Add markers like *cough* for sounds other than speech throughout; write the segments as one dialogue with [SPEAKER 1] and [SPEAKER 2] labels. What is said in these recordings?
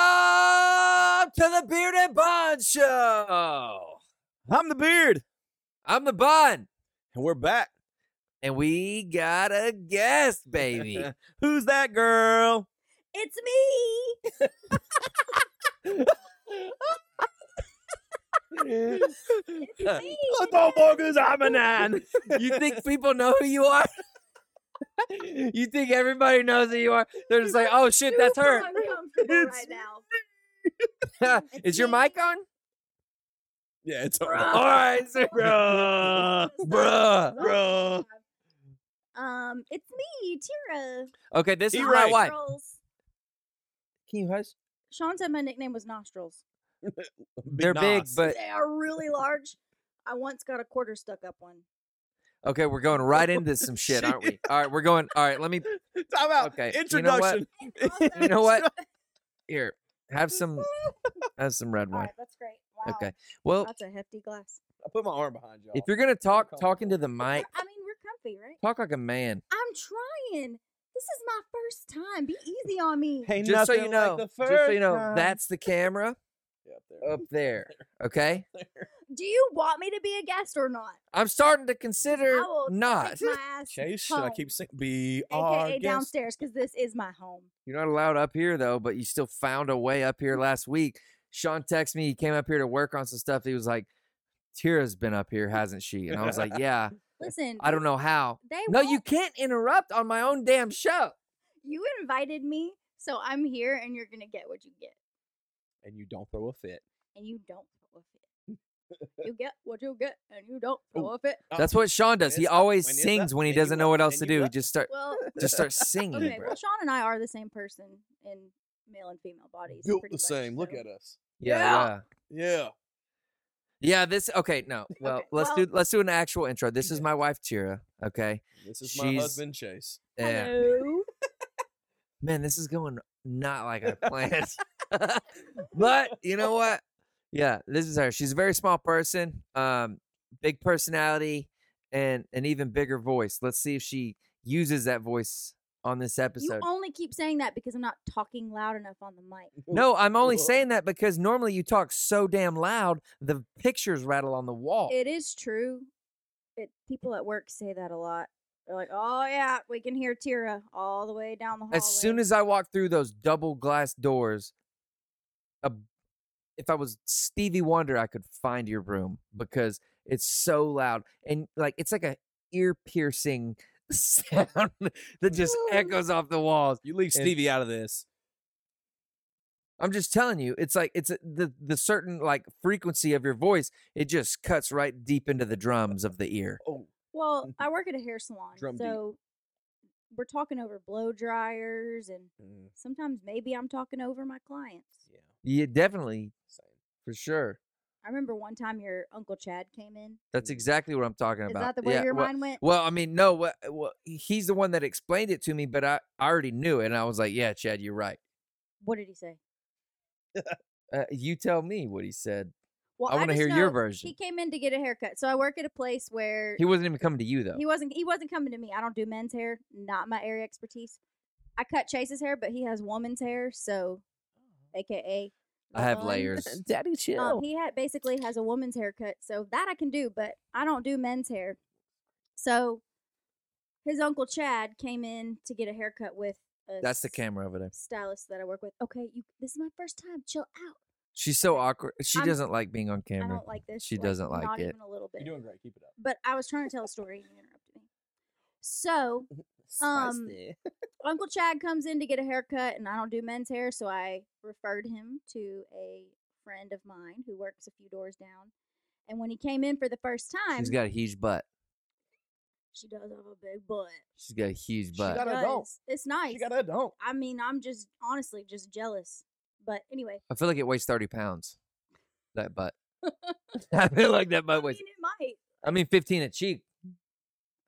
[SPEAKER 1] Welcome to the Beard and Bond Show.
[SPEAKER 2] I'm the beard,
[SPEAKER 1] I'm the Bond,
[SPEAKER 2] and we're back.
[SPEAKER 1] and we got a guest, *laughs* baby.
[SPEAKER 2] Who's that girl?
[SPEAKER 3] It's me.
[SPEAKER 2] *laughs*
[SPEAKER 3] It's
[SPEAKER 1] *laughs*
[SPEAKER 3] me.
[SPEAKER 2] Motherfuckers, I'm a nine.
[SPEAKER 1] you think people know who you are? *laughs* you think everybody knows who you are? They're just like, oh shit, that's
[SPEAKER 3] Super
[SPEAKER 1] her.
[SPEAKER 3] uncomfortable
[SPEAKER 2] It's
[SPEAKER 3] right now.
[SPEAKER 1] *laughs* Is your mic on?
[SPEAKER 2] Yeah, it's
[SPEAKER 1] All
[SPEAKER 2] alright.
[SPEAKER 1] right, so-
[SPEAKER 2] Bruh.
[SPEAKER 1] *laughs* bruh.
[SPEAKER 2] *laughs* Bruh.
[SPEAKER 3] Um, it's me, Tira.
[SPEAKER 1] Okay, this is
[SPEAKER 2] He
[SPEAKER 1] my
[SPEAKER 2] right.
[SPEAKER 1] wife.
[SPEAKER 3] Nostrils.
[SPEAKER 2] Can you hush?
[SPEAKER 3] Sean said my nickname was nostrils.
[SPEAKER 1] They're big,
[SPEAKER 2] Nas.
[SPEAKER 1] but
[SPEAKER 3] They are really large. I once got a quarter stuck up
[SPEAKER 1] *laughs*
[SPEAKER 3] one.
[SPEAKER 1] okay, we're going right into
[SPEAKER 2] *laughs*
[SPEAKER 1] some shit, aren't we? All right, we're going. All right, let me
[SPEAKER 2] Time out.
[SPEAKER 1] Okay, you know what?
[SPEAKER 2] Introduction.
[SPEAKER 3] And also-
[SPEAKER 1] You know what? Here, have some, have some red
[SPEAKER 3] All
[SPEAKER 1] wine.
[SPEAKER 3] right, that's great. Wow.
[SPEAKER 1] Okay. Well,
[SPEAKER 3] That's a hefty glass.
[SPEAKER 2] I put my arm behind y'all.
[SPEAKER 1] if you're gonna talk,
[SPEAKER 2] comfortable.
[SPEAKER 1] talking to the mic,
[SPEAKER 3] I mean, we're comfy, right?
[SPEAKER 1] talk like a man.
[SPEAKER 3] I'm trying. This is my first time. Be easy on me.
[SPEAKER 2] Ain't
[SPEAKER 1] Just so
[SPEAKER 2] nothing
[SPEAKER 1] you know,
[SPEAKER 2] like the
[SPEAKER 1] just so
[SPEAKER 2] first
[SPEAKER 1] you know,
[SPEAKER 2] time.
[SPEAKER 1] that's the camera
[SPEAKER 2] Yeah, up there. *laughs*
[SPEAKER 1] up there. Okay,
[SPEAKER 3] Do you want me to be a guest or not?
[SPEAKER 1] I'm starting to
[SPEAKER 3] I
[SPEAKER 1] consider
[SPEAKER 3] will
[SPEAKER 1] not.
[SPEAKER 3] take my ass
[SPEAKER 2] Chase, should
[SPEAKER 3] home,
[SPEAKER 2] I keep saying? Be our
[SPEAKER 3] aka
[SPEAKER 2] guest.
[SPEAKER 3] downstairs because this is my home.
[SPEAKER 1] You're not allowed up here though, but you still found a way up here last week. Sean texted me. He came up here to work on some stuff. He was like, "Tira's been up here, hasn't she?" And I was like, "Yeah,
[SPEAKER 3] Listen,
[SPEAKER 1] Eh, I don't know how."
[SPEAKER 3] They
[SPEAKER 1] No,
[SPEAKER 3] won't-
[SPEAKER 1] you can't interrupt on my own damn show.
[SPEAKER 3] You invited me, so I'm here, and you're gonna get what you get,
[SPEAKER 2] And you don't throw a fit.
[SPEAKER 3] and you don't throw a fit. you get what you get, and you don't throw
[SPEAKER 2] Oh.
[SPEAKER 3] a fit.
[SPEAKER 2] Oh,
[SPEAKER 1] That's what Sean does.
[SPEAKER 2] when
[SPEAKER 1] He
[SPEAKER 2] it's up,
[SPEAKER 1] always
[SPEAKER 2] when it's
[SPEAKER 1] sings
[SPEAKER 2] up,
[SPEAKER 1] when he
[SPEAKER 2] then you
[SPEAKER 1] doesn't know
[SPEAKER 2] up,
[SPEAKER 1] what else to
[SPEAKER 2] then you
[SPEAKER 1] do. He
[SPEAKER 2] up.
[SPEAKER 1] just start
[SPEAKER 2] *laughs*
[SPEAKER 3] Well,
[SPEAKER 1] *laughs* just start singing,
[SPEAKER 3] okay.
[SPEAKER 1] bro.
[SPEAKER 3] Well, Sean and I are the same person in male and female bodies.
[SPEAKER 2] built the
[SPEAKER 3] pretty much,
[SPEAKER 2] same. Look
[SPEAKER 3] so-
[SPEAKER 2] at us.
[SPEAKER 1] yeah,
[SPEAKER 3] Yeah.
[SPEAKER 1] yeah.
[SPEAKER 2] Yeah.
[SPEAKER 1] Yeah, this okay,
[SPEAKER 2] *laughs*
[SPEAKER 1] no. Well,
[SPEAKER 3] Okay,
[SPEAKER 1] let's
[SPEAKER 3] well-
[SPEAKER 1] do let's do an actual intro. This is
[SPEAKER 2] Yeah.
[SPEAKER 1] my wife Tira, okay?
[SPEAKER 2] This is my
[SPEAKER 1] She's-
[SPEAKER 2] husband, Chase.
[SPEAKER 1] Yeah.
[SPEAKER 3] Hello.
[SPEAKER 1] Man, this is going not like I planned.
[SPEAKER 2] *laughs*
[SPEAKER 1] *laughs* but you know what? Yeah, this is her. She's a very small person, um, big personality and an even bigger voice. Let's see if she uses that voice on this
[SPEAKER 3] You
[SPEAKER 1] episode.
[SPEAKER 3] only keep saying that because I'm not talking loud enough on the mic.
[SPEAKER 1] No, I'm only saying that because normally you talk so damn loud, the pictures rattle on the wall.
[SPEAKER 2] Oh.
[SPEAKER 3] It is true. It people at work say that a lot. They're like, "Oh yeah, we can hear Tira all the way down the hallway."
[SPEAKER 1] as soon as I walk through those double glass doors, a, if I was Stevie Wonder, I could find your room because it's so loud and like it's like a ear piercing *laughs* sound that just echoes off the walls.
[SPEAKER 2] You leave
[SPEAKER 1] And-
[SPEAKER 2] Stevie out of this.
[SPEAKER 1] I'm just telling you, it's like it's a, the the certain like frequency of your voice. It just cuts right deep into the drums of the ear.
[SPEAKER 2] Oh,
[SPEAKER 3] Well,
[SPEAKER 1] Mm-hmm.
[SPEAKER 3] I work at a hair salon,
[SPEAKER 2] Drum beat.
[SPEAKER 3] so we're talking over blow dryers, and
[SPEAKER 1] *laughs*
[SPEAKER 2] mm,
[SPEAKER 3] sometimes maybe I'm talking over my clients.
[SPEAKER 2] yeah.
[SPEAKER 1] Yeah, definitely
[SPEAKER 2] Same.
[SPEAKER 1] for sure.
[SPEAKER 3] I remember one time your uncle Chad came in.
[SPEAKER 1] That's
[SPEAKER 2] Mm.
[SPEAKER 1] exactly what I'm talking
[SPEAKER 3] Mm-hmm. Is
[SPEAKER 1] about.
[SPEAKER 3] that the way
[SPEAKER 1] Yeah,
[SPEAKER 3] your
[SPEAKER 1] well-
[SPEAKER 3] mind went?
[SPEAKER 1] Well, I mean, no, well, well, he's the one that explained it to me, but I, I already knew it. And I was like, yeah, Chad, you're right.
[SPEAKER 3] What did he say?
[SPEAKER 1] Uh, you tell me what he said.
[SPEAKER 3] Well,
[SPEAKER 1] I want to
[SPEAKER 3] just
[SPEAKER 1] hear your
[SPEAKER 3] know
[SPEAKER 1] version.
[SPEAKER 3] He came in to get a haircut, so I work at a place where
[SPEAKER 1] He wasn't even coming to you, though.
[SPEAKER 3] He wasn't. He wasn't coming to me. I don't do men's hair. Not my area expertise. I cut Chase's hair, but he has woman's hair, so AKA.
[SPEAKER 1] Oh. I have
[SPEAKER 3] blonde.
[SPEAKER 1] layers.
[SPEAKER 2] Daddy chill.
[SPEAKER 3] Um, he had basically has a woman's haircut, so that I can do, but I don't do men's hair. So his uncle Chad came in to get a haircut with. A
[SPEAKER 1] That's the
[SPEAKER 3] s-
[SPEAKER 1] camera over there.
[SPEAKER 3] Stylist that I work with. Okay, you. This is my first time. Chill out.
[SPEAKER 1] She's so awkward. She
[SPEAKER 3] I'm-
[SPEAKER 1] doesn't like being on
[SPEAKER 3] I
[SPEAKER 1] camera.
[SPEAKER 3] don't like this.
[SPEAKER 1] She doesn't like
[SPEAKER 3] not
[SPEAKER 1] it.
[SPEAKER 3] even a little bit.
[SPEAKER 2] You're doing great. Keep it up.
[SPEAKER 3] But I was trying to tell a story and you interrupted me. So Um,
[SPEAKER 2] Spicy.
[SPEAKER 3] Uncle Chad comes in to get a haircut, and I don't do men's hair, so I referred him to a friend of mine who works a few doors down. And when he came in for the first time,
[SPEAKER 1] She's got a huge butt.
[SPEAKER 3] she does have a big butt.
[SPEAKER 1] She's got a huge
[SPEAKER 2] She
[SPEAKER 1] butt.
[SPEAKER 2] got a- Gotta go.
[SPEAKER 3] Does. It's nice.
[SPEAKER 2] You gotta don't.
[SPEAKER 3] I mean, I'm just honestly just jealous. But anyway,
[SPEAKER 1] I feel like it weighs 30 pounds, that
[SPEAKER 3] *laughs*
[SPEAKER 1] butt. *laughs* I feel like that
[SPEAKER 3] I
[SPEAKER 1] butt
[SPEAKER 3] mean,
[SPEAKER 1] weighs.
[SPEAKER 3] it might.
[SPEAKER 1] I mean, 15 a cheek.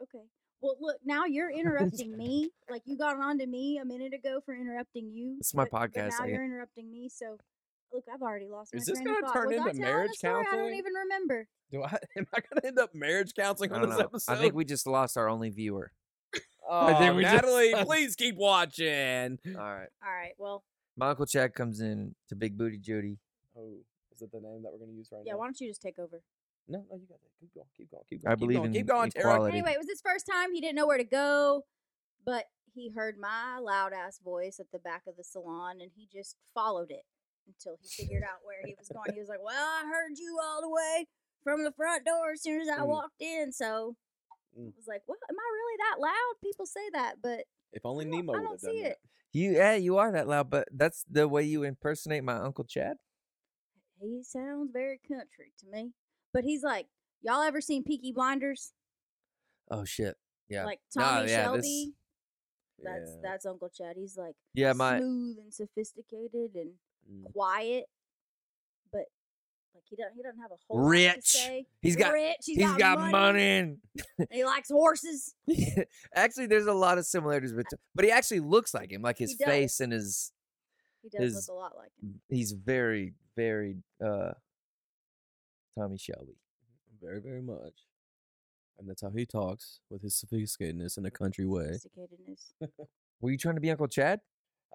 [SPEAKER 3] Okay. Well, look, now
[SPEAKER 2] *laughs*
[SPEAKER 3] you're interrupting me. Like you got on to me a minute ago for interrupting you.
[SPEAKER 1] It's my
[SPEAKER 3] but- but
[SPEAKER 1] podcast,
[SPEAKER 3] now
[SPEAKER 1] I-
[SPEAKER 3] you're interrupting me, so look, I've already lost my
[SPEAKER 2] eh? Is this
[SPEAKER 3] train of
[SPEAKER 2] gonna
[SPEAKER 3] thought.
[SPEAKER 2] turn
[SPEAKER 3] Was I
[SPEAKER 2] into
[SPEAKER 3] telling a
[SPEAKER 2] marriage
[SPEAKER 3] story? I don't
[SPEAKER 2] counseling?
[SPEAKER 3] even remember.
[SPEAKER 2] Do I? *laughs* Am I gonna end up marriage
[SPEAKER 1] I,
[SPEAKER 2] counseling *laughs* on
[SPEAKER 1] don't
[SPEAKER 2] this
[SPEAKER 1] know.
[SPEAKER 2] episode?
[SPEAKER 1] I think we just lost our only viewer.
[SPEAKER 2] Oh,
[SPEAKER 1] think we just-
[SPEAKER 2] Natalie, please keep watching.
[SPEAKER 1] All right.
[SPEAKER 3] All right. Well,
[SPEAKER 1] My uncle Chad comes in to Big Booty Judy.
[SPEAKER 2] Oh, is it the name that we're gonna use right
[SPEAKER 3] Yeah,
[SPEAKER 2] now?
[SPEAKER 3] why don't you just take over?
[SPEAKER 2] No, no, you got that. Keep going. Keep going. Keep
[SPEAKER 1] I
[SPEAKER 2] going. keep
[SPEAKER 1] believe
[SPEAKER 2] going,
[SPEAKER 1] in
[SPEAKER 2] keep going, Tara.
[SPEAKER 1] equality.
[SPEAKER 3] Anyway, it was his first time. He didn't know where to go, but he heard my loud ass voice at the back of the salon and he just followed it until he
[SPEAKER 1] *laughs*
[SPEAKER 3] figured out where he was going. He was like, Well, I heard you all the way from the front door as soon as I
[SPEAKER 2] Mm.
[SPEAKER 3] walked in. So I
[SPEAKER 2] Mm.
[SPEAKER 3] was like, Well, am I really that loud? People say that, but
[SPEAKER 2] If only
[SPEAKER 3] I don't-
[SPEAKER 2] Nemo
[SPEAKER 3] I
[SPEAKER 2] would
[SPEAKER 3] don't
[SPEAKER 2] have done
[SPEAKER 3] see
[SPEAKER 2] that.
[SPEAKER 3] it.
[SPEAKER 1] You yeah, you are that loud, but that's the way you impersonate my uncle Chad.
[SPEAKER 3] he sounds very country to me. But he's like, Y'all ever seen Peaky Blinders?
[SPEAKER 1] Oh shit. Yeah.
[SPEAKER 3] Like
[SPEAKER 1] No,
[SPEAKER 3] Tommy
[SPEAKER 1] yeah,
[SPEAKER 3] Shelby?
[SPEAKER 1] this-
[SPEAKER 3] That's
[SPEAKER 2] Yeah.
[SPEAKER 3] that's Uncle Chad. He's like
[SPEAKER 1] Yeah, my
[SPEAKER 3] smooth and sophisticated and
[SPEAKER 2] Mm.
[SPEAKER 3] quiet, but like he doesn't he doesn't have a whole lot to
[SPEAKER 1] Rich.
[SPEAKER 3] say.
[SPEAKER 1] he's got
[SPEAKER 3] rich.
[SPEAKER 1] he's got *laughs* money.
[SPEAKER 3] and He likes horses.
[SPEAKER 1] actually, there's a lot of similarities between, but he actually looks like him, like his
[SPEAKER 3] He does.
[SPEAKER 1] face and his.
[SPEAKER 3] He does
[SPEAKER 1] His-
[SPEAKER 3] look a lot like him.
[SPEAKER 1] He's very, very uh Tommy Shelby.
[SPEAKER 2] Very, very much. And that's how he talks with his sophisticatedness in a country way.
[SPEAKER 3] Sophisticatedness.
[SPEAKER 1] Were you trying to be Uncle Chad?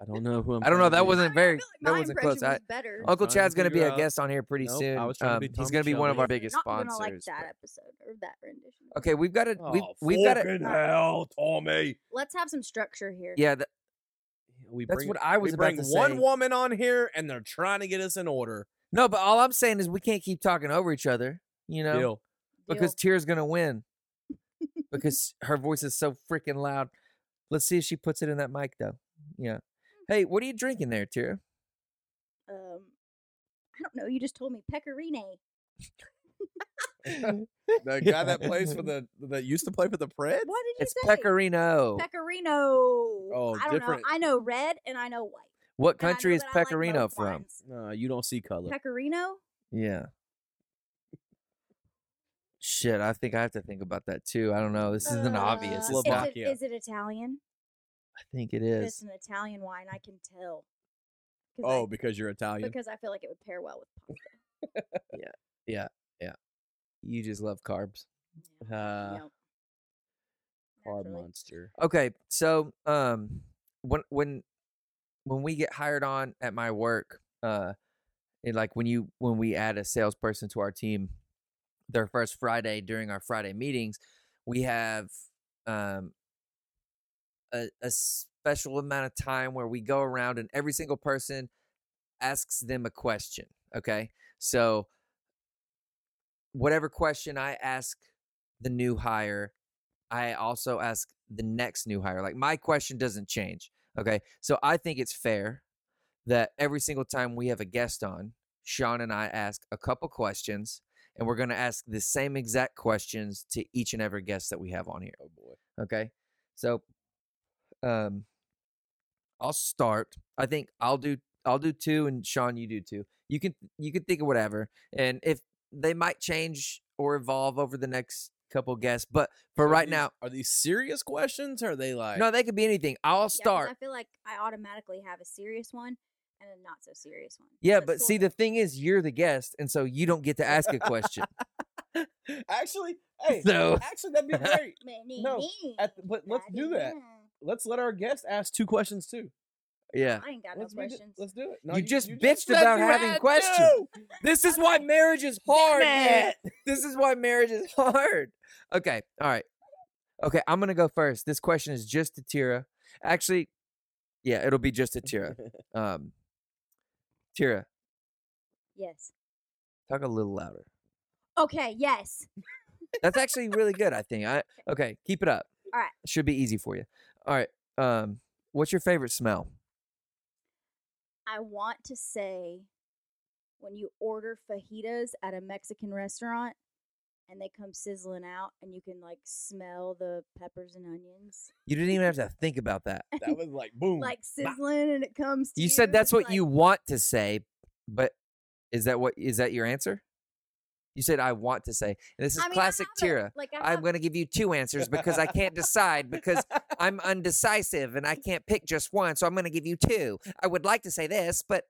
[SPEAKER 2] I don't know who I'm.
[SPEAKER 1] I don't know.
[SPEAKER 2] trying to
[SPEAKER 1] That
[SPEAKER 2] be.
[SPEAKER 1] wasn't
[SPEAKER 3] I
[SPEAKER 1] very.
[SPEAKER 3] feel like
[SPEAKER 1] that
[SPEAKER 3] my
[SPEAKER 1] wasn't
[SPEAKER 3] impression
[SPEAKER 1] close. I,
[SPEAKER 3] was better.
[SPEAKER 1] Uncle
[SPEAKER 2] trying to
[SPEAKER 1] Chad's gonna be
[SPEAKER 2] figure
[SPEAKER 1] a
[SPEAKER 2] out-
[SPEAKER 1] guest on here pretty
[SPEAKER 2] Nope, I
[SPEAKER 1] soon.
[SPEAKER 2] was trying to be
[SPEAKER 1] Um, he's
[SPEAKER 2] Tommy
[SPEAKER 1] gonna be one of our
[SPEAKER 2] Shelby.
[SPEAKER 1] biggest
[SPEAKER 3] not
[SPEAKER 1] sponsors.
[SPEAKER 3] Gonna like that
[SPEAKER 1] but-
[SPEAKER 3] episode or that rendition.
[SPEAKER 1] Okay, we've got to we've
[SPEAKER 2] Oh,
[SPEAKER 1] we've got to
[SPEAKER 2] fucking hell, Tommy.
[SPEAKER 3] Let's have some structure here.
[SPEAKER 1] yeah. th-
[SPEAKER 2] We
[SPEAKER 1] That's
[SPEAKER 2] bring,
[SPEAKER 1] what I was
[SPEAKER 2] we
[SPEAKER 1] about
[SPEAKER 2] bring
[SPEAKER 1] to
[SPEAKER 2] one
[SPEAKER 1] say.
[SPEAKER 2] woman on here, and they're trying to get us in order.
[SPEAKER 1] no, but all I'm saying is we can't keep talking over each other. You know,
[SPEAKER 2] Deal.
[SPEAKER 1] because
[SPEAKER 3] Deal.
[SPEAKER 1] Tira's gonna win because her voice is so freaking loud. Let's see if she puts it in that mic though. Yeah. Hey, what are you drinking there,
[SPEAKER 3] *laughs*
[SPEAKER 1] Tira?
[SPEAKER 3] um, I don't know. You just told me pecorine.
[SPEAKER 2] The guy that plays for the that used to play for the Preds.
[SPEAKER 3] What did you
[SPEAKER 1] It's
[SPEAKER 3] say?
[SPEAKER 1] pecorino.
[SPEAKER 3] Pecorino.
[SPEAKER 2] Oh,
[SPEAKER 3] I don't
[SPEAKER 2] different.
[SPEAKER 3] know. I know red and I know white.
[SPEAKER 1] what
[SPEAKER 3] and I
[SPEAKER 1] country
[SPEAKER 3] know
[SPEAKER 1] is
[SPEAKER 3] that I like
[SPEAKER 1] pecorino
[SPEAKER 3] both
[SPEAKER 1] from?
[SPEAKER 3] wines.
[SPEAKER 2] No, you don't see color.
[SPEAKER 3] Pecorino.
[SPEAKER 1] Yeah. Shit, I think I have to think about that too. I don't know. This isn't obvious.
[SPEAKER 3] Uh,
[SPEAKER 1] It's
[SPEAKER 2] Slovakia.
[SPEAKER 1] not-
[SPEAKER 3] Is it, is it Italian?
[SPEAKER 1] I think it
[SPEAKER 3] If
[SPEAKER 1] is.
[SPEAKER 3] It's an Italian wine. I can tell. 'Cause I-
[SPEAKER 2] oh, because you're Italian.
[SPEAKER 3] because I feel like it would pair well with pasta.
[SPEAKER 1] You just love carbs.
[SPEAKER 3] Yeah,
[SPEAKER 2] Uh,
[SPEAKER 3] you know,
[SPEAKER 2] Carb
[SPEAKER 3] naturally.
[SPEAKER 2] monster.
[SPEAKER 1] Okay, so um, when when when we get hired on at my work, uh, and like when you when we add a salesperson to our team, their first Friday during our Friday meetings, we have um a, a special amount of time where we go around and every single person asks them a question. Okay, so whatever question I ask the new hire, I also ask the next new hire. Like my question doesn't change. Okay. So I think it's fair that every single time we have a guest on, Sean and I ask a couple questions and we're going to ask the same exact questions to each and every guest that we have on here.
[SPEAKER 2] Oh boy.
[SPEAKER 1] Okay. So um I'll start. I think I'll do I'll do two and Sean you do two. You can you can think of whatever. And if they might change or evolve over the next couple guests, but for
[SPEAKER 2] Are
[SPEAKER 1] right
[SPEAKER 2] these-
[SPEAKER 1] now
[SPEAKER 2] are these serious questions? Or are they like
[SPEAKER 1] no, they could be anything. I'll
[SPEAKER 3] 'cause
[SPEAKER 1] start.
[SPEAKER 3] I feel like I automatically have a serious one and a not so serious one.
[SPEAKER 1] Yeah,
[SPEAKER 3] That's
[SPEAKER 1] but
[SPEAKER 3] sort
[SPEAKER 1] see
[SPEAKER 3] of-
[SPEAKER 1] the thing is you're the guest and so you don't get to ask a question.
[SPEAKER 2] *laughs* Actually, hey,
[SPEAKER 1] So-
[SPEAKER 2] actually that'd *laughs* be great.
[SPEAKER 3] Meh,
[SPEAKER 2] No,
[SPEAKER 3] meh,
[SPEAKER 2] At the- but
[SPEAKER 3] meh,
[SPEAKER 2] let's do that.
[SPEAKER 3] da-dee-da.
[SPEAKER 2] Let's let our guests ask two questions too.
[SPEAKER 1] yeah.
[SPEAKER 3] I ain't got
[SPEAKER 2] Let's
[SPEAKER 3] no
[SPEAKER 2] make it-
[SPEAKER 3] questions.
[SPEAKER 2] let's do it. No,
[SPEAKER 1] You just bitched
[SPEAKER 2] said
[SPEAKER 1] about
[SPEAKER 2] you *laughs*
[SPEAKER 1] having
[SPEAKER 2] had
[SPEAKER 1] questions.
[SPEAKER 2] two.
[SPEAKER 1] *laughs* This is why marriage is hard. man. *laughs* This is why marriage is hard. Okay. All right. Okay. I'm going to go first. This question is just to Tira. Actually, yeah, it'll be just to Tira.
[SPEAKER 3] *laughs*
[SPEAKER 1] Um, Tira,
[SPEAKER 3] yes.
[SPEAKER 1] talk a little louder.
[SPEAKER 3] Okay. Yes.
[SPEAKER 1] That's actually really good, I think. I Okay. Keep it up.
[SPEAKER 3] All right.
[SPEAKER 1] Should be easy for you. All right. Um, what's your favorite smell?
[SPEAKER 3] I want to say when you order fajitas at a Mexican restaurant and they come sizzling out and you can like smell the peppers and onions
[SPEAKER 1] You didn't even have to think about that.
[SPEAKER 2] *laughs* that was like boom. *laughs*
[SPEAKER 3] like sizzling and it comes to
[SPEAKER 1] You said that's
[SPEAKER 3] it's
[SPEAKER 1] what
[SPEAKER 3] like-
[SPEAKER 1] you want to say, but is that what is that your answer? You said I want to say. And this is
[SPEAKER 3] I mean, I
[SPEAKER 1] classic
[SPEAKER 3] have a-
[SPEAKER 1] Tira.
[SPEAKER 3] like I
[SPEAKER 1] I'm
[SPEAKER 3] have,
[SPEAKER 1] going to give you two answers because I can't decide because I'm undecisive
[SPEAKER 3] *laughs*
[SPEAKER 1] and I can't pick just one. So I'm going to give you two. I would like to say this, but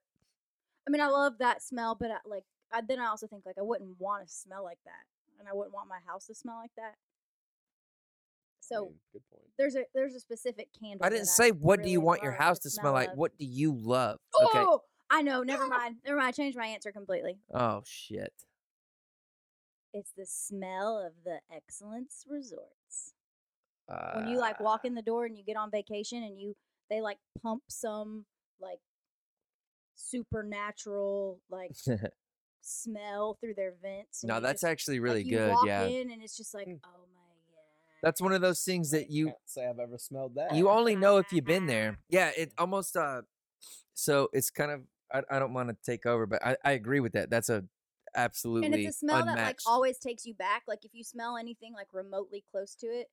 [SPEAKER 3] I mean I love that smell but I, like I, then I also think like I wouldn't want to smell like that and I wouldn't want my house to smell like that So
[SPEAKER 2] mean, good point.
[SPEAKER 3] there's a there's a specific candle.
[SPEAKER 1] I didn't
[SPEAKER 3] that
[SPEAKER 1] say what do you
[SPEAKER 3] really
[SPEAKER 1] want your
[SPEAKER 3] love
[SPEAKER 1] house to
[SPEAKER 3] the
[SPEAKER 1] smell like.
[SPEAKER 3] of.
[SPEAKER 1] What do you love? Okay.
[SPEAKER 3] Oh, I
[SPEAKER 1] *laughs*
[SPEAKER 3] know. Never mind. Never mind. I changed my answer completely.
[SPEAKER 1] Oh shit.
[SPEAKER 3] It's the smell of the Excellence Resorts. When you
[SPEAKER 1] Uh, *laughs*
[SPEAKER 3] like walk
[SPEAKER 1] Ah.
[SPEAKER 3] in the door and you get on vacation and you they like pump some like supernatural
[SPEAKER 1] *laughs*
[SPEAKER 3] like
[SPEAKER 1] Uh,
[SPEAKER 3] smell through their vents. and
[SPEAKER 1] no,
[SPEAKER 3] you
[SPEAKER 1] that's
[SPEAKER 3] just-
[SPEAKER 1] actually really
[SPEAKER 3] like, you
[SPEAKER 1] good.
[SPEAKER 3] walk
[SPEAKER 1] Yeah.
[SPEAKER 3] in and it's just like, oh
[SPEAKER 2] Mm.
[SPEAKER 3] my god.
[SPEAKER 1] That's one of those things that you
[SPEAKER 2] Can't say I've ever smelled that.
[SPEAKER 1] you only know if you've
[SPEAKER 3] *laughs*
[SPEAKER 1] been there. Yeah, it almost uh so it's kind of I, I don't want to take over, but I, I agree with that. That's a absolutely
[SPEAKER 3] and it's a smell
[SPEAKER 1] unmatched.
[SPEAKER 3] that like always takes you back. Like if you smell anything like remotely close to it,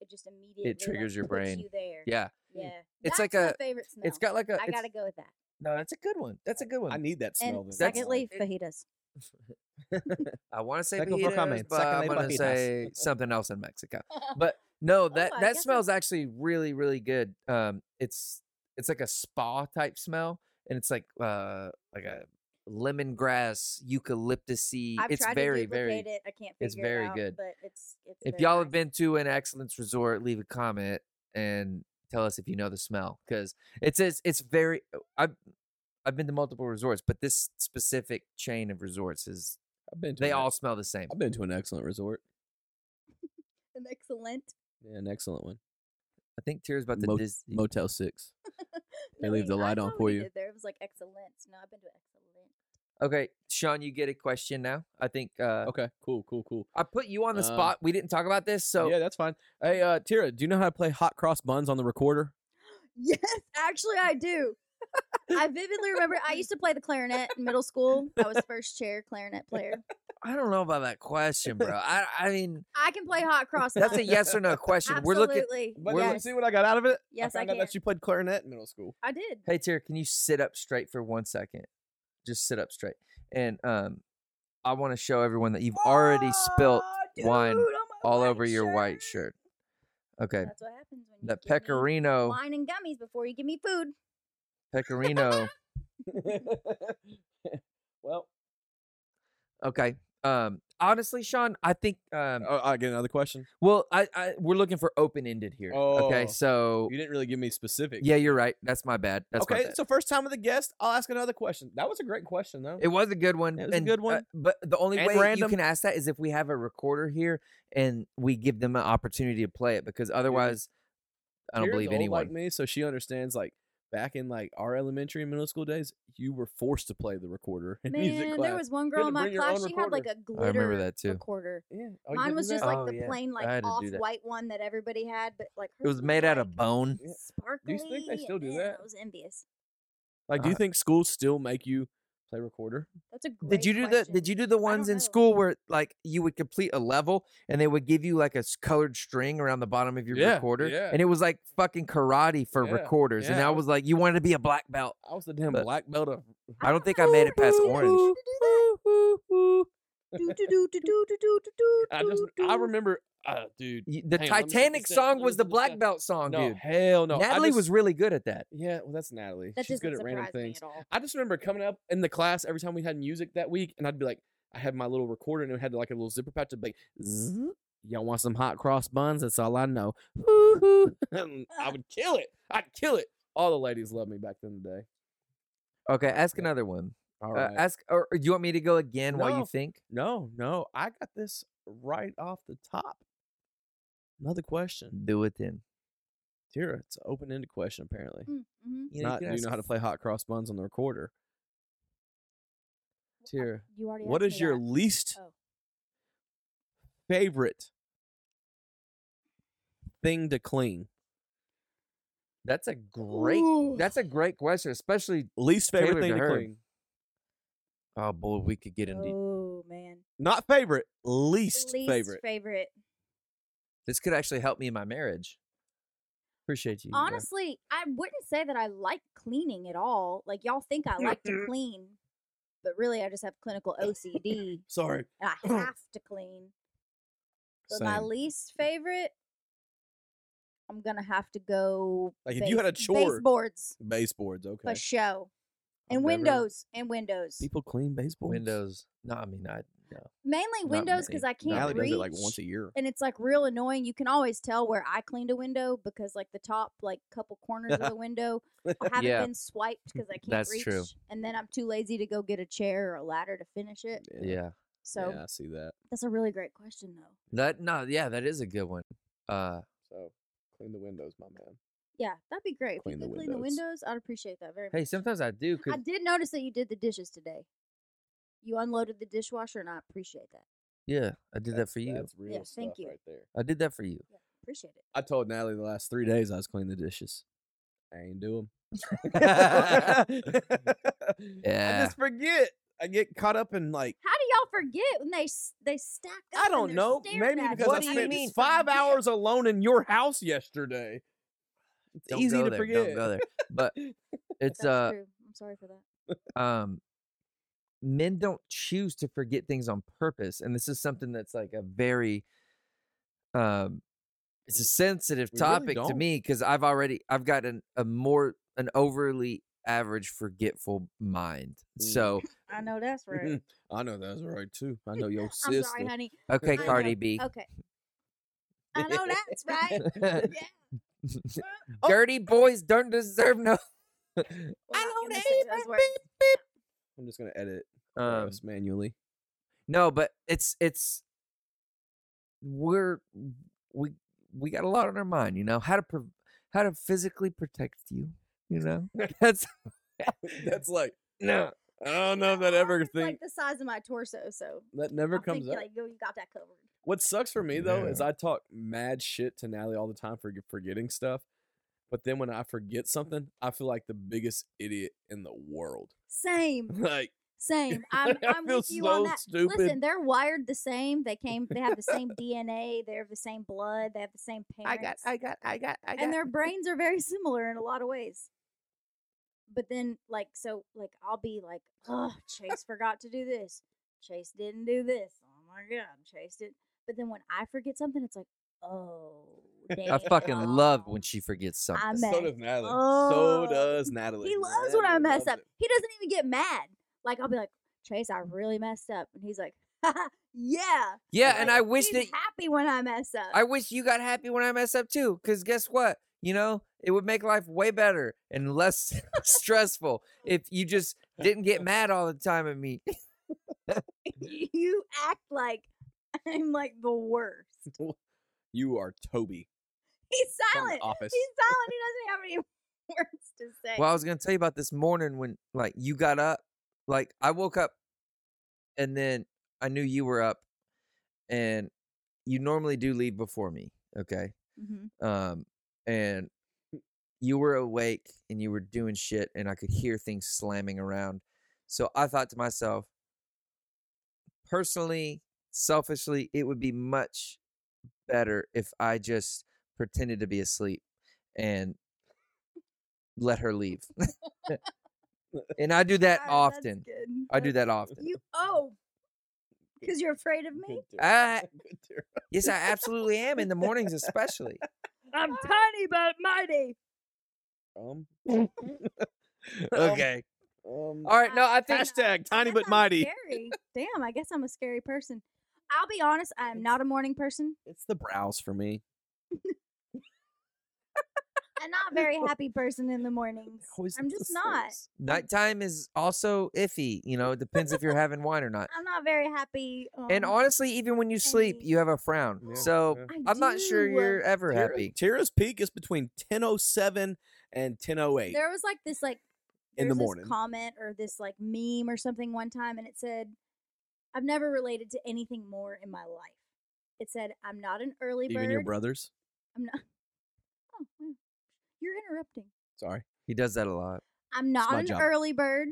[SPEAKER 3] it just immediately like,
[SPEAKER 1] triggers your
[SPEAKER 3] puts
[SPEAKER 1] brain.
[SPEAKER 3] You there.
[SPEAKER 1] yeah.
[SPEAKER 3] Yeah.
[SPEAKER 1] It's
[SPEAKER 3] That's
[SPEAKER 1] like
[SPEAKER 3] my
[SPEAKER 1] a-
[SPEAKER 3] favorite smell.
[SPEAKER 1] It's got like a
[SPEAKER 3] I
[SPEAKER 1] it's-
[SPEAKER 3] gotta go with that.
[SPEAKER 1] No, that's a good one. That's a good one.
[SPEAKER 2] I
[SPEAKER 1] I,
[SPEAKER 2] need that smell.
[SPEAKER 3] And
[SPEAKER 2] then.
[SPEAKER 3] secondly,
[SPEAKER 1] it-
[SPEAKER 3] *laughs* fajitas.
[SPEAKER 1] want to say
[SPEAKER 2] Second for
[SPEAKER 1] fajitas,
[SPEAKER 2] comment,
[SPEAKER 1] but I'm
[SPEAKER 2] secondly
[SPEAKER 1] going to
[SPEAKER 2] fajitas.
[SPEAKER 1] say something else in
[SPEAKER 3] *laughs*
[SPEAKER 1] Mexico. But no, that
[SPEAKER 3] Oh, I
[SPEAKER 1] that
[SPEAKER 3] guess
[SPEAKER 1] smells actually really really good. Um, it's it's like a spa type smell, and it's like uh like a lemongrass eucalyptusy.
[SPEAKER 3] I've
[SPEAKER 1] It's
[SPEAKER 3] tried
[SPEAKER 1] very
[SPEAKER 3] to duplicate
[SPEAKER 1] very.
[SPEAKER 3] it. I can't. Figure
[SPEAKER 1] it's
[SPEAKER 3] it
[SPEAKER 1] very
[SPEAKER 3] out,
[SPEAKER 1] good.
[SPEAKER 3] But it's. it's
[SPEAKER 1] If
[SPEAKER 3] very
[SPEAKER 1] y'all have
[SPEAKER 3] nice.
[SPEAKER 1] been to an excellence resort, leave a comment and tell us if you know the smell because it says it's very. I've I've been to multiple resorts, but this specific chain of resorts is
[SPEAKER 2] I've been to
[SPEAKER 1] they
[SPEAKER 2] an-
[SPEAKER 1] all smell the same.
[SPEAKER 2] I've been to an excellent resort.
[SPEAKER 3] an
[SPEAKER 1] *laughs*
[SPEAKER 3] excellent.
[SPEAKER 2] Yeah, an excellent one.
[SPEAKER 1] I think Tira's about to
[SPEAKER 2] Mot-
[SPEAKER 1] Dis-
[SPEAKER 2] Motel Six. They
[SPEAKER 3] No,
[SPEAKER 2] leave
[SPEAKER 3] wait,
[SPEAKER 2] the
[SPEAKER 3] I
[SPEAKER 2] light
[SPEAKER 3] saw
[SPEAKER 2] on
[SPEAKER 3] what
[SPEAKER 2] for
[SPEAKER 3] he
[SPEAKER 2] you.
[SPEAKER 3] did There, it was like excellent. No, I've been to excellent.
[SPEAKER 1] Okay, Sean, you get a question now. I think uh,
[SPEAKER 2] Okay, cool, cool, cool.
[SPEAKER 1] I put you on the
[SPEAKER 2] Um,
[SPEAKER 1] spot. We didn't talk about this, so
[SPEAKER 2] yeah, that's fine. Hey, uh, Tira, do you know how to play hot cross buns on the recorder?
[SPEAKER 3] *laughs* Yes, actually, I do. I vividly remember I used to play the clarinet in middle school. I was first chair clarinet player.
[SPEAKER 1] I don't know about that question,
[SPEAKER 2] *laughs*
[SPEAKER 1] bro. I I mean,
[SPEAKER 3] I can play
[SPEAKER 1] *laughs*
[SPEAKER 3] hot cross.
[SPEAKER 1] that's a
[SPEAKER 3] buns.
[SPEAKER 1] yes or no question.
[SPEAKER 3] Absolutely.
[SPEAKER 1] We're looking.
[SPEAKER 2] But
[SPEAKER 1] We're-
[SPEAKER 2] you see what I got out of it?
[SPEAKER 3] Yes,
[SPEAKER 2] I
[SPEAKER 3] I
[SPEAKER 2] found out
[SPEAKER 3] can.
[SPEAKER 2] that you played clarinet in middle school.
[SPEAKER 3] I did.
[SPEAKER 1] Hey, Tira, can you sit up straight for one second? Just sit up straight, and um, I want to show everyone that you've already spilt
[SPEAKER 3] Oh,
[SPEAKER 1] wine
[SPEAKER 3] dude, on my
[SPEAKER 1] all
[SPEAKER 3] white
[SPEAKER 1] over your white shirt.
[SPEAKER 3] shirt.
[SPEAKER 1] Okay,
[SPEAKER 3] That's what happens when you
[SPEAKER 1] that
[SPEAKER 3] give me
[SPEAKER 1] pecorino,
[SPEAKER 3] wine and gummies before you give me
[SPEAKER 1] *laughs*
[SPEAKER 3] food.
[SPEAKER 2] *laughs*
[SPEAKER 1] pecorino.
[SPEAKER 2] well,
[SPEAKER 1] Okay. Um, honestly, Sean, I think um,
[SPEAKER 2] oh, I get another question.
[SPEAKER 1] Well, I, I we're looking for open ended here. Okay,
[SPEAKER 2] Oh.
[SPEAKER 1] so
[SPEAKER 2] You didn't really give me specifics.
[SPEAKER 1] yeah, you're right. That's my bad. That's my
[SPEAKER 2] okay,
[SPEAKER 1] bad.
[SPEAKER 2] so first time with a guest, I'll ask another question. That was a great question, though.
[SPEAKER 1] it was a good one.
[SPEAKER 2] It was a
[SPEAKER 1] and,
[SPEAKER 2] good
[SPEAKER 1] uh,
[SPEAKER 2] one.
[SPEAKER 1] but the only
[SPEAKER 2] And
[SPEAKER 1] way
[SPEAKER 2] random.
[SPEAKER 1] you can ask that is if we have a recorder here and we give them an opportunity to play it because otherwise, I don't
[SPEAKER 2] Tira's
[SPEAKER 1] believe
[SPEAKER 2] old
[SPEAKER 1] anyone.
[SPEAKER 2] like me, so she understands. Like back in like our elementary and middle school days, you were forced to play the recorder in music
[SPEAKER 3] Man,
[SPEAKER 2] class.
[SPEAKER 3] there was one girl
[SPEAKER 2] to
[SPEAKER 3] in my
[SPEAKER 2] bring your own
[SPEAKER 3] class. She had like a glitter
[SPEAKER 1] I remember that too.
[SPEAKER 3] recorder.
[SPEAKER 2] yeah, oh, you had
[SPEAKER 3] Mine
[SPEAKER 2] to
[SPEAKER 3] was
[SPEAKER 2] do
[SPEAKER 3] just
[SPEAKER 2] that?
[SPEAKER 3] like
[SPEAKER 1] Oh,
[SPEAKER 3] the
[SPEAKER 1] yeah.
[SPEAKER 3] plain,
[SPEAKER 1] I
[SPEAKER 3] like
[SPEAKER 1] had to do
[SPEAKER 3] off
[SPEAKER 1] that.
[SPEAKER 3] white one that everybody had, but like
[SPEAKER 1] It was made out of
[SPEAKER 3] like,
[SPEAKER 1] bone.
[SPEAKER 2] Yeah.
[SPEAKER 3] sparkly.
[SPEAKER 2] you think they still do
[SPEAKER 3] and
[SPEAKER 2] that?
[SPEAKER 3] I was envious.
[SPEAKER 2] like, do you
[SPEAKER 1] Uh,
[SPEAKER 2] think schools still make you play recorder?
[SPEAKER 3] That's a great
[SPEAKER 1] Did you do the Did you do the ones
[SPEAKER 3] don't
[SPEAKER 1] in
[SPEAKER 3] know.
[SPEAKER 1] school where like you would complete a level and they would give you like a s- colored string around the bottom of your
[SPEAKER 2] Yeah,
[SPEAKER 1] recorder
[SPEAKER 2] yeah.
[SPEAKER 1] and it was like fucking karate for
[SPEAKER 2] Yeah,
[SPEAKER 1] recorders and
[SPEAKER 2] yeah, I
[SPEAKER 1] I
[SPEAKER 2] was-
[SPEAKER 1] was like you wanted to be a black belt.
[SPEAKER 2] I was the damn
[SPEAKER 1] But-
[SPEAKER 2] black belt of
[SPEAKER 1] I don't think I made it past orange.
[SPEAKER 2] *laughs*
[SPEAKER 3] do do do do do do do do.
[SPEAKER 2] I just I remember, uh, dude.
[SPEAKER 1] Y- The
[SPEAKER 2] Hang on, let me set
[SPEAKER 1] Titanic
[SPEAKER 2] this down, let
[SPEAKER 1] song
[SPEAKER 2] me
[SPEAKER 1] was the
[SPEAKER 2] set this
[SPEAKER 1] black
[SPEAKER 2] down.
[SPEAKER 1] belt song,
[SPEAKER 2] no,
[SPEAKER 1] dude.
[SPEAKER 2] hell no. I
[SPEAKER 1] Natalie
[SPEAKER 2] just-
[SPEAKER 1] was really good at that.
[SPEAKER 2] Yeah, well, that's Natalie.
[SPEAKER 3] That
[SPEAKER 2] She's
[SPEAKER 3] doesn't
[SPEAKER 2] good at random
[SPEAKER 3] surprise me
[SPEAKER 2] things.
[SPEAKER 3] at all.
[SPEAKER 2] I just remember coming up in the class every time we had music that week, and I'd be like, I had my little recorder and it had like a little zipper pouch. I'd be like, "Zzz, y'all want some hot cross buns? That's all I
[SPEAKER 3] *laughs*
[SPEAKER 2] know. *laughs* Woo-hoo." And I would kill it. I'd kill it. All the ladies loved me back in the day.
[SPEAKER 1] Okay, ask
[SPEAKER 2] Yeah.
[SPEAKER 1] another one.
[SPEAKER 2] All
[SPEAKER 1] Uh,
[SPEAKER 2] right.
[SPEAKER 1] ask, or, or do you want me to go again while
[SPEAKER 2] No.
[SPEAKER 1] you think?
[SPEAKER 2] no, no, I got this right off the top. Another question,
[SPEAKER 1] Do it then.
[SPEAKER 2] Tira. It's an open-ended question, apparently.
[SPEAKER 3] Mm, mhm.
[SPEAKER 1] You
[SPEAKER 2] Not do
[SPEAKER 1] can
[SPEAKER 2] you
[SPEAKER 1] ask
[SPEAKER 2] know how to
[SPEAKER 1] f- *laughs*
[SPEAKER 2] play hot cross buns on the recorder, Tira?
[SPEAKER 3] You already.
[SPEAKER 2] What
[SPEAKER 3] asked
[SPEAKER 2] is
[SPEAKER 3] me
[SPEAKER 2] your
[SPEAKER 3] that.
[SPEAKER 2] least
[SPEAKER 3] Oh.
[SPEAKER 2] favorite thing to clean?
[SPEAKER 1] That's a great.
[SPEAKER 3] Ooh.
[SPEAKER 1] That's a great question, especially.
[SPEAKER 2] Least favorite
[SPEAKER 1] Favorite
[SPEAKER 2] thing
[SPEAKER 1] to
[SPEAKER 2] to
[SPEAKER 1] her.
[SPEAKER 2] clean.
[SPEAKER 1] Oh boy, we could get into
[SPEAKER 3] Oh man.
[SPEAKER 2] Not favorite, least,
[SPEAKER 3] Least
[SPEAKER 2] favorite.
[SPEAKER 3] favorite.
[SPEAKER 1] this. Could actually help me in my marriage. Appreciate you. bro.
[SPEAKER 3] Honestly, I wouldn't say that I like cleaning at all. Like y'all think I like
[SPEAKER 2] Mm-hmm.
[SPEAKER 3] to clean, but really I just have clinical OCD
[SPEAKER 2] Sorry.
[SPEAKER 3] and
[SPEAKER 2] *laughs*
[SPEAKER 3] I have to clean. But my least favorite, I'm gonna have to go.
[SPEAKER 2] Like, if you had a chore-
[SPEAKER 3] baseboards
[SPEAKER 2] Baseboards, okay.
[SPEAKER 3] for show,
[SPEAKER 2] I've
[SPEAKER 3] and
[SPEAKER 2] never-
[SPEAKER 3] windows and windows.
[SPEAKER 2] People clean baseboards.
[SPEAKER 1] Windows. No, I mean I.
[SPEAKER 3] Mainly
[SPEAKER 1] Not
[SPEAKER 3] windows
[SPEAKER 1] many.
[SPEAKER 3] because I
[SPEAKER 1] No.
[SPEAKER 3] can't
[SPEAKER 1] Allie
[SPEAKER 2] Allie
[SPEAKER 3] reach.
[SPEAKER 2] does it like once a year.
[SPEAKER 3] and it's like real annoying. You can always tell where I cleaned a window because like the top like couple corners
[SPEAKER 2] *laughs*
[SPEAKER 3] of the window I haven't
[SPEAKER 1] Yeah.
[SPEAKER 3] been swiped because I can't
[SPEAKER 1] That's
[SPEAKER 3] reach.
[SPEAKER 1] true.
[SPEAKER 3] And then I'm too lazy to go get a chair or a ladder to finish it.
[SPEAKER 1] Yeah.
[SPEAKER 3] So
[SPEAKER 2] yeah, I see that.
[SPEAKER 3] that's a really great question though.
[SPEAKER 1] That no, yeah, that is a good one. Uh
[SPEAKER 2] So clean the windows, my man.
[SPEAKER 3] Yeah, that'd be great.
[SPEAKER 2] Clean
[SPEAKER 3] if
[SPEAKER 2] the
[SPEAKER 3] you could clean the
[SPEAKER 2] windows.
[SPEAKER 3] windows, I'd appreciate that very
[SPEAKER 2] *laughs*
[SPEAKER 1] hey,
[SPEAKER 3] much.
[SPEAKER 1] sometimes I do cause
[SPEAKER 3] I did notice that you did the dishes today. You unloaded the dishwasher, and I appreciate that.
[SPEAKER 1] yeah, I did that for you.
[SPEAKER 2] That's real
[SPEAKER 3] Yeah, thank
[SPEAKER 2] stuff
[SPEAKER 3] you.
[SPEAKER 2] right there.
[SPEAKER 1] I did that for you.
[SPEAKER 3] Appreciate it.
[SPEAKER 2] I told Natalie the last three days I was cleaning the dishes. I ain't do
[SPEAKER 1] *laughs*
[SPEAKER 2] *laughs* them. I
[SPEAKER 1] Yeah.
[SPEAKER 2] just forget. I get caught up in like
[SPEAKER 3] How do y'all forget when they s- they stack up?
[SPEAKER 2] I
[SPEAKER 3] and
[SPEAKER 2] don't
[SPEAKER 3] they're
[SPEAKER 2] know.
[SPEAKER 3] staring
[SPEAKER 2] Maybe
[SPEAKER 3] at
[SPEAKER 2] because
[SPEAKER 1] What
[SPEAKER 2] I
[SPEAKER 1] do you
[SPEAKER 3] you.
[SPEAKER 2] spent
[SPEAKER 1] mean
[SPEAKER 2] five
[SPEAKER 3] forget?
[SPEAKER 2] hours alone in your house yesterday. It's
[SPEAKER 1] Don't
[SPEAKER 2] easy
[SPEAKER 1] go
[SPEAKER 2] to
[SPEAKER 1] there,
[SPEAKER 2] forget.
[SPEAKER 1] Don't go there. *laughs* But it's
[SPEAKER 3] That's
[SPEAKER 1] uh
[SPEAKER 3] true. I'm sorry for that.
[SPEAKER 1] um men don't choose to forget things on purpose and this is something that's like a very um it's a sensitive
[SPEAKER 2] We really
[SPEAKER 1] topic to
[SPEAKER 2] don't.
[SPEAKER 1] me because i've already i've got an, a more an overly average forgetful mind
[SPEAKER 2] Mm. *laughs*
[SPEAKER 1] so
[SPEAKER 3] I know that's right.
[SPEAKER 2] I know that's right too. I know your
[SPEAKER 3] *laughs* I'm
[SPEAKER 2] sister. *laughs*
[SPEAKER 3] sorry, honey.
[SPEAKER 1] okay
[SPEAKER 2] I
[SPEAKER 3] know.
[SPEAKER 1] cardi b
[SPEAKER 3] Okay. I know that's
[SPEAKER 2] *laughs*
[SPEAKER 3] right.
[SPEAKER 1] *laughs*
[SPEAKER 3] Yeah.
[SPEAKER 1] dirty boys don't deserve
[SPEAKER 3] *laughs*
[SPEAKER 1] no *laughs*
[SPEAKER 3] We're not
[SPEAKER 1] don't
[SPEAKER 3] gonna say
[SPEAKER 1] hate
[SPEAKER 3] those
[SPEAKER 1] my
[SPEAKER 3] words.
[SPEAKER 2] *laughs* I'm just gonna edit
[SPEAKER 1] um,
[SPEAKER 2] this manually. *laughs*
[SPEAKER 1] no but it's it's we're we we got a lot on our mind you know how to pre- how to physically protect you you know *laughs* that's
[SPEAKER 3] *laughs*
[SPEAKER 2] That's like
[SPEAKER 1] no
[SPEAKER 2] I don't know if
[SPEAKER 3] My
[SPEAKER 2] that
[SPEAKER 3] arm
[SPEAKER 2] ever
[SPEAKER 3] is,
[SPEAKER 2] thing
[SPEAKER 3] like the size of my torso, so
[SPEAKER 2] that never
[SPEAKER 3] I think,
[SPEAKER 2] comes up.
[SPEAKER 3] like, yo, you got that covered.
[SPEAKER 2] What sucks for me though is
[SPEAKER 1] Yeah.
[SPEAKER 2] I talk mad shit to Natalie all the time for g- forgetting stuff, but then when I forget something, I feel like the biggest idiot in the world. *laughs*
[SPEAKER 3] Same,
[SPEAKER 2] Like
[SPEAKER 3] same. I'm,
[SPEAKER 2] *laughs* I
[SPEAKER 3] I'm
[SPEAKER 2] feel
[SPEAKER 3] with you
[SPEAKER 2] so
[SPEAKER 3] on that.
[SPEAKER 2] stupid.
[SPEAKER 3] Listen, they're wired the same. They came. They have the same DNA. They have the same blood. They have the same parents.
[SPEAKER 2] got, I got, I
[SPEAKER 3] and their brains are very similar in a lot of ways. But then, like, so, like, I'll be like, oh,
[SPEAKER 1] *laughs*
[SPEAKER 3] Chase forgot to do this. Chase didn't do this. Oh my God, Chase did. But then when I forget something, it's like, oh,
[SPEAKER 1] *laughs* i fucking love when
[SPEAKER 3] damn, *laughs*
[SPEAKER 1] she forgets
[SPEAKER 2] *laughs*
[SPEAKER 1] something
[SPEAKER 3] I
[SPEAKER 2] So
[SPEAKER 3] messed
[SPEAKER 2] does Natalie.
[SPEAKER 3] Oh.
[SPEAKER 2] So does Natalie.
[SPEAKER 3] He loves when I
[SPEAKER 2] Natalie
[SPEAKER 3] mess
[SPEAKER 2] loves
[SPEAKER 3] up.
[SPEAKER 2] it.
[SPEAKER 3] He doesn't even get mad. Like I'll be like, Trace, I really messed up, and he's like, *laughs* yeah.
[SPEAKER 1] yeah
[SPEAKER 3] Like,
[SPEAKER 1] and i wish that
[SPEAKER 3] he's happy when I mess up.
[SPEAKER 1] i wish you got happy when i mess up too because guess what you know it would make life way better and less *laughs* stressful if you just didn't get mad all the time at me
[SPEAKER 3] *laughs* you act like I'm like the worst. *laughs*
[SPEAKER 2] *laughs* You are Toby
[SPEAKER 3] He's
[SPEAKER 2] from
[SPEAKER 3] silent.
[SPEAKER 2] the office.
[SPEAKER 3] He's silent. He doesn't have any *laughs* words to say.
[SPEAKER 1] Well, I was gonna tell you about this morning when like you got up. Like I woke up and then I knew you were up and you normally do leave before me, okay?
[SPEAKER 3] Mhm.
[SPEAKER 1] Um and you were awake and you were doing shit and I could hear things slamming around. So I thought to myself, personally, selfishly, it would be much better if I just pretended to be asleep and let her
[SPEAKER 3] *laughs*
[SPEAKER 1] leave. and I do that
[SPEAKER 3] Alright, Ah, that's
[SPEAKER 1] often.
[SPEAKER 3] good.
[SPEAKER 1] I do
[SPEAKER 3] That's-
[SPEAKER 1] that often.
[SPEAKER 3] You oh, because you're afraid of me.
[SPEAKER 2] Good *laughs*
[SPEAKER 1] I-
[SPEAKER 2] dear. Good dear.
[SPEAKER 1] Yes, I absolutely am in the mornings, especially.
[SPEAKER 3] *laughs* I'm tiny but mighty. *laughs*
[SPEAKER 2] Um, *laughs*
[SPEAKER 3] Oh
[SPEAKER 1] Okay.
[SPEAKER 2] Um,
[SPEAKER 1] All right. No, I think.
[SPEAKER 3] That's not-
[SPEAKER 2] hashtag tiny
[SPEAKER 3] guess
[SPEAKER 2] but
[SPEAKER 3] I'm
[SPEAKER 2] mighty.
[SPEAKER 1] *laughs*
[SPEAKER 3] Scary. Damn, I guess I'm a scary person. I'll be honest, I'm not a morning person.
[SPEAKER 2] It's the brows for me.
[SPEAKER 3] I'm not
[SPEAKER 1] *laughs*
[SPEAKER 3] a very happy person in the mornings.
[SPEAKER 2] Always
[SPEAKER 3] I'm
[SPEAKER 2] the
[SPEAKER 3] just not.
[SPEAKER 2] face.
[SPEAKER 1] Nighttime is also iffy. You know, it depends if you're
[SPEAKER 3] *laughs*
[SPEAKER 1] having wine or not.
[SPEAKER 3] I'm not very happy.
[SPEAKER 1] And
[SPEAKER 3] um,
[SPEAKER 1] honestly, even when you sleep,
[SPEAKER 3] Hey.
[SPEAKER 1] you have a frown.
[SPEAKER 2] Yeah,
[SPEAKER 1] so
[SPEAKER 2] yeah.
[SPEAKER 3] I
[SPEAKER 1] I'm not sure
[SPEAKER 3] do.
[SPEAKER 1] you're ever
[SPEAKER 2] Tara-
[SPEAKER 1] happy.
[SPEAKER 2] Tara's peak is between 10:07 and 10:08.
[SPEAKER 3] There was like this like
[SPEAKER 2] In the
[SPEAKER 3] there's this
[SPEAKER 2] morning.
[SPEAKER 3] comment or this like meme or something one time, and it said, "I've never related to anything more in my life." It said, "I'm not an early
[SPEAKER 2] Even
[SPEAKER 3] bird.
[SPEAKER 2] your brothers.
[SPEAKER 3] I'm not." Oh, wow. you're interrupting.
[SPEAKER 2] Sorry.
[SPEAKER 1] He does that a lot.
[SPEAKER 3] I'm not
[SPEAKER 2] my
[SPEAKER 3] an
[SPEAKER 2] job.
[SPEAKER 3] early bird,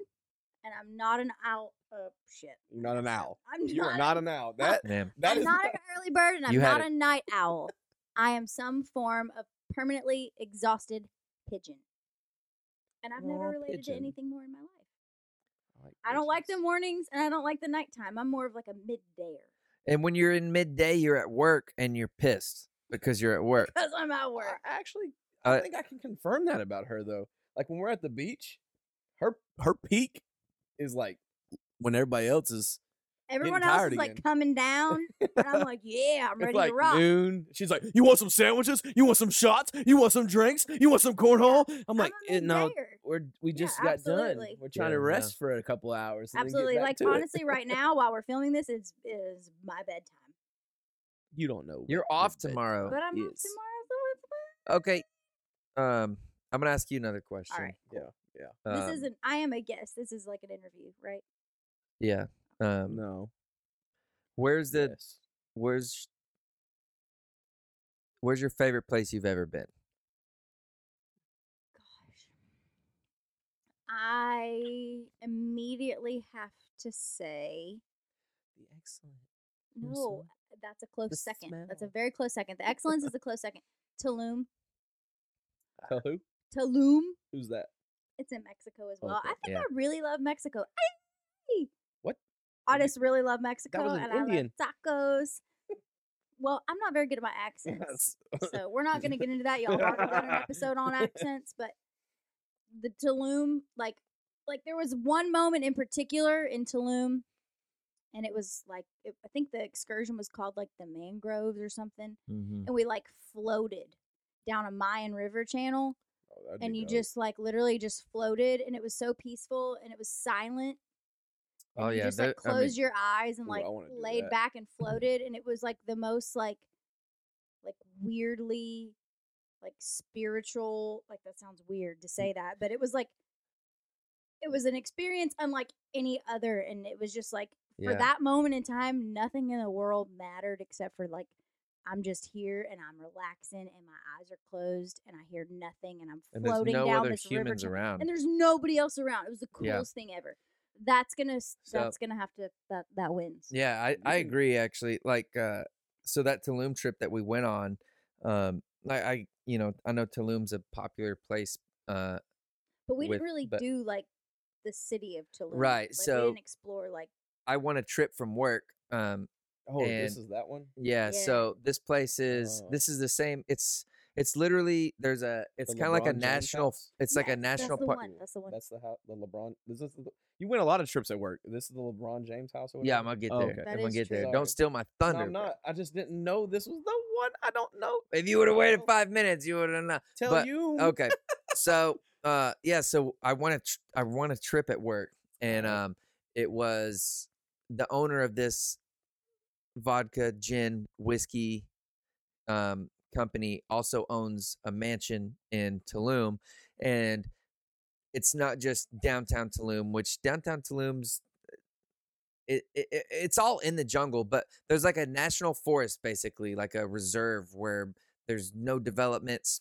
[SPEAKER 3] and I'm not an owl. Uh, shit.
[SPEAKER 2] You're not an
[SPEAKER 3] *laughs*
[SPEAKER 2] owl.
[SPEAKER 3] I'm
[SPEAKER 2] You are
[SPEAKER 3] not
[SPEAKER 2] not an owl. That
[SPEAKER 1] Man.
[SPEAKER 2] that
[SPEAKER 3] I'm
[SPEAKER 2] is
[SPEAKER 3] not an early bird and I'm
[SPEAKER 1] You had
[SPEAKER 3] not a night owl. I am some form of permanently exhausted pigeon. And I've never
[SPEAKER 2] Aw,
[SPEAKER 3] related to
[SPEAKER 2] pigeon.
[SPEAKER 3] anything more in my life.
[SPEAKER 2] not-
[SPEAKER 3] I don't like the mornings and I don't like the nighttime. I'm more of like a middayer
[SPEAKER 1] And when you're in midday, you're at work and you're pissed because you're at work.
[SPEAKER 3] because I'm at
[SPEAKER 2] I
[SPEAKER 3] work.
[SPEAKER 2] actually, I
[SPEAKER 1] Uh,
[SPEAKER 2] think I can confirm that about her though. Like when we're at the beach, her her peak is like when everybody else is
[SPEAKER 3] Everyone else
[SPEAKER 2] tired
[SPEAKER 3] is like
[SPEAKER 2] again.
[SPEAKER 3] coming down, and I'm like, yeah, I'm
[SPEAKER 2] *laughs* It's
[SPEAKER 3] ready
[SPEAKER 2] like
[SPEAKER 3] to rock.
[SPEAKER 2] noon. She's like, "You want some sandwiches? You want some shots? You want some drinks? You want some cornhole?" I'm
[SPEAKER 3] I'm
[SPEAKER 2] like,
[SPEAKER 3] a
[SPEAKER 2] "Eh, "No,
[SPEAKER 3] mayor.
[SPEAKER 2] we're we
[SPEAKER 3] Yeah,
[SPEAKER 2] just got
[SPEAKER 3] absolutely.
[SPEAKER 2] done. We're trying
[SPEAKER 1] Yeah,
[SPEAKER 2] to
[SPEAKER 1] no.
[SPEAKER 2] rest for a couple hours." and then get
[SPEAKER 3] absolutely.
[SPEAKER 2] back
[SPEAKER 3] Like
[SPEAKER 2] to it."
[SPEAKER 3] honestly, right now while we're filming this, is is my bedtime.
[SPEAKER 2] you don't know. what
[SPEAKER 1] You're
[SPEAKER 2] your
[SPEAKER 1] off
[SPEAKER 2] bedtime
[SPEAKER 1] tomorrow.
[SPEAKER 3] But I'm off tomorrow,
[SPEAKER 2] is.
[SPEAKER 3] so it's
[SPEAKER 1] Okay. Um, I'm gonna ask you another question.
[SPEAKER 3] fine. All right.
[SPEAKER 1] Um,
[SPEAKER 3] this isn't. I am a guest. This is like an interview, right?
[SPEAKER 1] Yeah. Um,
[SPEAKER 2] Oh, No.
[SPEAKER 1] where's the
[SPEAKER 2] Yes.
[SPEAKER 1] where's where's your favorite place you've ever been?
[SPEAKER 3] Gosh. I immediately have to say
[SPEAKER 2] Excellent. Or
[SPEAKER 3] no. That's a close
[SPEAKER 2] The
[SPEAKER 3] second. That's a
[SPEAKER 2] smell.
[SPEAKER 3] very close second. The excellence is a close second. Tulum,
[SPEAKER 1] uh,
[SPEAKER 2] Tell who?
[SPEAKER 3] Tulum.
[SPEAKER 2] Who's that?
[SPEAKER 3] It's in Mexico as well. I
[SPEAKER 1] Okay,
[SPEAKER 3] think
[SPEAKER 1] yeah.
[SPEAKER 3] I really love Mexico. Ay!
[SPEAKER 2] What?
[SPEAKER 3] I
[SPEAKER 2] Are you-
[SPEAKER 3] just really love Mexico,
[SPEAKER 2] was an
[SPEAKER 3] and
[SPEAKER 2] Indian.
[SPEAKER 3] I love
[SPEAKER 2] *laughs*
[SPEAKER 3] tacos. Well, I'm not very good at my accents.
[SPEAKER 2] That's-
[SPEAKER 3] So we're not going to get into that, y'all. We're not going to do
[SPEAKER 2] *laughs*
[SPEAKER 3] an episode on accents, but the Tulum, like, like there was one moment in particular in Tulum, and it was like it, I think the excursion was called like the mangroves or something,
[SPEAKER 1] Mm-hmm.
[SPEAKER 3] and we like floated down a Mayan river channel,
[SPEAKER 2] Oh, that'd be
[SPEAKER 3] and you
[SPEAKER 2] dope.
[SPEAKER 3] just like literally just floated, and it was so peaceful and it was silent.
[SPEAKER 1] Oh
[SPEAKER 3] You
[SPEAKER 1] yeah,
[SPEAKER 3] just like
[SPEAKER 1] there- I mean,
[SPEAKER 3] closed your eyes and
[SPEAKER 2] Ooh,
[SPEAKER 3] like
[SPEAKER 2] I wanna do
[SPEAKER 3] laid
[SPEAKER 2] that. *clears throat*
[SPEAKER 3] back and floated, and it was like the most like like weirdly like spiritual. Like that sounds weird
[SPEAKER 2] Mm.
[SPEAKER 3] to say that, but it was like it was an experience unlike any other, and it was just like for
[SPEAKER 1] yeah.
[SPEAKER 3] that moment in time, nothing in the world mattered except for like. I'm just here and I'm relaxing and my eyes are closed and I hear nothing and I'm
[SPEAKER 1] and there's
[SPEAKER 3] floating
[SPEAKER 1] no
[SPEAKER 3] down
[SPEAKER 1] other
[SPEAKER 3] this river
[SPEAKER 1] humans
[SPEAKER 3] channel
[SPEAKER 1] around.
[SPEAKER 3] and there's nobody else around. It was the
[SPEAKER 1] Yeah.
[SPEAKER 3] coolest thing ever. That's gonna s
[SPEAKER 1] So-
[SPEAKER 3] that's gonna have to that that wins.
[SPEAKER 1] Yeah, I, I
[SPEAKER 2] Ooh.
[SPEAKER 1] agree actually. Like uh so that Tulum trip that we went on, um I, I you know, I know Tulum's a popular place. Uh
[SPEAKER 3] but we
[SPEAKER 1] with-
[SPEAKER 3] didn't really
[SPEAKER 1] but-
[SPEAKER 3] do like the city of Tulum,
[SPEAKER 1] Right,
[SPEAKER 3] Like, we
[SPEAKER 1] so-
[SPEAKER 3] didn't explore like
[SPEAKER 1] I won a trip from work. Um
[SPEAKER 2] Oh, this
[SPEAKER 1] and-
[SPEAKER 2] is that one.
[SPEAKER 1] yeah,
[SPEAKER 3] Yeah.
[SPEAKER 1] so this place is
[SPEAKER 2] Oh.
[SPEAKER 1] this is the same it's it's literally there's a it's
[SPEAKER 2] The
[SPEAKER 1] kind of like a
[SPEAKER 2] LeBron James
[SPEAKER 1] national
[SPEAKER 2] house?
[SPEAKER 1] it's like a
[SPEAKER 3] Yes, that's
[SPEAKER 1] national
[SPEAKER 3] the
[SPEAKER 1] park.
[SPEAKER 3] one, That's the one.
[SPEAKER 2] That's the house. The LeBron. This is the, you win a lot of trips at work. This is the LeBron James house. Or
[SPEAKER 1] Yeah, I'm gonna
[SPEAKER 2] whatever?
[SPEAKER 1] get
[SPEAKER 2] Oh,
[SPEAKER 1] there.
[SPEAKER 2] okay.
[SPEAKER 3] That
[SPEAKER 1] I'm gonna
[SPEAKER 3] is
[SPEAKER 1] get there.
[SPEAKER 2] true.
[SPEAKER 1] Don't steal my
[SPEAKER 2] No,
[SPEAKER 1] thunder.
[SPEAKER 2] I'm
[SPEAKER 1] bro.
[SPEAKER 2] not. I just didn't know this was the one. I don't know.
[SPEAKER 1] If you would have waited five minutes, you would have known.
[SPEAKER 2] Tell
[SPEAKER 1] But-
[SPEAKER 2] you.
[SPEAKER 1] okay so uh yeah so i won a tr- i won a trip at work and
[SPEAKER 2] Alright.
[SPEAKER 1] um it was the owner of this vodka gin whiskey um company also owns a mansion in Tulum and it's not just downtown Tulum which downtown Tulum's it, it it- it's all in the jungle but there's like a national forest basically like a reserve where there's no developments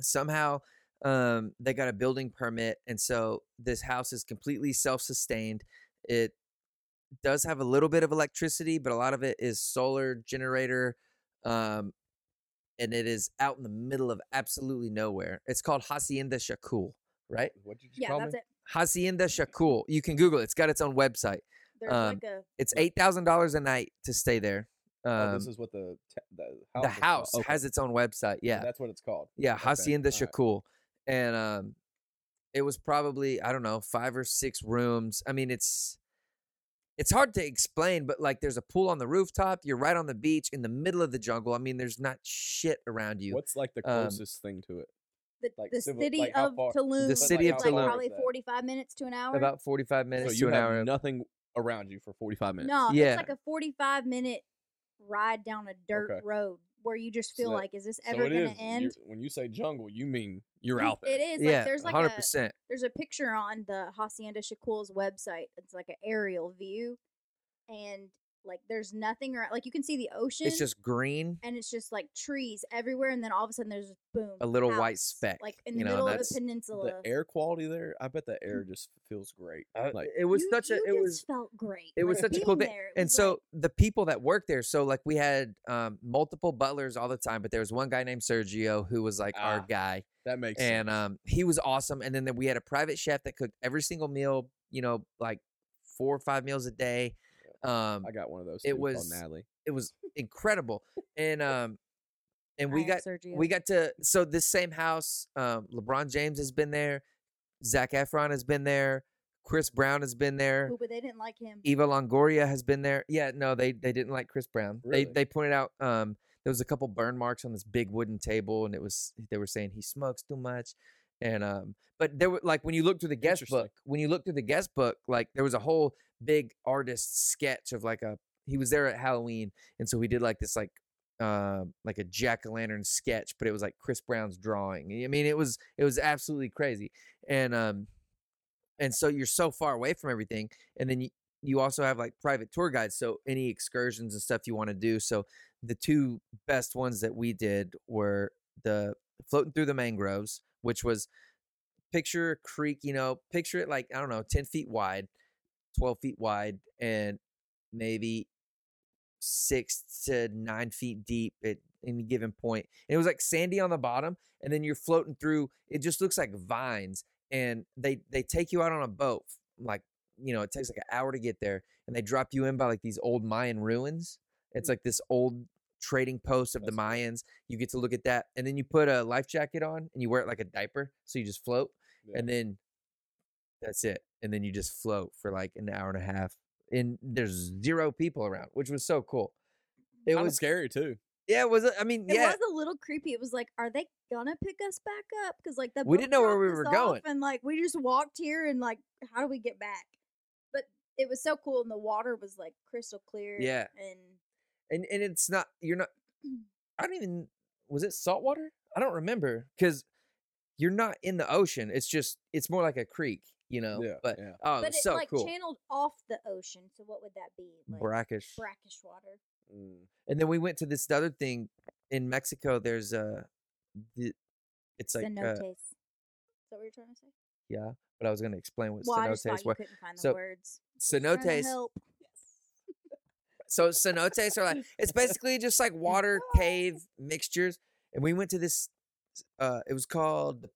[SPEAKER 1] somehow um they got a building permit and so this house is completely self-sustained it does have a little bit of electricity but a lot of it is solar generator um and it is out in the middle of absolutely nowhere it's called hacienda shakul right
[SPEAKER 2] What you just
[SPEAKER 3] Yeah,
[SPEAKER 2] call
[SPEAKER 3] that's
[SPEAKER 2] me?
[SPEAKER 3] it.
[SPEAKER 1] hacienda shakul you can google it it's got its own website
[SPEAKER 3] There's
[SPEAKER 1] Um,
[SPEAKER 3] like a
[SPEAKER 1] it's $8000 a night to stay there um,
[SPEAKER 2] Oh, this is what the te- the house.
[SPEAKER 1] the
[SPEAKER 2] is called.
[SPEAKER 1] house
[SPEAKER 2] Okay.
[SPEAKER 1] has its own website yeah
[SPEAKER 2] That's what it's called.
[SPEAKER 1] Yeah,
[SPEAKER 2] Okay,
[SPEAKER 1] Hacienda
[SPEAKER 2] alright.
[SPEAKER 1] Shakul. And um it was probably, I don't know, five or six rooms. I mean, it's it's hard to explain, but like there's a pool on the rooftop, you're right on the beach in the middle of the jungle. I mean, there's not shit around you.
[SPEAKER 2] What's like the
[SPEAKER 1] um,
[SPEAKER 2] closest thing to it?
[SPEAKER 3] the,
[SPEAKER 2] like
[SPEAKER 3] the
[SPEAKER 2] civil-
[SPEAKER 3] city
[SPEAKER 2] like, how
[SPEAKER 3] of
[SPEAKER 2] far- The
[SPEAKER 3] Tulum.
[SPEAKER 1] city
[SPEAKER 3] is,
[SPEAKER 1] of
[SPEAKER 3] like
[SPEAKER 1] Tulum.
[SPEAKER 3] Probably
[SPEAKER 2] Is that-
[SPEAKER 3] 45 minutes to an hour.
[SPEAKER 1] About 45
[SPEAKER 2] So
[SPEAKER 1] minutes
[SPEAKER 2] you
[SPEAKER 1] to an
[SPEAKER 2] have
[SPEAKER 1] hour.
[SPEAKER 2] nothing around you for forty five minutes.
[SPEAKER 3] no,
[SPEAKER 1] Yeah.
[SPEAKER 3] it's like a 45 minute ride down a dirt
[SPEAKER 2] Okay.
[SPEAKER 3] road where you just
[SPEAKER 2] So
[SPEAKER 3] feel
[SPEAKER 2] that-
[SPEAKER 3] like, is this
[SPEAKER 2] So
[SPEAKER 3] ever
[SPEAKER 2] it
[SPEAKER 3] gonna
[SPEAKER 2] is- you're-
[SPEAKER 3] end?
[SPEAKER 2] When you say jungle, you mean you're out there.
[SPEAKER 3] It is.
[SPEAKER 1] yeah,
[SPEAKER 3] like, there's like a
[SPEAKER 1] 100%.
[SPEAKER 3] there's a picture on the Hacienda Shakul's website. It's like an aerial view, and like there's nothing around. Like you can see the ocean.
[SPEAKER 1] it's just green.
[SPEAKER 3] and it's just like trees everywhere, and then all of a sudden there's just boom
[SPEAKER 1] A little white
[SPEAKER 3] house,
[SPEAKER 1] speck,
[SPEAKER 3] like in the
[SPEAKER 1] you know,
[SPEAKER 3] middle of
[SPEAKER 1] that's
[SPEAKER 3] a
[SPEAKER 1] the
[SPEAKER 3] peninsula.
[SPEAKER 2] The air quality there, I bet the
[SPEAKER 1] Mm-hmm.
[SPEAKER 2] air just feels great. like
[SPEAKER 1] it was
[SPEAKER 3] You-
[SPEAKER 1] such a,
[SPEAKER 3] you
[SPEAKER 1] it
[SPEAKER 3] just
[SPEAKER 1] was,
[SPEAKER 3] felt great.
[SPEAKER 1] it was
[SPEAKER 3] like,
[SPEAKER 1] such a cool
[SPEAKER 3] being
[SPEAKER 1] thing.
[SPEAKER 3] there, it
[SPEAKER 1] And
[SPEAKER 3] was
[SPEAKER 1] so
[SPEAKER 3] like-
[SPEAKER 1] the people that worked there, so like we had um, multiple butlers all the time, but there was one guy named Sergio who was like our
[SPEAKER 2] Ah.
[SPEAKER 1] guy.
[SPEAKER 2] that makes
[SPEAKER 1] and
[SPEAKER 2] sense.
[SPEAKER 1] um, he was awesome. And then the- we had a private chef that cooked every single meal, you know, like four or five meals a day. Um,
[SPEAKER 2] I got one of those.
[SPEAKER 1] it
[SPEAKER 2] too, called
[SPEAKER 1] was-
[SPEAKER 2] Natalie.
[SPEAKER 1] it was incredible, and um, and we
[SPEAKER 3] I am
[SPEAKER 1] got
[SPEAKER 3] Sergio.
[SPEAKER 1] we got to so this same house. Um, LeBron James has been there, Zach Efron has been there, Chris Brown has been there.
[SPEAKER 3] Ooh, but they didn't like him.
[SPEAKER 1] Eva Longoria has been there. Yeah, no, they they didn't like Chris Brown. They
[SPEAKER 2] Really?
[SPEAKER 1] they pointed out um there was a couple burn marks on this big wooden table, and it was they were saying he smokes too much, and um but there were like when you look through the guest
[SPEAKER 2] Interesting.
[SPEAKER 1] book, when you look through the guest book, like there was a whole big artist sketch of like a he was there at Halloween, and so he did like this like uh, like a jack o' lantern sketch, but it was like Chris Brown's drawing. I mean, it was it was absolutely crazy, and um, and so you're so far away from everything, and then you, you also have like private tour guides, so any excursions and stuff you want to do. So the two best ones that we did were the floating through the mangroves, which was picture a creek, you know, picture it like I don't know, ten feet wide, twelve feet wide, and maybe six to nine feet deep at any given point. And it was like sandy on the bottom, and then you're floating through. It just looks like vines, and they they take you out on a boat. f- Like you know, it takes like an hour to get there, and they drop you in by like these old Mayan ruins. It's like this old trading post of the
[SPEAKER 2] Mm. That's cool.
[SPEAKER 1] Mayans. You get to look at that, and then you put a life jacket on and you wear it like a diaper, so you just float,
[SPEAKER 2] Yeah.
[SPEAKER 1] and then that's it. And then you just float for like an hour and a half, and there's zero people around, which was so cool. It
[SPEAKER 2] Kinda
[SPEAKER 1] was
[SPEAKER 2] scary too.
[SPEAKER 1] yeah, it was. I mean,
[SPEAKER 3] It
[SPEAKER 1] yeah,
[SPEAKER 3] was a little creepy. It was like, are they gonna pick us back up? Because like the
[SPEAKER 1] We
[SPEAKER 3] boat
[SPEAKER 1] didn't know where
[SPEAKER 3] dropped
[SPEAKER 1] we
[SPEAKER 3] us
[SPEAKER 1] were
[SPEAKER 3] off,
[SPEAKER 1] going.
[SPEAKER 3] and like we just walked here, and like how do we get back? But it was so cool, and the water was like crystal clear.
[SPEAKER 1] Yeah.
[SPEAKER 3] and
[SPEAKER 1] and and it's not. You're not.
[SPEAKER 3] Mm.
[SPEAKER 1] I don't even. Was it salt water? I don't remember because you're not in the ocean. It's just. It's more like a creek, you know.
[SPEAKER 2] Yeah,
[SPEAKER 1] but
[SPEAKER 2] yeah.
[SPEAKER 1] oh,
[SPEAKER 3] but
[SPEAKER 1] it's
[SPEAKER 3] it
[SPEAKER 1] so
[SPEAKER 3] like
[SPEAKER 1] cool.
[SPEAKER 3] channeled off the ocean. So what would that be? Like
[SPEAKER 1] Brackish.
[SPEAKER 3] brackish water.
[SPEAKER 2] Mm.
[SPEAKER 1] And then we went to this other thing in Mexico. There's a, the, it's like uh,
[SPEAKER 3] Cenotes. Is that what you're trying to say?
[SPEAKER 1] yeah. But I was gonna explain what
[SPEAKER 3] well, I just thought
[SPEAKER 1] cenotes
[SPEAKER 3] you
[SPEAKER 1] were.
[SPEAKER 3] couldn't find the
[SPEAKER 1] so,
[SPEAKER 3] words. Just trying to
[SPEAKER 1] Cenotes.
[SPEAKER 3] help.
[SPEAKER 1] So cenotes are
[SPEAKER 2] *laughs*
[SPEAKER 1] like it's basically just like water cave mixtures. And we went to this. uh It was called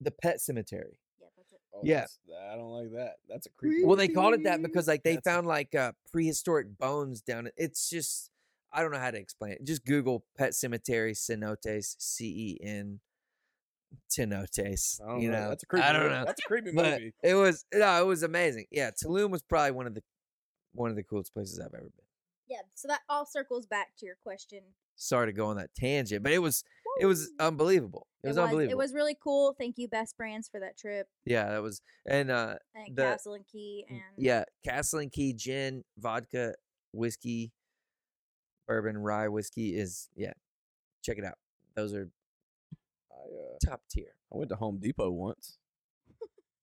[SPEAKER 1] the Pet Cemetery.
[SPEAKER 3] Yeah, that's it.
[SPEAKER 2] Oh,
[SPEAKER 1] Yeah.
[SPEAKER 2] that's- I don't like that. That's a creepy.
[SPEAKER 1] Well, they called it that
[SPEAKER 2] Mm-hmm.
[SPEAKER 3] Creepy.
[SPEAKER 1] because like they
[SPEAKER 2] That's-
[SPEAKER 1] found like uh, prehistoric bones down. it. It's just I don't know how to explain it. Just Google pet cemetery cenotes c e n cenotes.
[SPEAKER 2] I don't
[SPEAKER 1] You
[SPEAKER 2] know.
[SPEAKER 1] know,
[SPEAKER 2] That's a creepy.
[SPEAKER 1] I don't
[SPEAKER 2] movie.
[SPEAKER 1] know,
[SPEAKER 2] That's a creepy
[SPEAKER 1] but
[SPEAKER 2] movie.
[SPEAKER 1] it was no, it was amazing. Yeah, Tulum was probably one of the one of the coolest places I've ever been.
[SPEAKER 3] Yeah, so that all circles back to your question.
[SPEAKER 1] Sorry to go on that tangent, but it was it was unbelievable. It was, unbelievable.
[SPEAKER 3] It was really cool. Thank you, Best Brands, for that trip.
[SPEAKER 1] yeah, that was and uh
[SPEAKER 3] And
[SPEAKER 1] The-
[SPEAKER 3] Castle and Key and
[SPEAKER 1] yeah, Castle and Key gin, vodka, whiskey, bourbon, rye whiskey is yeah. Check it out. Those are
[SPEAKER 2] I, uh,
[SPEAKER 1] top tier.
[SPEAKER 2] I went to Home Depot once.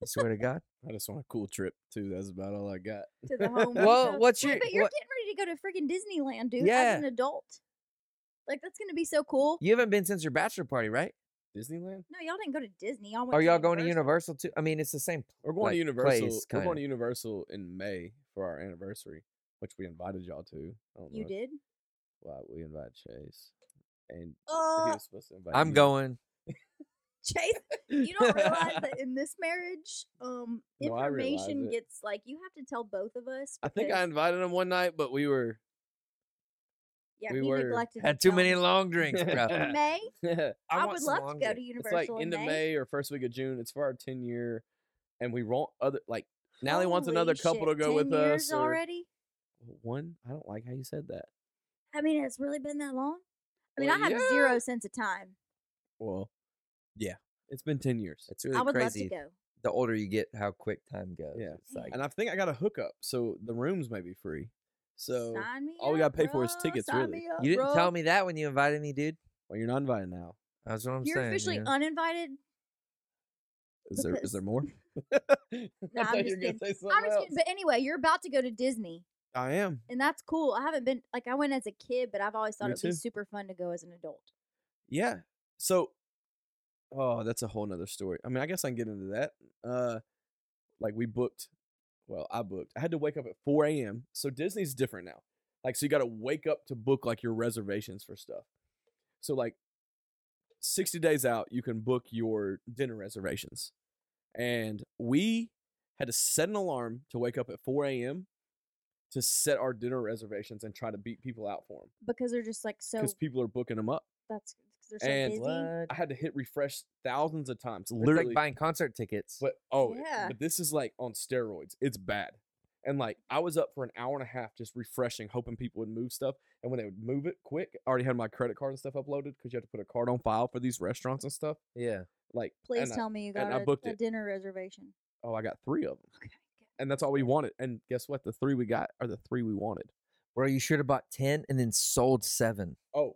[SPEAKER 1] I swear to
[SPEAKER 3] *laughs*
[SPEAKER 1] God.
[SPEAKER 2] I just want a cool trip too. That's about all I got. *laughs*
[SPEAKER 3] to the home.
[SPEAKER 1] Well,
[SPEAKER 3] Depot.
[SPEAKER 1] what's
[SPEAKER 3] Wait,
[SPEAKER 1] your-
[SPEAKER 3] but you're
[SPEAKER 1] what-
[SPEAKER 3] getting ready to go to freaking Disneyland, dude.
[SPEAKER 1] Yeah.
[SPEAKER 3] As an adult, like that's gonna be so cool.
[SPEAKER 1] You haven't been since your bachelor party, right?
[SPEAKER 2] Disneyland.
[SPEAKER 3] No, y'all didn't go to Disney. Y'all went
[SPEAKER 1] Are
[SPEAKER 3] to
[SPEAKER 1] y'all going to Universal
[SPEAKER 3] Universal.
[SPEAKER 1] too? I mean, it's the same.
[SPEAKER 2] We're going
[SPEAKER 1] like,
[SPEAKER 2] to Universal.
[SPEAKER 1] place,
[SPEAKER 2] We're going
[SPEAKER 1] kinda.
[SPEAKER 2] to Universal in May for our anniversary, which we invited y'all to. I don't
[SPEAKER 3] You
[SPEAKER 2] know.
[SPEAKER 3] did.
[SPEAKER 2] Well, we invited Chase, and he
[SPEAKER 3] Uh,
[SPEAKER 2] was *laughs* supposed to invite.
[SPEAKER 1] I'm *laughs*
[SPEAKER 2] you.
[SPEAKER 3] *laughs*
[SPEAKER 1] going.
[SPEAKER 3] Chase, you don't realize *laughs* that in this marriage, um,
[SPEAKER 2] No, I realize
[SPEAKER 3] information
[SPEAKER 2] it.
[SPEAKER 3] gets like you have to tell both of us.
[SPEAKER 2] I think I
[SPEAKER 3] because-
[SPEAKER 2] invited him one night, but we were. *laughs*
[SPEAKER 3] yeah,
[SPEAKER 2] we
[SPEAKER 3] he
[SPEAKER 2] were-
[SPEAKER 3] neglected to
[SPEAKER 1] Had too
[SPEAKER 3] tell
[SPEAKER 1] many
[SPEAKER 3] me.
[SPEAKER 1] long drinks, bro.
[SPEAKER 2] *laughs*
[SPEAKER 3] In May.
[SPEAKER 2] it's
[SPEAKER 1] I,
[SPEAKER 3] I,
[SPEAKER 1] want
[SPEAKER 3] would
[SPEAKER 1] some
[SPEAKER 3] love
[SPEAKER 1] long
[SPEAKER 3] to go to
[SPEAKER 1] drink.
[SPEAKER 3] Universal
[SPEAKER 2] like
[SPEAKER 3] in
[SPEAKER 2] end of
[SPEAKER 3] May.
[SPEAKER 2] May or first week of June. It's for our ten year, and we want other like. Now he wants
[SPEAKER 3] Holy
[SPEAKER 2] another couple
[SPEAKER 3] shit,
[SPEAKER 2] to go
[SPEAKER 3] 10
[SPEAKER 2] with
[SPEAKER 3] years
[SPEAKER 2] us. Or,
[SPEAKER 3] already.
[SPEAKER 2] one, I don't like how you said that.
[SPEAKER 3] I mean, it's really been that long. I mean,
[SPEAKER 2] Well,
[SPEAKER 3] I have
[SPEAKER 2] yeah.
[SPEAKER 3] zero sense of time.
[SPEAKER 2] Well, yeah, it's been ten years.
[SPEAKER 1] It's really
[SPEAKER 3] I would
[SPEAKER 1] crazy.
[SPEAKER 3] love to go.
[SPEAKER 1] The older you get, how quick time goes.
[SPEAKER 2] Yeah.
[SPEAKER 1] It's like,
[SPEAKER 2] and I think I got a hookup, so the rooms may be free. So
[SPEAKER 3] Sign me
[SPEAKER 2] all we gotta
[SPEAKER 3] up,
[SPEAKER 2] pay for is
[SPEAKER 3] bruh.
[SPEAKER 2] tickets,
[SPEAKER 3] Sign
[SPEAKER 2] really.
[SPEAKER 3] me up,
[SPEAKER 1] you didn't
[SPEAKER 3] bruh.
[SPEAKER 1] tell me that when you invited me, dude.
[SPEAKER 2] well, you're not invited now.
[SPEAKER 1] That's what I'm
[SPEAKER 3] You're
[SPEAKER 1] saying.
[SPEAKER 3] officially
[SPEAKER 1] you know?
[SPEAKER 3] uninvited.
[SPEAKER 2] Is there
[SPEAKER 3] *laughs*
[SPEAKER 2] is there more? *laughs* I
[SPEAKER 3] Nah, I'm
[SPEAKER 2] thought you
[SPEAKER 3] just
[SPEAKER 2] were gonna
[SPEAKER 3] kidding.
[SPEAKER 2] say something
[SPEAKER 3] I'm just kidding.
[SPEAKER 2] else.
[SPEAKER 3] But anyway, you're about to go to Disney,
[SPEAKER 2] I am.
[SPEAKER 3] and that's cool. I haven't been like I went as a kid, but I've always thought
[SPEAKER 2] Me
[SPEAKER 3] it'd be
[SPEAKER 2] too.
[SPEAKER 3] super fun to go as an adult.
[SPEAKER 2] Yeah. So, oh, that's a whole nother story. I mean, I guess I can get into that. Uh, like we booked. Well, I booked. I had to wake up at 4 a.m. So Disney's different now. Like, so you got to wake up to book like your reservations for stuff. So like, 60 days out, you can book your dinner reservations. And we had to set an alarm to wake up at 4 a.m. to set our dinner reservations and try to beat people out for them
[SPEAKER 3] Because they're just like so.
[SPEAKER 2] because people are booking them up.
[SPEAKER 3] That's They're so
[SPEAKER 2] And
[SPEAKER 3] busy.
[SPEAKER 2] I had to hit refresh thousands of times.
[SPEAKER 1] Literally.
[SPEAKER 2] Literally,
[SPEAKER 1] like buying concert tickets.
[SPEAKER 2] But oh,
[SPEAKER 3] Yeah.
[SPEAKER 2] yeah. but this is like on steroids. It's bad. And like I was up for an hour and a half just refreshing, hoping people would move stuff. And when they would move it quick, I already had my credit card and stuff uploaded because you have to put a card on file for these restaurants and stuff.
[SPEAKER 1] Yeah.
[SPEAKER 2] Like,
[SPEAKER 3] Please
[SPEAKER 2] and I-
[SPEAKER 3] tell me you got
[SPEAKER 2] and I
[SPEAKER 3] a-
[SPEAKER 2] booked
[SPEAKER 3] a,
[SPEAKER 2] it.
[SPEAKER 3] dinner reservation. *laughs*
[SPEAKER 2] oh, I got three of them,
[SPEAKER 3] Okay. good.
[SPEAKER 2] and that's all we wanted. And guess what? The three we got are the three we wanted.
[SPEAKER 1] Bro, you should have bought 10 and then sold seven.
[SPEAKER 2] Oh,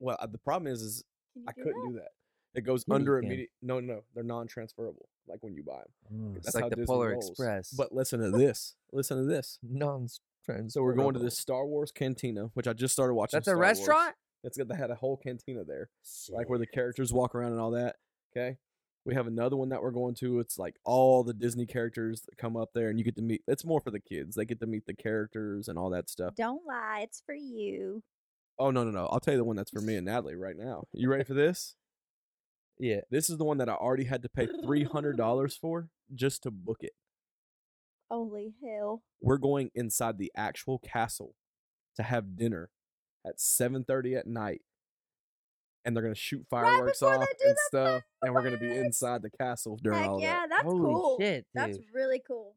[SPEAKER 2] well, uh, the problem is, is
[SPEAKER 3] Can you
[SPEAKER 2] I couldn't
[SPEAKER 3] that?
[SPEAKER 2] do that. It goes
[SPEAKER 1] Yeah, you
[SPEAKER 2] under
[SPEAKER 1] can.
[SPEAKER 2] immediate. No, no, no, they're non-transferable. Like when you buy them,
[SPEAKER 1] it's like the Polar Express. *laughs*
[SPEAKER 2] But listen to this. Listen to this.
[SPEAKER 1] non
[SPEAKER 2] So we're going to this Star Wars Cantina, which I just started watching.
[SPEAKER 1] That's a
[SPEAKER 2] Star Wars.
[SPEAKER 1] restaurant?
[SPEAKER 2] That's good. They had a whole cantina there, like where the characters walk around and all that. Okay. We have another one that we're going to. It's like all the Disney characters that come up there, and you get to meet. It's more for the kids. They get to meet the characters and all that stuff.
[SPEAKER 3] Don't lie. It's for you.
[SPEAKER 2] Oh no, no, no! I'll tell you the one that's for me and Natalie right now. You ready for this?
[SPEAKER 1] Yeah.
[SPEAKER 2] This is the one that I already had to pay three hundred dollars for just to book it.
[SPEAKER 3] Holy hell.
[SPEAKER 2] We're going inside the actual castle to have dinner at seven thirty at night, and they're gonna shoot fireworks
[SPEAKER 3] before they
[SPEAKER 2] off
[SPEAKER 3] do
[SPEAKER 2] and
[SPEAKER 3] the
[SPEAKER 2] stuff, and we're gonna be
[SPEAKER 3] fireworks.
[SPEAKER 2] inside the castle during
[SPEAKER 3] Heck
[SPEAKER 2] all
[SPEAKER 3] yeah,
[SPEAKER 2] that.
[SPEAKER 3] that's
[SPEAKER 1] Holy
[SPEAKER 3] cool.
[SPEAKER 1] shit,
[SPEAKER 3] That's
[SPEAKER 2] *laughs*
[SPEAKER 1] dude.
[SPEAKER 3] really cool.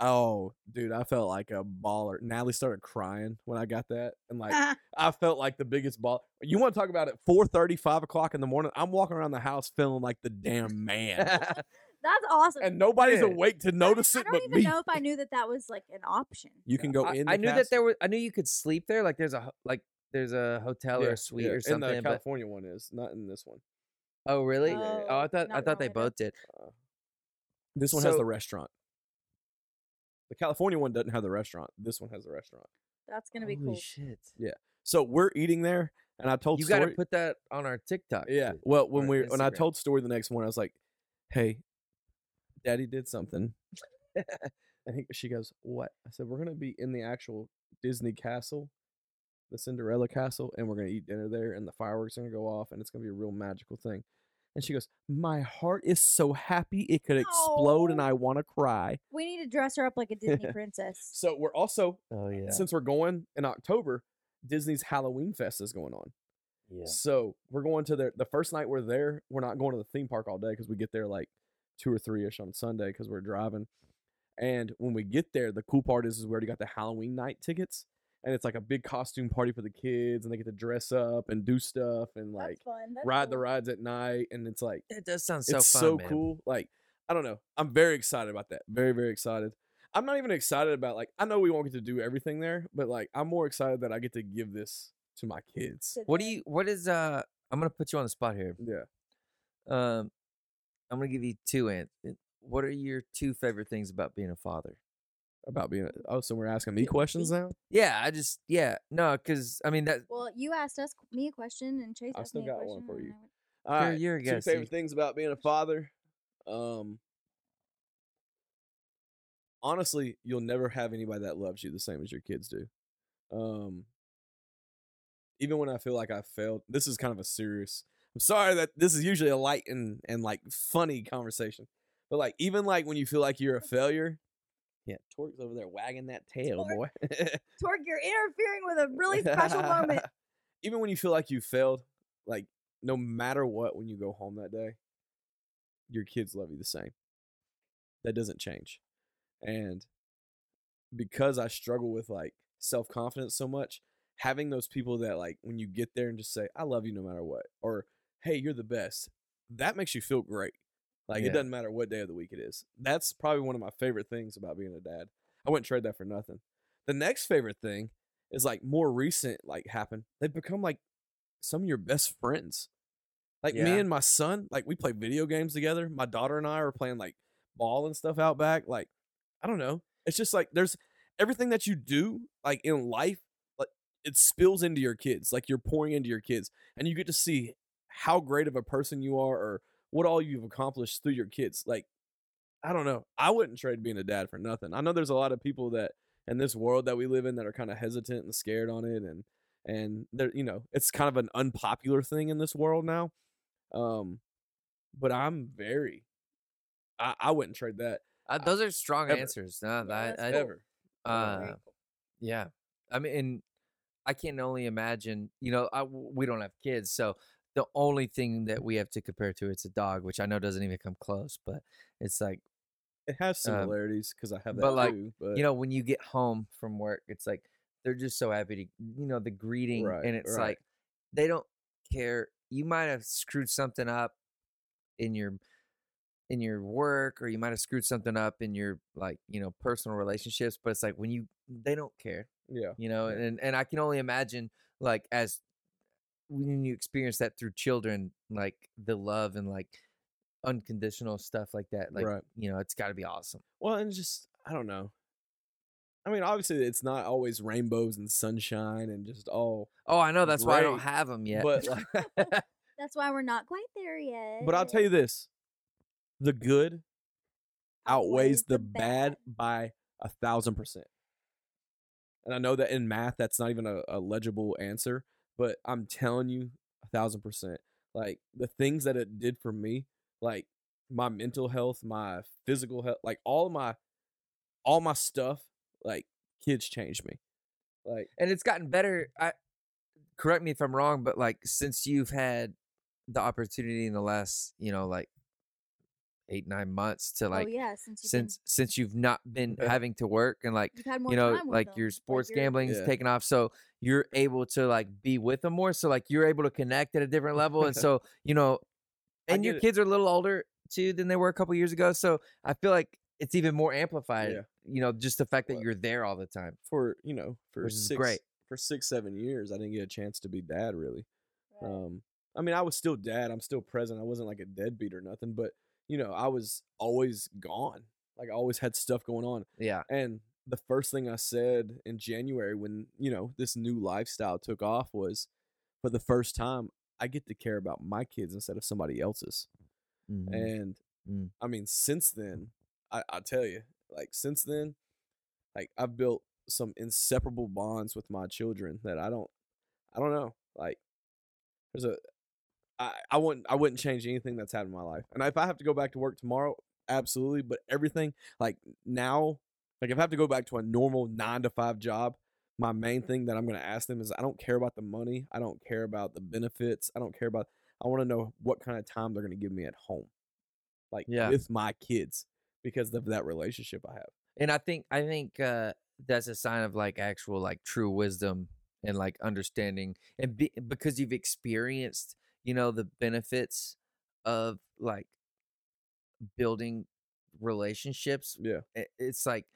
[SPEAKER 2] Oh, dude, I felt like a baller. Natalie started crying when I got that, and like
[SPEAKER 3] Ah,
[SPEAKER 2] I felt like the biggest ball. You want to talk about it? Four thirty, five o'clock in the morning. I'm walking around the house feeling like the damn man,
[SPEAKER 3] *laughs* that's awesome.
[SPEAKER 2] and nobody's
[SPEAKER 1] Yeah.
[SPEAKER 2] awake to notice
[SPEAKER 3] I
[SPEAKER 2] it
[SPEAKER 3] don't
[SPEAKER 2] but
[SPEAKER 3] even
[SPEAKER 2] me.
[SPEAKER 3] know if I knew that that was like an option.
[SPEAKER 2] You can go
[SPEAKER 1] I,
[SPEAKER 2] in. The
[SPEAKER 1] I knew that
[SPEAKER 2] castle.
[SPEAKER 1] there was. I knew you could sleep there. Like there's a ho- like there's a hotel or
[SPEAKER 2] Yeah,
[SPEAKER 1] a suite
[SPEAKER 2] yeah,
[SPEAKER 1] or
[SPEAKER 2] In the
[SPEAKER 1] something. But
[SPEAKER 2] California one is not in this one.
[SPEAKER 1] oh really?
[SPEAKER 2] Oh,
[SPEAKER 1] Oh, I thought I
[SPEAKER 3] not
[SPEAKER 1] thought they
[SPEAKER 3] Rowena.
[SPEAKER 1] both did.
[SPEAKER 2] Uh, this one has
[SPEAKER 1] So-
[SPEAKER 2] the restaurant. The California one doesn't have the restaurant. This one has the restaurant.
[SPEAKER 3] That's gonna be
[SPEAKER 1] Holy
[SPEAKER 3] cool.
[SPEAKER 1] shit!
[SPEAKER 2] So we're eating there, and I told
[SPEAKER 1] You got
[SPEAKER 2] story. uh,
[SPEAKER 1] to put that on our TikTok.
[SPEAKER 2] Yeah.
[SPEAKER 1] dude.
[SPEAKER 2] Well, when
[SPEAKER 1] or
[SPEAKER 2] we when I
[SPEAKER 1] Instagram.
[SPEAKER 2] told story the next morning, I was like, "Hey, Daddy
[SPEAKER 1] *laughs*
[SPEAKER 2] did something." I think she goes, "What?" I said, "We're gonna be in the actual Disney castle, the Cinderella castle, and we're gonna eat dinner there, and the fireworks are gonna go off, and it's gonna be a real magical thing." And she goes, "My heart is so happy it could explode, and
[SPEAKER 3] Aw.
[SPEAKER 2] I want to cry."
[SPEAKER 3] We need to dress her up like a
[SPEAKER 2] *laughs*
[SPEAKER 3] Disney princess.
[SPEAKER 2] So we're also
[SPEAKER 1] Oh yeah.
[SPEAKER 2] since we're going in October, Disney's Halloween Fest is going on.
[SPEAKER 1] yeah.
[SPEAKER 2] So we're going to their the first night we're there. We're not going to the theme park all day because we get there like two or three ish on Sunday because we're driving. And when we get there, the cool part is, is we already got the Halloween night tickets, and it's like a big costume party for the kids, and they get to dress up and do stuff and like
[SPEAKER 3] that's fun. That's
[SPEAKER 2] ride the
[SPEAKER 3] cool.
[SPEAKER 2] rides at night, and it's like
[SPEAKER 1] That does sound so
[SPEAKER 2] it's
[SPEAKER 1] fun.
[SPEAKER 2] so
[SPEAKER 1] man.
[SPEAKER 2] cool. Like I don't know, I'm very excited about that. Very very excited. I'm not even excited about like I know we won't get to do everything there, but like I'm more excited that I get to give this to my kids.
[SPEAKER 3] To
[SPEAKER 1] What do
[SPEAKER 3] them.
[SPEAKER 1] you? What is? Uh, I'm gonna put you on the spot here.
[SPEAKER 2] Yeah.
[SPEAKER 1] Um, I'm gonna give you two answers. What are your two favorite things about being a father?
[SPEAKER 2] about being. a- Oh, so we're asking me questions now.
[SPEAKER 1] Yeah, I just yeah no, because I mean that
[SPEAKER 3] Well, you asked us me a question and Chase
[SPEAKER 2] I've
[SPEAKER 3] asked
[SPEAKER 2] still
[SPEAKER 3] me a
[SPEAKER 2] got
[SPEAKER 3] question.
[SPEAKER 2] one for
[SPEAKER 3] and
[SPEAKER 2] you.
[SPEAKER 3] I went-
[SPEAKER 2] All right.
[SPEAKER 1] you're a
[SPEAKER 2] Two
[SPEAKER 1] guest,
[SPEAKER 2] favorite
[SPEAKER 1] you-
[SPEAKER 2] things about being a father. Um, honestly, you'll never have anybody that loves you the same as your kids do. Um, even when I feel like I failed, this is kind of a serious. I'm sorry that this is usually a light and and like funny conversation, but like even like when you feel like you're a failure. Yeah, Torque's over there wagging that tail,
[SPEAKER 3] Torque.
[SPEAKER 2] boy.
[SPEAKER 3] Torque, you're interfering with a really special moment.
[SPEAKER 2] *laughs* Even when you feel like you failed, like no matter what, when you go home that day, your kids love you the same. That doesn't change. And because I struggle with like self confidence so much, having those people that like when you get there and just say, I love you no matter what, or hey, you're the best, that makes you feel great. Like
[SPEAKER 1] Yeah.
[SPEAKER 2] it doesn't matter what day of the week it is. That's probably one of my favorite things about being a dad. I wouldn't trade that for nothing. The next favorite thing is like more recent, like happened. They've become like some of your best friends. Like
[SPEAKER 1] Yeah.
[SPEAKER 2] me and my son, like we play video games together. My daughter and I are playing like ball and stuff out back. Like, I don't know. It's just like there's everything that you do, like in life, like it spills into your kids. Like you're pouring into your kids. And you get to see how great of a person you are or what all you've accomplished through your kids. Like, I don't know. I wouldn't trade being a dad for nothing. I know there's a lot of people that in this world that we live in that are kind of hesitant and scared on it and and there you know, it's kind of an unpopular thing in this world now. Um but I'm very I, I wouldn't trade that
[SPEAKER 1] uh, those are strong
[SPEAKER 2] ever.
[SPEAKER 1] answers. No,
[SPEAKER 3] No,
[SPEAKER 1] I,
[SPEAKER 3] that's
[SPEAKER 1] I,
[SPEAKER 3] cool.
[SPEAKER 2] ever.
[SPEAKER 3] That's very
[SPEAKER 1] Uh, yeah. I mean, and I can only imagine, you know, I, w- we don't have kids. So the only thing that we have to compare to it's a dog, which I know doesn't even come close, but it's like
[SPEAKER 2] It has
[SPEAKER 1] Um,
[SPEAKER 2] similarities because I have that
[SPEAKER 1] but, like,
[SPEAKER 2] too. But
[SPEAKER 1] you know when you get home from work, it's like they're just so happy to you know the greeting,
[SPEAKER 2] Right,
[SPEAKER 1] and it's
[SPEAKER 2] right.
[SPEAKER 1] like they don't care. You might have screwed something up in your in your work, or you might have screwed something up in your like you know personal relationships, but it's like when you they don't care.
[SPEAKER 2] yeah,
[SPEAKER 1] you know
[SPEAKER 2] Yeah.
[SPEAKER 1] and and i can only imagine like as when you experience that through children like the love and like unconditional stuff like that like
[SPEAKER 2] right.
[SPEAKER 1] you know it's got to be awesome
[SPEAKER 2] Well, and just I don't know. I mean, obviously, it's not always rainbows and sunshine and just all.
[SPEAKER 1] oh i know that's why i don't
[SPEAKER 2] Great,
[SPEAKER 1] have them yet
[SPEAKER 2] But like,
[SPEAKER 3] That's why we're not quite there yet.
[SPEAKER 2] but I'll tell you this: the good outweighs the bad by a thousand percent. And I know that in math, that's not even a, a legible answer, but I'm telling you, a thousand percent. Like the things that it did for me, like my mental health, my physical health, like all my, all my stuff, like kids changed me. Like
[SPEAKER 1] *laughs* and it's gotten better i correct me if i'm wrong but like since you've had the opportunity in the last you know like eight nine months to like
[SPEAKER 3] oh yeah, since you've
[SPEAKER 1] since since you've not been
[SPEAKER 2] Yeah.
[SPEAKER 1] having to work and like
[SPEAKER 3] been, you've had more
[SPEAKER 1] you know,
[SPEAKER 3] time with
[SPEAKER 1] like
[SPEAKER 3] them,
[SPEAKER 1] your sports
[SPEAKER 3] you're-
[SPEAKER 1] gambling is
[SPEAKER 2] Yeah.
[SPEAKER 1] taking off, so you're able to like be with them more. So like you're able to connect at a different level,
[SPEAKER 2] *laughs*
[SPEAKER 1] and so you know,
[SPEAKER 2] I
[SPEAKER 1] and your
[SPEAKER 2] get it.
[SPEAKER 1] kids are a little older too than they were a couple years ago. So I feel like it's even more amplified.
[SPEAKER 2] Yeah.
[SPEAKER 1] You know, just the fact that
[SPEAKER 2] Well,
[SPEAKER 1] you're there all the time.
[SPEAKER 2] for you know for
[SPEAKER 1] Which is
[SPEAKER 2] six
[SPEAKER 1] great.
[SPEAKER 2] for six seven years, I didn't get a chance to be dad really.
[SPEAKER 3] Right.
[SPEAKER 2] Um, I mean, I was still dad. I'm still present. I wasn't like a deadbeat or nothing, but you know, I was always gone. Like I always had stuff going on.
[SPEAKER 1] Yeah,
[SPEAKER 2] And the first thing I said in January when you know this new lifestyle took off was, for the first time, I get to care about my kids instead of somebody else's.
[SPEAKER 1] Mhm.
[SPEAKER 2] And
[SPEAKER 1] Mm.
[SPEAKER 2] I mean, since then, I, I tell you, like since then, like I've built some inseparable bonds with my children that I don't, I don't know. Like there's a, I I wouldn't I wouldn't change anything that's happened in my life. And if I have to go back to work tomorrow, absolutely. But everything like now, like if I have to go back to a normal nine to five job. My main thing that I'm going to ask them is I don't care about the money. I don't care about the benefits. I don't care about, I want to know what kind of time they're going to give me at home like
[SPEAKER 1] Yeah.
[SPEAKER 2] with my kids because of that relationship I have.
[SPEAKER 1] and I think I think uh that's a sign of like actual like true wisdom and like understanding and be, because you've experienced you know the benefits of like building relationships
[SPEAKER 2] Yeah.
[SPEAKER 1] i- it's like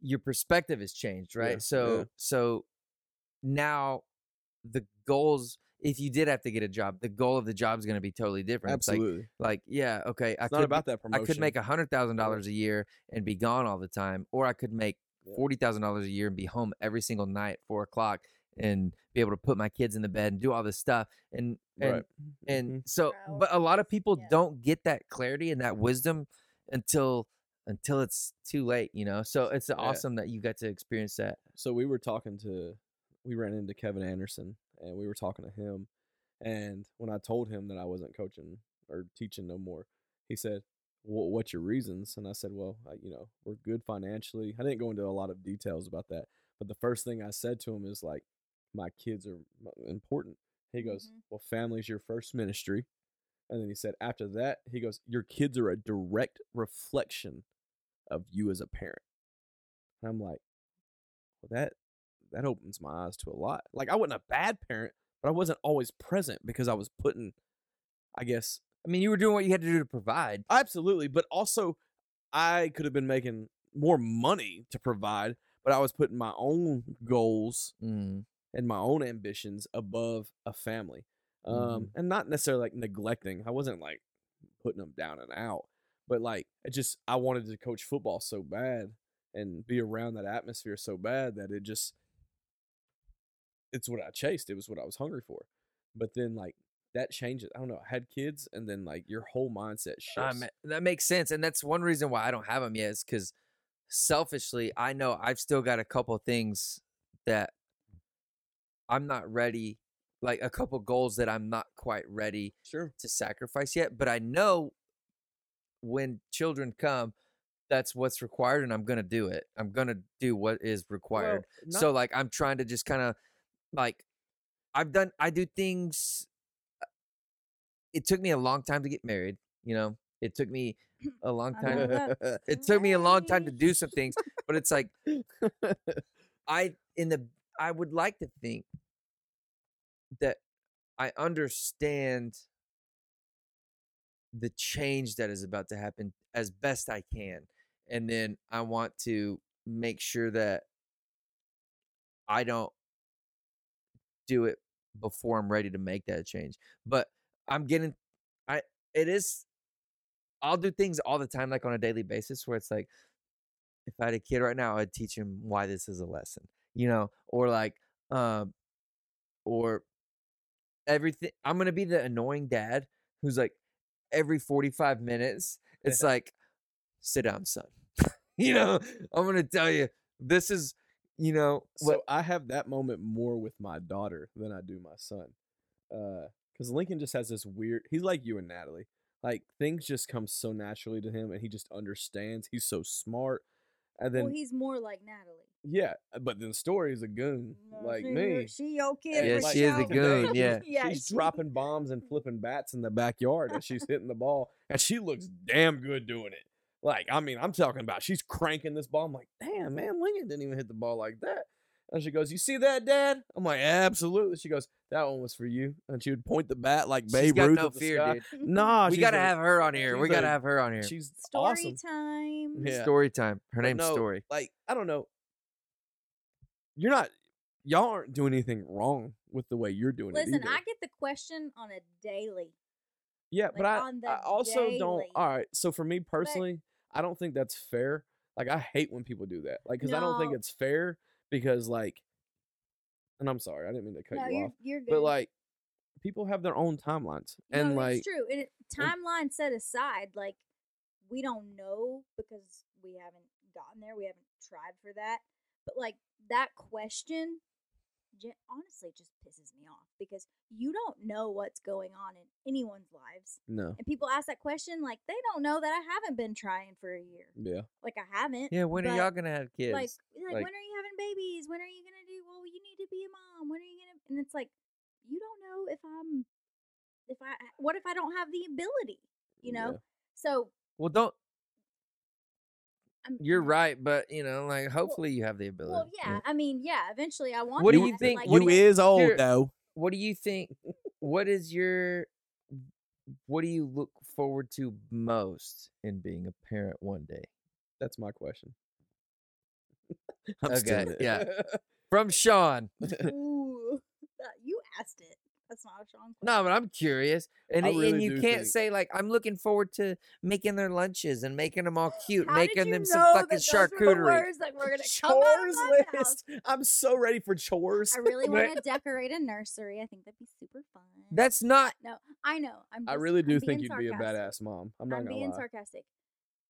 [SPEAKER 1] your perspective has changed right
[SPEAKER 2] yeah.
[SPEAKER 1] so so now the goals if you did have to get a job the goal of the job is going to be totally different It's like
[SPEAKER 2] Absolutely.
[SPEAKER 1] like yeah okay i
[SPEAKER 2] it's
[SPEAKER 1] could
[SPEAKER 2] not
[SPEAKER 1] be-
[SPEAKER 2] about that promotion.
[SPEAKER 1] I could make a hundred thousand dollars a year and be gone all the time, or I could make
[SPEAKER 2] Yeah.
[SPEAKER 1] forty thousand dollars a year and be home every single night at four o'clock and be able to put my kids in the bed and do all this stuff. And and
[SPEAKER 2] Right.
[SPEAKER 1] and
[SPEAKER 2] Mhm.
[SPEAKER 1] so,
[SPEAKER 3] Wow.
[SPEAKER 1] but a lot of people
[SPEAKER 3] Yeah.
[SPEAKER 1] don't get that clarity and that wisdom until until it's too late, you know. So it's awesome that you got to experience that.
[SPEAKER 2] so we were talking to we ran into Kevin Anderson and we were talking to him and when I told him that I wasn't coaching or teaching no more, he said, "Well, what's your reasons?" And I said, "Well, I, you know, we're good financially." I didn't go into a lot of details about that, but the first thing I said to him is like, "My kids are m- important." He goes,
[SPEAKER 3] Mhm.
[SPEAKER 2] "Well, family's your first ministry." And then he said, "After that, he goes, your kids are a direct reflection of you as a parent." And I'm like, well, that that opens my eyes to a lot. Like I wasn't a bad parent, but I wasn't always present because I was putting, I guess,
[SPEAKER 1] I mean, you were doing what you had to do to provide.
[SPEAKER 2] absolutely. But also, I could have been making more money to provide, but I was putting my own goals
[SPEAKER 1] Mm,
[SPEAKER 2] and my own ambitions above a family, um,
[SPEAKER 1] Mhm.
[SPEAKER 2] and not necessarily like neglecting. I wasn't like putting them down and out, but like it just I wanted to coach football so bad and be around that atmosphere so bad that it just it's what I chased. It was what I was hungry for. But then like that changes. I don't know. I had kids, and then like your whole mindset shifts.
[SPEAKER 1] I ma- that makes sense, and that's one reason why I don't have them yet is because selfishly, I know I've still got a couple things that I'm not ready, like a couple goals that I'm not quite ready
[SPEAKER 2] sure.
[SPEAKER 1] to sacrifice yet. But I know when children come, that's what's required, and I'm gonna do it. I'm gonna do what is required. so like I'm trying to just kind of like I've done I do things uh, it took me a long time to get married. You know, it took
[SPEAKER 3] *clears throat*
[SPEAKER 1] me a long
[SPEAKER 3] I
[SPEAKER 1] time.
[SPEAKER 3] know
[SPEAKER 1] *laughs*
[SPEAKER 3] that.
[SPEAKER 1] It took me a long time to do some things, but it's like I in the I would like to think that I understand the change that is about to happen as best I can. And then I want to make sure that I don't do it before I'm ready to make that change. But I'm getting I it is I'll do things all the time like on a daily basis where it's like if I had a kid right now, I'd teach him why this is a lesson. You know, or like um or everything I'm going to be the annoying dad who's like every 45 minutes it's like sit down son. *laughs* you know, I'm going to tell you this is you know what
[SPEAKER 2] So I have that moment more with my daughter than I do my son. Because Lincoln just has this weird, he's like you and Natalie. Like things just come so naturally to him and he just understands. He's so smart. And then,
[SPEAKER 3] well, he's more like Natalie.
[SPEAKER 2] yeah, but then Story's a goon
[SPEAKER 3] No,
[SPEAKER 2] like
[SPEAKER 3] she,
[SPEAKER 2] me.
[SPEAKER 3] She your kid.
[SPEAKER 1] Yeah,
[SPEAKER 3] for
[SPEAKER 1] she is a
[SPEAKER 3] sure.
[SPEAKER 1] goon, yeah.
[SPEAKER 3] *laughs* yeah
[SPEAKER 2] she's
[SPEAKER 3] she-
[SPEAKER 2] dropping
[SPEAKER 3] *laughs*
[SPEAKER 2] bombs and flipping bats in the backyard and she's hitting the ball and she looks damn good doing it. Like, I mean, I'm talking about she's cranking this ball. I'm like, damn, man, Lincoln didn't even hit the ball like that. And she goes, You see that, Dad? I'm like, Absolutely. She goes, That one was for you. And she would point the bat like Babe
[SPEAKER 1] She's got
[SPEAKER 2] Ruth.
[SPEAKER 1] no
[SPEAKER 2] at the
[SPEAKER 1] fear,
[SPEAKER 2] sky.
[SPEAKER 1] dude.
[SPEAKER 2] Nah,
[SPEAKER 1] we
[SPEAKER 2] Oh, she's
[SPEAKER 1] gotta
[SPEAKER 2] a-
[SPEAKER 1] have her on here. We
[SPEAKER 2] she's
[SPEAKER 1] gotta
[SPEAKER 2] a-
[SPEAKER 1] have her on here.
[SPEAKER 2] She's
[SPEAKER 3] Story
[SPEAKER 2] awesome. *laughs*
[SPEAKER 3] time.
[SPEAKER 2] Yeah.
[SPEAKER 1] Story time. Her
[SPEAKER 2] But
[SPEAKER 1] name's
[SPEAKER 2] no,
[SPEAKER 1] Story.
[SPEAKER 2] Like, I don't know. You're not, y'all aren't doing anything wrong with the way you're doing it.
[SPEAKER 3] Listen,
[SPEAKER 2] either.
[SPEAKER 3] I get the question on a daily.
[SPEAKER 2] Yeah, but
[SPEAKER 3] like,
[SPEAKER 2] I,
[SPEAKER 3] on the
[SPEAKER 2] I also don't.
[SPEAKER 3] daily.
[SPEAKER 2] All right, so for me personally, I don't think that's fair. Like I hate when people do that. Like because I don't think
[SPEAKER 3] No.
[SPEAKER 2] it's fair because like, and I'm sorry, I didn't mean to cut
[SPEAKER 3] no,
[SPEAKER 2] you
[SPEAKER 3] you're
[SPEAKER 2] off,
[SPEAKER 3] you're good.
[SPEAKER 2] but like people have their own timelines
[SPEAKER 3] No,
[SPEAKER 2] and
[SPEAKER 3] it's
[SPEAKER 2] like
[SPEAKER 3] true. And it, timeline set aside, like we don't know because we haven't gotten there. We haven't tried for that. But like that question, gen- honestly, just pisses me off because you don't know what's going on in anyone's lives.
[SPEAKER 2] no,
[SPEAKER 3] And people ask that question like they don't know that I haven't been trying for a year.
[SPEAKER 2] yeah,
[SPEAKER 3] Like I haven't.
[SPEAKER 1] Yeah, when
[SPEAKER 3] but,
[SPEAKER 1] are y'all gonna have kids?
[SPEAKER 3] Like, like,
[SPEAKER 1] like-
[SPEAKER 3] when are you having babies? When are you gonna do? Well, you need to be a mom. When are you gonna? And it's like, you don't know if I'm, if I, what if I don't have the ability? You know. So
[SPEAKER 1] well, don't.
[SPEAKER 3] I'm,
[SPEAKER 1] You're
[SPEAKER 3] I'm-
[SPEAKER 1] right, but you know, like, hopefully you have the ability.
[SPEAKER 3] Well, yeah. I mean, yeah. Eventually, I want.
[SPEAKER 1] What do
[SPEAKER 3] that,
[SPEAKER 1] you
[SPEAKER 3] but,
[SPEAKER 1] think-
[SPEAKER 3] like,
[SPEAKER 1] what do
[SPEAKER 3] but-
[SPEAKER 1] you-
[SPEAKER 2] is
[SPEAKER 1] old, Here-
[SPEAKER 2] though.
[SPEAKER 1] What do you think? *laughs* What is your? What do you look forward to most in being a parent one day?
[SPEAKER 2] That's my question. I'm
[SPEAKER 1] Okay,
[SPEAKER 2] *laughs* stealing it.
[SPEAKER 1] yeah. From Sean.
[SPEAKER 3] *laughs* Ooh, that- you asked it. That's not a Sean.
[SPEAKER 1] No, but I'm curious, and
[SPEAKER 2] I
[SPEAKER 1] it-
[SPEAKER 2] really
[SPEAKER 1] and you
[SPEAKER 2] do
[SPEAKER 1] can't
[SPEAKER 2] think-
[SPEAKER 1] say like I'm looking forward to making their lunches and making them all cute,
[SPEAKER 3] How did
[SPEAKER 1] making
[SPEAKER 3] you
[SPEAKER 1] them some
[SPEAKER 3] know
[SPEAKER 1] fucking
[SPEAKER 3] that those were the
[SPEAKER 1] charcuterie.
[SPEAKER 3] words that
[SPEAKER 1] *laughs*
[SPEAKER 3] were gonna come out of
[SPEAKER 2] chores
[SPEAKER 3] my mouth?
[SPEAKER 2] list. I'm so ready for chores. *laughs*
[SPEAKER 3] I really
[SPEAKER 1] Right.
[SPEAKER 3] want to decorate a nursery. I think that'd be super fun.
[SPEAKER 1] That's not
[SPEAKER 3] I know. I'm
[SPEAKER 2] I
[SPEAKER 3] just-
[SPEAKER 2] really
[SPEAKER 3] I'm
[SPEAKER 2] do
[SPEAKER 3] being
[SPEAKER 2] think you'd be a
[SPEAKER 3] sarcastic.
[SPEAKER 2] badass mom. I'm not
[SPEAKER 3] I'm
[SPEAKER 2] gonna
[SPEAKER 3] being
[SPEAKER 2] lie.
[SPEAKER 3] sarcastic.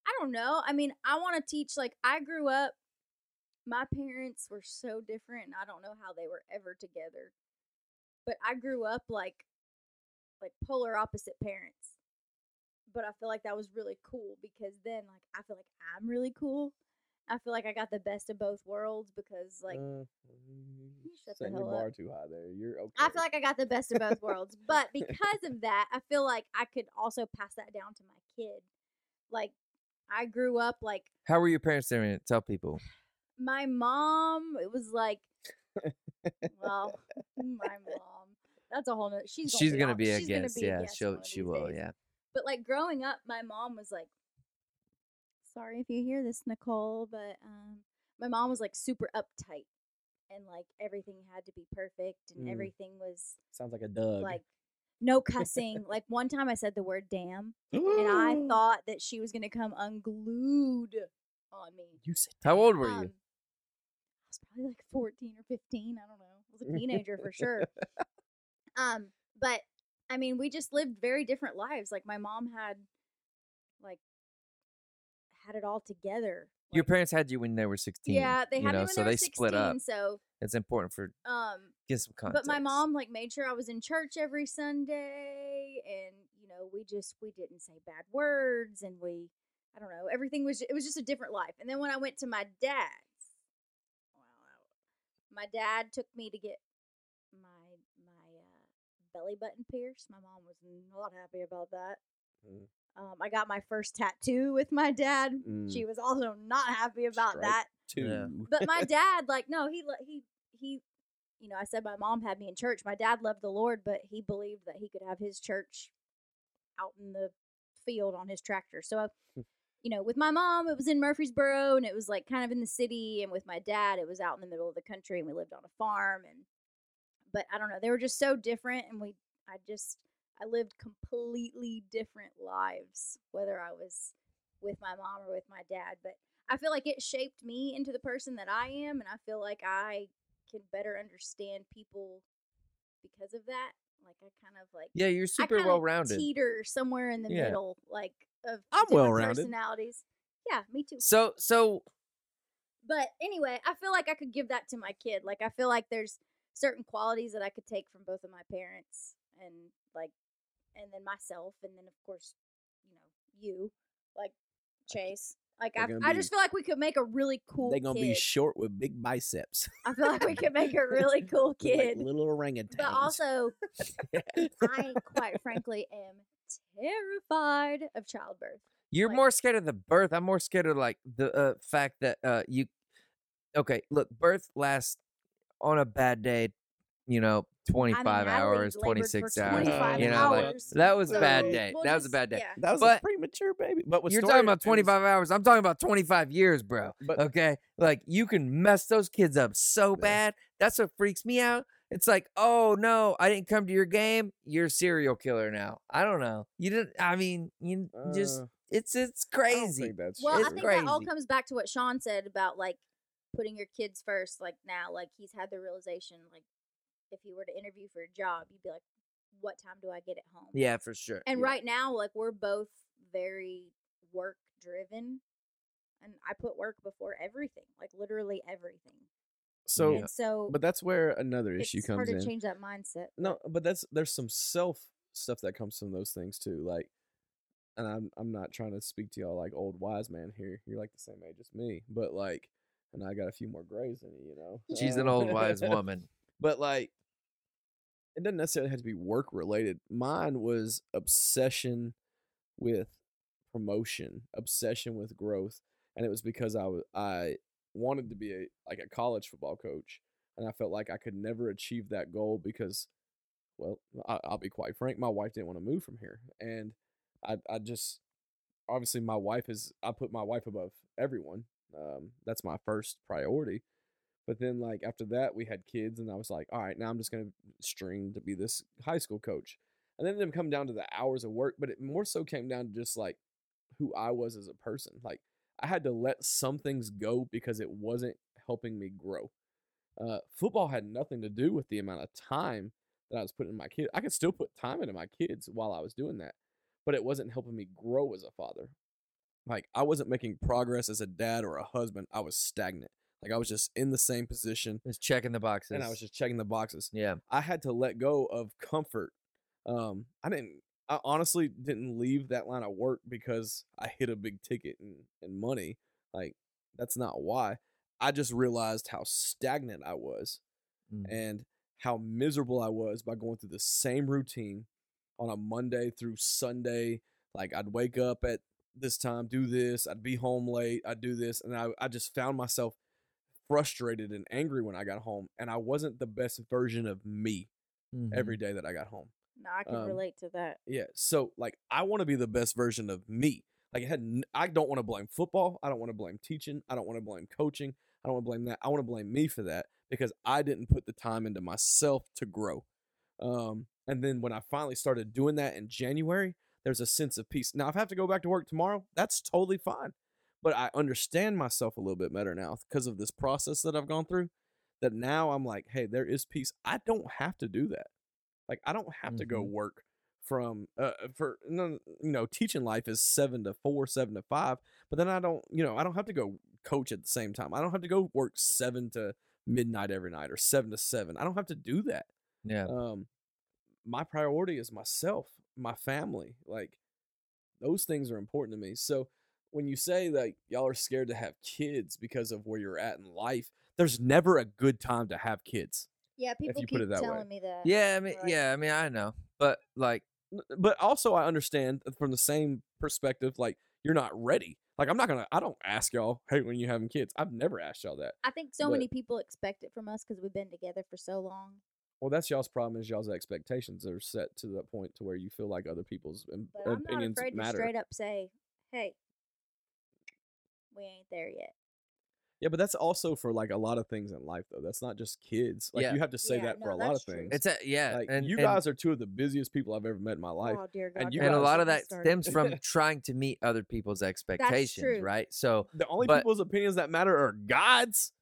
[SPEAKER 3] I don't know. I mean, I want to teach. Like, I grew up, my parents were so different, and I don't know how they were ever together. But I grew up like, like polar opposite parents. But I feel like that was really cool because then, like, I feel like I'm really cool. I feel like I got the best of both worlds because, like,
[SPEAKER 2] Uh, you
[SPEAKER 3] shut the
[SPEAKER 2] setting your
[SPEAKER 3] hell up.
[SPEAKER 2] bar too high there. You're okay.
[SPEAKER 3] I feel like I got the best of both worlds.
[SPEAKER 1] *laughs*
[SPEAKER 3] But because of that, I feel like I could also pass that down to my kid. Like I grew up like
[SPEAKER 1] how were your parents doing it? Tell people.
[SPEAKER 3] my mom, it was like
[SPEAKER 1] *laughs*
[SPEAKER 3] well, my mom. That's a whole nother she's gonna
[SPEAKER 1] She's
[SPEAKER 3] be,
[SPEAKER 1] gonna
[SPEAKER 3] on-
[SPEAKER 1] be a
[SPEAKER 3] she's gonna
[SPEAKER 1] guest.
[SPEAKER 3] be a
[SPEAKER 1] Yeah,
[SPEAKER 3] guest
[SPEAKER 1] she'll
[SPEAKER 3] one of
[SPEAKER 1] she
[SPEAKER 3] these
[SPEAKER 1] will.
[SPEAKER 3] days.
[SPEAKER 1] Yeah.
[SPEAKER 3] But like growing up, my mom was like, "Sorry if you hear this, Nicole," but um, my mom was like super uptight, and like everything had to be perfect, and
[SPEAKER 2] Mm.
[SPEAKER 3] everything was
[SPEAKER 2] sounds like a
[SPEAKER 1] *gasps* *laughs*
[SPEAKER 2] dug.
[SPEAKER 3] like no cussing. like one time I said the word damn and I thought that she was gonna come unglued on me.
[SPEAKER 2] you said
[SPEAKER 1] How old were
[SPEAKER 3] Um, I
[SPEAKER 1] you?
[SPEAKER 3] was probably like fourteen or fifteen, I don't know. I was a teenager for
[SPEAKER 1] *laughs*
[SPEAKER 3] sure. Um, but I mean we just lived very different lives. Like my mom had like had it all together.
[SPEAKER 1] Your
[SPEAKER 3] like-
[SPEAKER 1] parents had you when they were 16.
[SPEAKER 3] Yeah, they
[SPEAKER 1] you
[SPEAKER 3] had
[SPEAKER 1] know,
[SPEAKER 3] me when
[SPEAKER 1] so
[SPEAKER 3] they were sixteen,
[SPEAKER 1] split up.
[SPEAKER 3] so
[SPEAKER 1] It's important for
[SPEAKER 3] um
[SPEAKER 1] get some context.
[SPEAKER 3] but my mom like made sure I was in church every Sunday, and you know we just we didn't say bad words, and we I don't know everything was ju- it was just a different life. And then when I went to my dad's, well, I- my dad took me to get my my uh, belly button pierced. My mom was not happy about that.
[SPEAKER 2] Mm.
[SPEAKER 3] Um, I got my first tattoo with my dad.
[SPEAKER 2] Mm,
[SPEAKER 3] She was also not happy about
[SPEAKER 2] Strike.
[SPEAKER 3] that.
[SPEAKER 2] two.
[SPEAKER 1] Yeah.
[SPEAKER 3] But my dad, like, no, he le- he he, you know, I said my mom had me in church. My dad loved the Lord, but he believed that he could have his church out in the field on his tractor. So, I, you know, with my mom, it was in Murfreesboro, and it was like kind of in the city. And with my dad, it was out in the middle of the country, and we lived on a farm. And but I don't know, they were just so different, and we, I just, I lived completely different lives, whether I was with my mom or with my dad, but. I feel like it shaped me into the person that I am, and I feel like I can better understand people because of that. Like I kind of like
[SPEAKER 1] Yeah, you're
[SPEAKER 3] I
[SPEAKER 1] super
[SPEAKER 3] kinda
[SPEAKER 1] well rounded.
[SPEAKER 3] teeter somewhere in the
[SPEAKER 2] Yeah.
[SPEAKER 3] middle, like of
[SPEAKER 2] I'm
[SPEAKER 3] different
[SPEAKER 2] well-rounded.
[SPEAKER 3] personalities. Yeah, me too.
[SPEAKER 1] So so
[SPEAKER 3] But anyway, I feel like I could give that to my kid. Like I feel like there's certain qualities that I could take from both of my parents, and like, and then myself, and then of course, you know, you, like Chase. Like
[SPEAKER 2] They're
[SPEAKER 3] I,
[SPEAKER 2] gonna
[SPEAKER 3] I
[SPEAKER 2] be-
[SPEAKER 3] just feel like we could make a really cool.
[SPEAKER 2] They're gonna
[SPEAKER 3] kid.
[SPEAKER 2] be short with big biceps. *laughs*
[SPEAKER 3] I feel like we could make a really cool
[SPEAKER 2] They're like
[SPEAKER 3] kid.
[SPEAKER 2] little orangutans.
[SPEAKER 3] but
[SPEAKER 2] *laughs*
[SPEAKER 3] also, I quite frankly am terrified of childbirth.
[SPEAKER 1] you're
[SPEAKER 3] like-
[SPEAKER 1] more scared of the birth. I'm more scared of like the uh, fact that uh you Okay, look, birth lasts on a bad day, you know, 25
[SPEAKER 3] I
[SPEAKER 1] hours,
[SPEAKER 3] labored for
[SPEAKER 1] 26 hours.
[SPEAKER 3] 25
[SPEAKER 1] you know, like,
[SPEAKER 3] hours.
[SPEAKER 1] that was a bad
[SPEAKER 3] So-
[SPEAKER 1] day.
[SPEAKER 3] Well,
[SPEAKER 1] that was a
[SPEAKER 3] just-
[SPEAKER 1] bad day.
[SPEAKER 3] yeah.
[SPEAKER 2] that was a
[SPEAKER 1] but-
[SPEAKER 2] premature baby. But with
[SPEAKER 1] You're
[SPEAKER 2] Sawyer,
[SPEAKER 1] talking about
[SPEAKER 2] it was-
[SPEAKER 1] 25 hours. I'm talking about 25 years, bro.
[SPEAKER 2] But
[SPEAKER 1] Okay. Like you can mess those kids up so bad. That's what freaks me out. It's like, oh no, I didn't come to your game. You're a serial killer now. I don't know. You didn't. I mean, you just.
[SPEAKER 2] uh,
[SPEAKER 1] It's it's
[SPEAKER 2] I don't
[SPEAKER 1] crazy.
[SPEAKER 2] think that's
[SPEAKER 3] Well, I
[SPEAKER 1] It's
[SPEAKER 2] true.
[SPEAKER 3] think that all
[SPEAKER 1] crazy.
[SPEAKER 3] comes back to what Sean said about like putting your kids first. Like now, like he's had the realization, like if you were to interview for a job, you'd be like, "What time do I get at home?"
[SPEAKER 1] Yeah, for sure.
[SPEAKER 3] And
[SPEAKER 1] yeah.
[SPEAKER 3] right now, like we're both very work driven, and I put work before everything, like literally everything.
[SPEAKER 2] so. *laughs*
[SPEAKER 1] Yeah.
[SPEAKER 3] And so,
[SPEAKER 2] But that's where another issue
[SPEAKER 3] it's
[SPEAKER 2] comes
[SPEAKER 3] hard
[SPEAKER 2] in.
[SPEAKER 3] to change that mindset.
[SPEAKER 2] No, but that's there's some self stuff that comes from those things too. Like, and I'm I'm not trying to speak to y'all like old wise man here. You're like the same age as me, but like, and I got a few more grays in you, you know.
[SPEAKER 1] She's an
[SPEAKER 2] Uh,
[SPEAKER 1] old
[SPEAKER 2] *laughs*
[SPEAKER 1] wise woman.
[SPEAKER 2] but like, it doesn't necessarily have to be work related. Mine was obsession with promotion, obsession with growth, and it was because I wa- I wanted to be a like a college football coach, and I felt like I could never achieve that goal because, well, I, I'll be quite frank, my wife didn't want to move from here, and I I just obviously my wife is I put my wife above everyone. Um, that's my first priority. But then like after that we had kids and I was like, all right, now I'm just gonna string to be this high school coach. And then it come down to the hours of work, but it more so came down to just like who I was as a person. Like I had to let some things go because it wasn't helping me grow. Uh, football had nothing to do with the amount of time that I was putting in my kids. I could still put time into my kids while I was doing that, but it wasn't helping me grow as a father. Like I wasn't making progress as a dad or a husband. I was stagnant. Like I was just in the same position,
[SPEAKER 1] Just checking the boxes.
[SPEAKER 2] and I was just checking the boxes.
[SPEAKER 1] yeah.
[SPEAKER 2] I had to let go of comfort. Um, I didn't. I honestly didn't leave that line of work because I hit a big ticket and, and money. Like that's not why. I just realized how stagnant I was
[SPEAKER 1] Mm.
[SPEAKER 2] and how miserable I was by going through the same routine on a Monday through Sunday. Like I'd wake up at this time, do this, I'd be home late, I'd do this, and I, I just found myself frustrated and angry when I got home, and I wasn't the best version of me
[SPEAKER 1] mm-hmm,
[SPEAKER 2] every day that I got home.
[SPEAKER 3] No, I can
[SPEAKER 2] Um,
[SPEAKER 3] relate to that.
[SPEAKER 2] Yeah. So like I want to be the best version of me. Like it had n- I don't want to blame football. I don't want to blame teaching. I don't want to blame coaching. I don't want to blame that. I want to blame me for that because I didn't put the time into myself to grow. Um and then when I finally started doing that in January, there's a sense of peace. Now if I have to go back to work tomorrow, that's totally fine. But I understand myself a little bit better now because of this process that I've gone through that now I'm like, hey, there is peace. I don't have to do that. Like I don't have to go
[SPEAKER 1] Mhm.
[SPEAKER 2] work from uh for no you know teaching life is 7 to 4 7 to 5 but then I don't you know I don't have to go coach at the same time I don't have to go work 7 to midnight every night or 7 to 7 I don't have to do that
[SPEAKER 1] Yeah.
[SPEAKER 2] um my priority is myself my family like those things are important to me so when you say like y'all are scared to have kids because of where you're at in life there's never a good time to have kids
[SPEAKER 3] Yeah, people
[SPEAKER 2] you
[SPEAKER 3] keep
[SPEAKER 2] put it that way.
[SPEAKER 3] telling me that.
[SPEAKER 1] Yeah, I mean,
[SPEAKER 3] Right.
[SPEAKER 1] yeah, I mean, I know, but like,
[SPEAKER 2] N- But also, I understand from the same perspective. Like you're not ready. Like I'm not gonna. I don't ask y'all. Hey, when you having kids? I've never asked y'all that.
[SPEAKER 3] I think so
[SPEAKER 2] But-
[SPEAKER 3] many people expect it from us because we've been together for so long.
[SPEAKER 2] Well, that's y'all's problem. Is y'all's expectations are set to the point to where you feel like other people's im-
[SPEAKER 3] But I'm not
[SPEAKER 2] opinions
[SPEAKER 3] afraid to
[SPEAKER 2] matter.
[SPEAKER 3] straight up say, "Hey, we ain't there yet."
[SPEAKER 2] Yeah, but that's also for like a lot of things in life, though. That's not just kids. Like
[SPEAKER 1] Yeah.
[SPEAKER 2] you have to say
[SPEAKER 3] Yeah,
[SPEAKER 2] that for
[SPEAKER 3] no,
[SPEAKER 2] a lot of
[SPEAKER 3] that's true.
[SPEAKER 2] things.
[SPEAKER 1] it's a yeah,
[SPEAKER 2] like
[SPEAKER 1] and
[SPEAKER 2] you
[SPEAKER 1] and-
[SPEAKER 2] guys are two of the busiest people I've ever met in my life.
[SPEAKER 3] Oh dear God!
[SPEAKER 2] And you
[SPEAKER 3] don't
[SPEAKER 1] and a
[SPEAKER 2] *laughs*
[SPEAKER 3] get
[SPEAKER 1] lot
[SPEAKER 3] me
[SPEAKER 1] of that
[SPEAKER 3] started.
[SPEAKER 1] stems from trying to meet other people's expectations,
[SPEAKER 3] true.
[SPEAKER 1] right? So
[SPEAKER 2] The only
[SPEAKER 1] But-
[SPEAKER 2] people's opinions that matter are God's,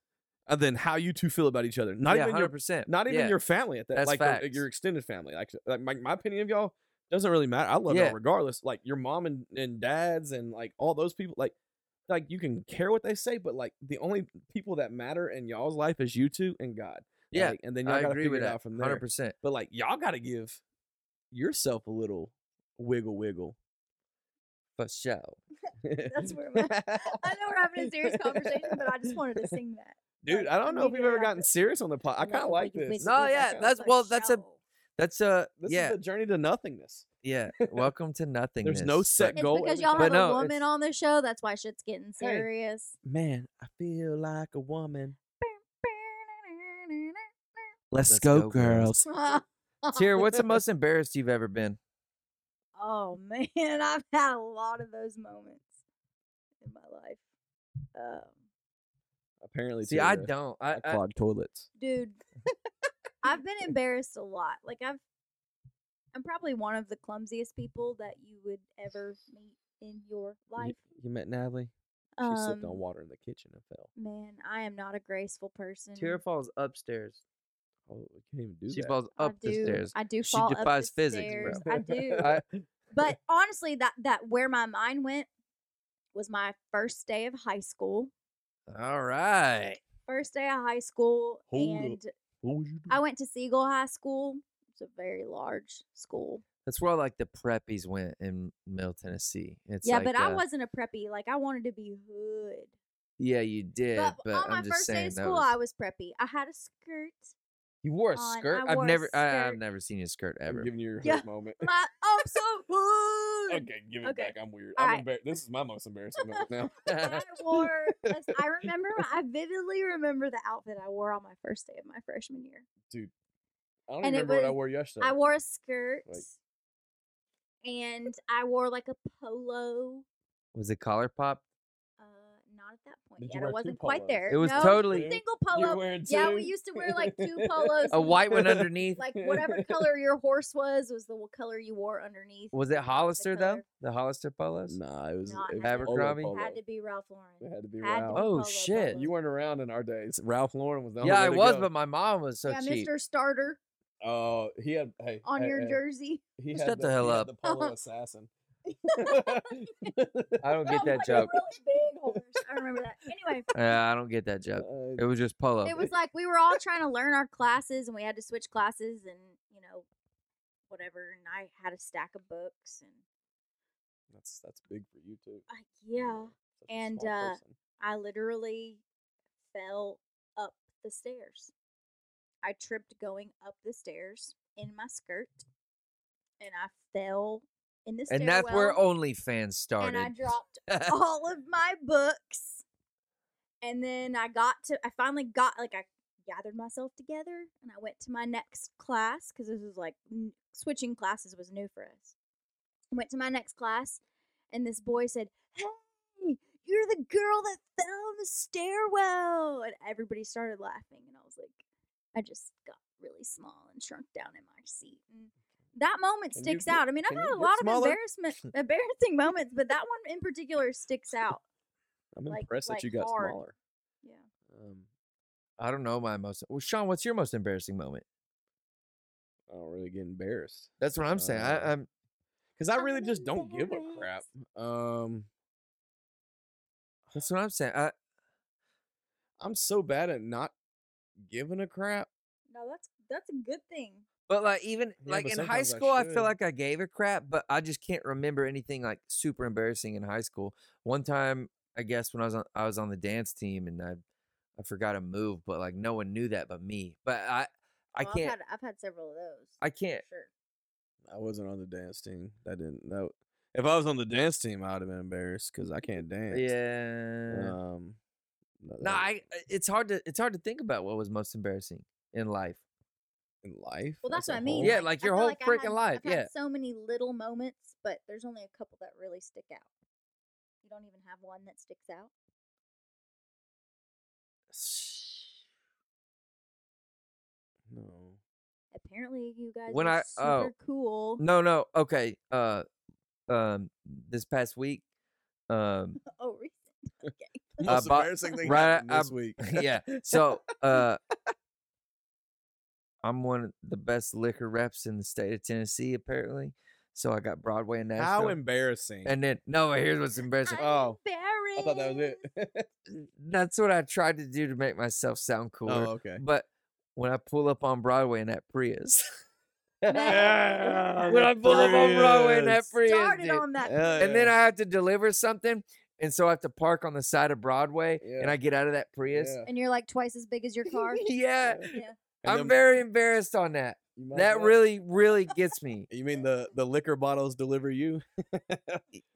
[SPEAKER 2] and then how you two feel about each other. Not
[SPEAKER 1] yeah,
[SPEAKER 2] even your,
[SPEAKER 1] 100%.
[SPEAKER 2] not even
[SPEAKER 1] yeah.
[SPEAKER 2] your family at that.
[SPEAKER 1] That's
[SPEAKER 2] like the,
[SPEAKER 1] facts.
[SPEAKER 2] your extended family. Like, like my, my opinion of y'all doesn't really matter. I love
[SPEAKER 1] Yeah.
[SPEAKER 2] y'all regardless. Like your mom and, and dads and like all those people. Like, like you can care what they say, but like the only people that matter in y'all's life is you two and God.
[SPEAKER 1] Yeah,
[SPEAKER 2] Like, and then y'all
[SPEAKER 1] I
[SPEAKER 2] gotta
[SPEAKER 1] agree
[SPEAKER 2] figure
[SPEAKER 1] with
[SPEAKER 2] it
[SPEAKER 1] that.
[SPEAKER 2] out from there.
[SPEAKER 1] 100%.
[SPEAKER 2] But like y'all gotta give yourself a little wiggle wiggle.
[SPEAKER 1] For sure.
[SPEAKER 2] *laughs*
[SPEAKER 3] That's where my- I know we're having a serious conversation, but I just wanted to sing that.
[SPEAKER 2] Dude,
[SPEAKER 3] Like,
[SPEAKER 2] I don't know if we've
[SPEAKER 3] immediately
[SPEAKER 2] ever
[SPEAKER 3] after-
[SPEAKER 2] gotten serious on the pod. I
[SPEAKER 3] And
[SPEAKER 2] kind of
[SPEAKER 3] the
[SPEAKER 2] like
[SPEAKER 3] wiggle,
[SPEAKER 2] this.
[SPEAKER 3] wiggle,
[SPEAKER 1] No,
[SPEAKER 3] wiggle,
[SPEAKER 1] yeah,
[SPEAKER 3] wiggle,
[SPEAKER 1] that's-
[SPEAKER 3] for
[SPEAKER 1] well, that's a-
[SPEAKER 3] sure.
[SPEAKER 1] That's a
[SPEAKER 2] This
[SPEAKER 1] yeah,
[SPEAKER 2] is the journey to nothingness.
[SPEAKER 1] yeah.
[SPEAKER 2] *laughs*
[SPEAKER 1] Welcome to nothingness.
[SPEAKER 2] There's no
[SPEAKER 1] but-
[SPEAKER 2] set
[SPEAKER 3] It's
[SPEAKER 2] goal.
[SPEAKER 3] because
[SPEAKER 2] every
[SPEAKER 3] y'all
[SPEAKER 2] time.
[SPEAKER 1] But
[SPEAKER 3] have
[SPEAKER 1] no,
[SPEAKER 3] a woman
[SPEAKER 1] it's-
[SPEAKER 3] on the show. That's why shit's getting serious.
[SPEAKER 2] Man, I feel like a woman.
[SPEAKER 1] Let's, go, girls. Tier,
[SPEAKER 3] *laughs* oh,
[SPEAKER 1] what's the most embarrassed you've ever been?
[SPEAKER 3] man, *laughs* I've had a lot of those moments in my life. Um,
[SPEAKER 2] Apparently,
[SPEAKER 1] See, I
[SPEAKER 2] Tara,
[SPEAKER 1] don't. I,
[SPEAKER 2] I
[SPEAKER 1] I
[SPEAKER 2] clog toilets.
[SPEAKER 3] dude, I've
[SPEAKER 1] *laughs*
[SPEAKER 3] been embarrassed a lot. Like I've, I'm probably one of the clumsiest people that you would ever meet in your
[SPEAKER 2] You-
[SPEAKER 3] life.
[SPEAKER 2] You, met Natalie. She slipped on
[SPEAKER 3] Um,
[SPEAKER 2] water in the kitchen and fell.
[SPEAKER 3] Man, I am not a graceful person.
[SPEAKER 1] Tara falls upstairs.
[SPEAKER 2] Oh, I can't even do
[SPEAKER 1] She
[SPEAKER 2] that.
[SPEAKER 1] falls
[SPEAKER 3] I
[SPEAKER 1] up the
[SPEAKER 3] do-
[SPEAKER 1] stairs.
[SPEAKER 3] I do
[SPEAKER 1] She
[SPEAKER 3] fall up
[SPEAKER 1] defies
[SPEAKER 3] the
[SPEAKER 1] physics, bro.
[SPEAKER 3] stairs.
[SPEAKER 2] *laughs*
[SPEAKER 1] *laughs*
[SPEAKER 3] I do.
[SPEAKER 1] I-
[SPEAKER 3] but honestly, that that where my mind went was my first day of high school.
[SPEAKER 1] All right.
[SPEAKER 3] First day of high school,
[SPEAKER 2] Hold up.
[SPEAKER 3] and
[SPEAKER 2] what would you do?
[SPEAKER 3] I went to Siegel High School. It's a very large school.
[SPEAKER 1] That's where all, like the preppies went in Middle Tennessee. It's
[SPEAKER 3] yeah,
[SPEAKER 1] like,
[SPEAKER 3] but I
[SPEAKER 1] uh,
[SPEAKER 3] wasn't a preppy. Like I wanted to be hood.
[SPEAKER 1] Yeah, you did, but,
[SPEAKER 3] on
[SPEAKER 1] I'm
[SPEAKER 3] my
[SPEAKER 1] just
[SPEAKER 3] first
[SPEAKER 1] saying
[SPEAKER 3] day of
[SPEAKER 1] that
[SPEAKER 3] school,
[SPEAKER 1] was-
[SPEAKER 3] I was preppy. I had
[SPEAKER 1] *laughs*
[SPEAKER 3] a skirt.
[SPEAKER 1] you wore a
[SPEAKER 3] on,
[SPEAKER 1] skirt.
[SPEAKER 3] I
[SPEAKER 1] I've
[SPEAKER 3] wore a
[SPEAKER 1] never, I, I've
[SPEAKER 3] skirt.
[SPEAKER 1] never seen you in a skirt
[SPEAKER 2] I'm
[SPEAKER 1] ever.
[SPEAKER 2] giving you your
[SPEAKER 3] Yeah.
[SPEAKER 2] hood moment. *laughs*
[SPEAKER 3] My, I'm so hood.
[SPEAKER 2] okay, give it
[SPEAKER 3] Okay.
[SPEAKER 2] back. I'm weird.
[SPEAKER 3] All
[SPEAKER 2] I'm
[SPEAKER 3] right.
[SPEAKER 2] embar- This is my most embarrassing moment now.
[SPEAKER 3] I
[SPEAKER 1] *laughs*
[SPEAKER 3] wore. a- I remember. I vividly remember the outfit I wore on my first day of my freshman year.
[SPEAKER 2] I don't
[SPEAKER 3] And it
[SPEAKER 2] remember what I
[SPEAKER 3] was-
[SPEAKER 2] wore yesterday.
[SPEAKER 3] I wore a skirt,
[SPEAKER 2] like-
[SPEAKER 3] and I wore like a polo.
[SPEAKER 1] was it collar
[SPEAKER 2] *laughs*
[SPEAKER 1] pop?
[SPEAKER 3] Uh, not at that point
[SPEAKER 2] Did you
[SPEAKER 3] yet.
[SPEAKER 2] wear
[SPEAKER 3] I
[SPEAKER 2] two
[SPEAKER 3] wasn't quite
[SPEAKER 2] polos?
[SPEAKER 3] there.
[SPEAKER 1] It was
[SPEAKER 3] No,
[SPEAKER 1] totally *laughs*
[SPEAKER 2] Two?
[SPEAKER 3] single
[SPEAKER 2] You were
[SPEAKER 3] polo.
[SPEAKER 2] wearing
[SPEAKER 3] Yeah, we
[SPEAKER 2] two?
[SPEAKER 3] used to wear
[SPEAKER 2] *laughs*
[SPEAKER 3] like two polos.
[SPEAKER 1] a
[SPEAKER 3] and
[SPEAKER 1] white
[SPEAKER 3] *laughs*
[SPEAKER 1] one *laughs* underneath.
[SPEAKER 3] Like whatever color your horse was was the w- color you wore underneath.
[SPEAKER 1] Was it Hollister though?
[SPEAKER 3] color.
[SPEAKER 1] The Hollister polos?
[SPEAKER 2] Nah, it was,
[SPEAKER 3] Not
[SPEAKER 2] it was
[SPEAKER 3] had to be-
[SPEAKER 1] Abercrombie?
[SPEAKER 2] Polo,
[SPEAKER 3] Had
[SPEAKER 2] polo.
[SPEAKER 3] to be Ralph
[SPEAKER 2] It
[SPEAKER 3] Lauren.
[SPEAKER 2] had to be
[SPEAKER 3] Had to be
[SPEAKER 2] Ralph.
[SPEAKER 1] Oh,
[SPEAKER 3] polo,
[SPEAKER 1] shit.
[SPEAKER 3] polo.
[SPEAKER 2] You weren't around in our days. Ralph Lauren was the only
[SPEAKER 1] yeah,
[SPEAKER 2] way
[SPEAKER 1] I
[SPEAKER 2] to
[SPEAKER 1] was,
[SPEAKER 2] go.
[SPEAKER 1] but my mom was so
[SPEAKER 3] yeah,
[SPEAKER 1] cheap. uh,
[SPEAKER 3] Mr. Starter
[SPEAKER 2] Oh, he had hey
[SPEAKER 3] on
[SPEAKER 2] hey,
[SPEAKER 3] your
[SPEAKER 2] hey,
[SPEAKER 1] *laughs*
[SPEAKER 3] jersey.
[SPEAKER 2] He had
[SPEAKER 1] Shut the hell
[SPEAKER 2] he had
[SPEAKER 1] up.
[SPEAKER 2] the
[SPEAKER 3] *laughs*
[SPEAKER 2] polo assassin.
[SPEAKER 1] I
[SPEAKER 2] *laughs*
[SPEAKER 1] don't get
[SPEAKER 3] Oh,
[SPEAKER 1] that
[SPEAKER 3] like a
[SPEAKER 1] joke.
[SPEAKER 3] really big horse. I remember that. Anyway,
[SPEAKER 1] *laughs* Yeah, I don't get that joke.
[SPEAKER 2] Uh,
[SPEAKER 1] It was just polo.
[SPEAKER 3] it was like we were all trying to learn our classes and we had to switch classes and you know whatever and i had a stack of books and
[SPEAKER 2] that's that's big for you too.
[SPEAKER 3] like yeah
[SPEAKER 2] Such a
[SPEAKER 3] And,
[SPEAKER 2] small
[SPEAKER 3] uh,
[SPEAKER 2] person.
[SPEAKER 3] i literally fell up the stairs i tripped going up the stairs in my skirt and i fell in the stairwell
[SPEAKER 1] and that's where OnlyFans started.
[SPEAKER 3] and Oh. i
[SPEAKER 1] *laughs*
[SPEAKER 3] dropped all of my books and then i got to i finally got like i gathered myself together and i went to my next class because this was like n- switching classes was new for us I went to my next class and this boy said hey you're the girl that fell in the stairwell and everybody started laughing and i was like i just got really small and shrunk down in my seat and that moment
[SPEAKER 2] Can you
[SPEAKER 3] sticks
[SPEAKER 2] get-
[SPEAKER 3] out i mean i've
[SPEAKER 2] can
[SPEAKER 3] had
[SPEAKER 2] you
[SPEAKER 3] a
[SPEAKER 2] get
[SPEAKER 3] lot of
[SPEAKER 2] smaller?
[SPEAKER 3] embarrassment
[SPEAKER 2] *laughs*
[SPEAKER 3] embarrassing moments but that one in particular sticks out
[SPEAKER 2] I'm
[SPEAKER 3] like-
[SPEAKER 2] impressed
[SPEAKER 3] like
[SPEAKER 2] that you got
[SPEAKER 3] hard.
[SPEAKER 2] smaller.
[SPEAKER 3] yeah
[SPEAKER 2] Um,
[SPEAKER 1] I don't know my most. Well, Sean, what's your most embarrassing moment?
[SPEAKER 2] I don't really get embarrassed
[SPEAKER 1] That's what I'm saying. I,
[SPEAKER 2] Uh,
[SPEAKER 1] I'm
[SPEAKER 2] because I
[SPEAKER 3] I'm
[SPEAKER 2] really just don't give a crap.
[SPEAKER 3] embarrassed.
[SPEAKER 2] Um,
[SPEAKER 1] that's what I'm saying. I,
[SPEAKER 2] I'm so bad at not giving a crap.
[SPEAKER 3] no that's that's a good thing
[SPEAKER 1] but like even
[SPEAKER 2] Yeah,
[SPEAKER 1] like
[SPEAKER 2] but
[SPEAKER 1] in high
[SPEAKER 2] sometimes I
[SPEAKER 1] school, I,
[SPEAKER 2] should.
[SPEAKER 1] feel like I gave a crap, but I just can't remember anything like super embarrassing in high school. One time, I guess when I was on, I was on the dance team and I I forgot a move, but like no one knew that but me. But I I
[SPEAKER 3] Well,
[SPEAKER 1] can't.
[SPEAKER 3] I've had, I've had several of those.
[SPEAKER 1] I
[SPEAKER 3] for
[SPEAKER 1] can't.
[SPEAKER 3] Sure.
[SPEAKER 2] I wasn't on the dance team. That didn't. That, if I was on the dance team, I would have been embarrassed because I can't dance.
[SPEAKER 1] Yeah.
[SPEAKER 2] Um. No,
[SPEAKER 1] no,
[SPEAKER 2] that-
[SPEAKER 1] I. uh, It's hard to. It's hard to think about what was most embarrassing in life.
[SPEAKER 2] in life.
[SPEAKER 3] Well, that's
[SPEAKER 2] as a
[SPEAKER 3] what I mean.
[SPEAKER 2] whole?
[SPEAKER 1] Yeah, like your
[SPEAKER 3] I feel
[SPEAKER 1] whole
[SPEAKER 3] like I
[SPEAKER 1] freaking
[SPEAKER 3] had-
[SPEAKER 1] life,
[SPEAKER 3] I've had
[SPEAKER 1] yeah.
[SPEAKER 3] so many little moments, but there's only a couple that really stick out. You don't even have one that sticks out.
[SPEAKER 2] No.
[SPEAKER 3] Apparently, you guys
[SPEAKER 1] When
[SPEAKER 3] are
[SPEAKER 1] I- oh.
[SPEAKER 3] super cool.
[SPEAKER 1] No, no. Okay. Uh, um, this past week,
[SPEAKER 2] *laughs*
[SPEAKER 1] um,
[SPEAKER 3] *laughs*
[SPEAKER 1] *laughs*
[SPEAKER 3] Oh, recent. Okay.
[SPEAKER 2] Most
[SPEAKER 1] but-
[SPEAKER 2] embarrassing thing
[SPEAKER 1] right,
[SPEAKER 2] happened
[SPEAKER 1] I-
[SPEAKER 2] this *laughs* week.
[SPEAKER 1] yeah. So, uh, I'm one of the best liquor reps in the state of Tennessee, apparently. So I got Broadway and Nashville.
[SPEAKER 2] How embarrassing.
[SPEAKER 1] and then no, but here's what's
[SPEAKER 2] *laughs*
[SPEAKER 1] embarrassing.
[SPEAKER 3] I'm
[SPEAKER 2] Oh,
[SPEAKER 3] embarrassed.
[SPEAKER 2] I thought that was
[SPEAKER 1] *laughs*
[SPEAKER 2] it. *laughs*
[SPEAKER 1] That's what I tried to do to make myself sound cooler.
[SPEAKER 2] oh, *laughs* okay.
[SPEAKER 1] But when I pull up on Broadway in that Prius, *laughs*
[SPEAKER 3] Yeah,
[SPEAKER 1] when I pull up on Broadway in that Prius,
[SPEAKER 3] Started
[SPEAKER 1] dude,
[SPEAKER 3] on
[SPEAKER 1] *laughs*
[SPEAKER 3] that.
[SPEAKER 1] and then I have to deliver something, and so I have to park on the side of Broadway, and
[SPEAKER 2] Yeah.
[SPEAKER 1] I get out of that Prius. *laughs*
[SPEAKER 3] And you're like twice as big as your car. *laughs*
[SPEAKER 1] Yeah,
[SPEAKER 3] yeah.
[SPEAKER 1] I'm very embarrassed on that. That really, really gets *laughs* me.
[SPEAKER 2] You mean the the liquor bottles deliver you?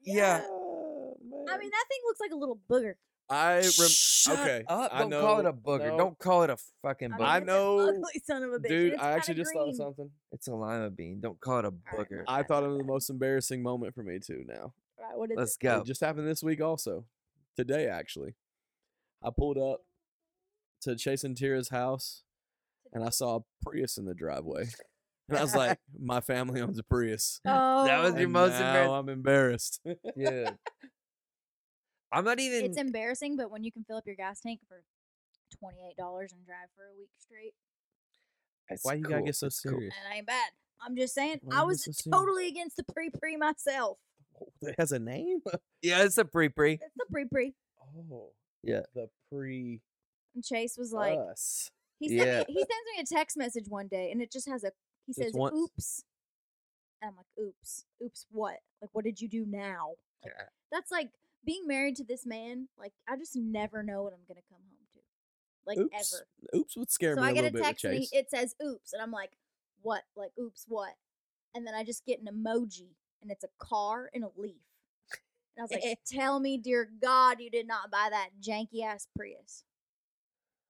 [SPEAKER 1] yeah.
[SPEAKER 2] Ah,
[SPEAKER 3] I
[SPEAKER 1] *laughs*
[SPEAKER 3] mean, that thing looks like a little booger. *laughs*
[SPEAKER 2] I rem-
[SPEAKER 1] Shut
[SPEAKER 2] okay,
[SPEAKER 1] up.
[SPEAKER 2] I
[SPEAKER 1] Don't call it
[SPEAKER 2] know-
[SPEAKER 1] a booger.
[SPEAKER 2] no.
[SPEAKER 1] Don't call it a fucking
[SPEAKER 3] I,
[SPEAKER 1] booger.
[SPEAKER 3] mean,
[SPEAKER 2] I
[SPEAKER 3] it's an
[SPEAKER 1] Oh,
[SPEAKER 2] know-
[SPEAKER 3] *laughs* ugly son of a bitch.
[SPEAKER 2] dude,
[SPEAKER 3] It's
[SPEAKER 2] I actually
[SPEAKER 3] kinda
[SPEAKER 2] just
[SPEAKER 3] green.
[SPEAKER 2] thought of something.
[SPEAKER 1] It's a lima bean. Don't call it a
[SPEAKER 3] Alright,
[SPEAKER 1] booger.
[SPEAKER 3] my
[SPEAKER 2] I
[SPEAKER 3] bad,
[SPEAKER 2] thought
[SPEAKER 3] my
[SPEAKER 2] of the
[SPEAKER 3] bad.
[SPEAKER 2] most embarrassing moment for me too. Now
[SPEAKER 3] Right, what is
[SPEAKER 1] Let's
[SPEAKER 3] it?
[SPEAKER 1] go.
[SPEAKER 2] it just happened this week, also today actually. I pulled up to Chase and Tira's house, and I saw a Prius in the driveway, and I
[SPEAKER 1] *laughs*
[SPEAKER 2] was like, "My family owns a Prius."
[SPEAKER 3] Oh,
[SPEAKER 1] That was your
[SPEAKER 2] And
[SPEAKER 1] most
[SPEAKER 2] now I'm embarrassed. *laughs*
[SPEAKER 1] Yeah. I'm not even.
[SPEAKER 3] it's embarrassing, but when you can fill up your gas tank for twenty eight dollars and drive for a week straight,
[SPEAKER 1] It's
[SPEAKER 2] Why you gotta
[SPEAKER 1] cool.
[SPEAKER 2] get so
[SPEAKER 1] It's cool.
[SPEAKER 2] serious?
[SPEAKER 3] that ain't bad. I'm just saying,
[SPEAKER 2] Why
[SPEAKER 3] I
[SPEAKER 2] you
[SPEAKER 3] was
[SPEAKER 2] so serious?
[SPEAKER 3] totally against the pre pre myself.
[SPEAKER 2] It has a name.
[SPEAKER 1] Yeah, it's a pre pre.
[SPEAKER 3] It's the pre pre.
[SPEAKER 2] Oh,
[SPEAKER 1] Yeah.
[SPEAKER 2] the pre
[SPEAKER 3] And Chase was like,
[SPEAKER 2] us.
[SPEAKER 3] he sent
[SPEAKER 1] yeah.
[SPEAKER 3] me, he sends me a text message one day, and it just has a he
[SPEAKER 2] Just
[SPEAKER 3] says,
[SPEAKER 2] once?
[SPEAKER 3] "Oops," and I'm like, "Oops, oops, what? Like, what did you do now?" Like,
[SPEAKER 1] Yeah.
[SPEAKER 3] That's like being married to this man. Like, I just never know what I'm gonna come home to, like
[SPEAKER 2] Oops.
[SPEAKER 3] ever.
[SPEAKER 2] Oops would scare
[SPEAKER 3] So
[SPEAKER 2] me
[SPEAKER 3] I
[SPEAKER 2] a
[SPEAKER 3] get
[SPEAKER 2] little bit
[SPEAKER 3] a
[SPEAKER 2] with
[SPEAKER 3] text and he,
[SPEAKER 2] Chase.
[SPEAKER 3] it says oops and I'm like, what? Like oops what? And then I just get an emoji and it's a car and a leaf. And I was
[SPEAKER 2] *laughs*
[SPEAKER 3] like, tell me, dear God, you did not buy that janky ass Prius.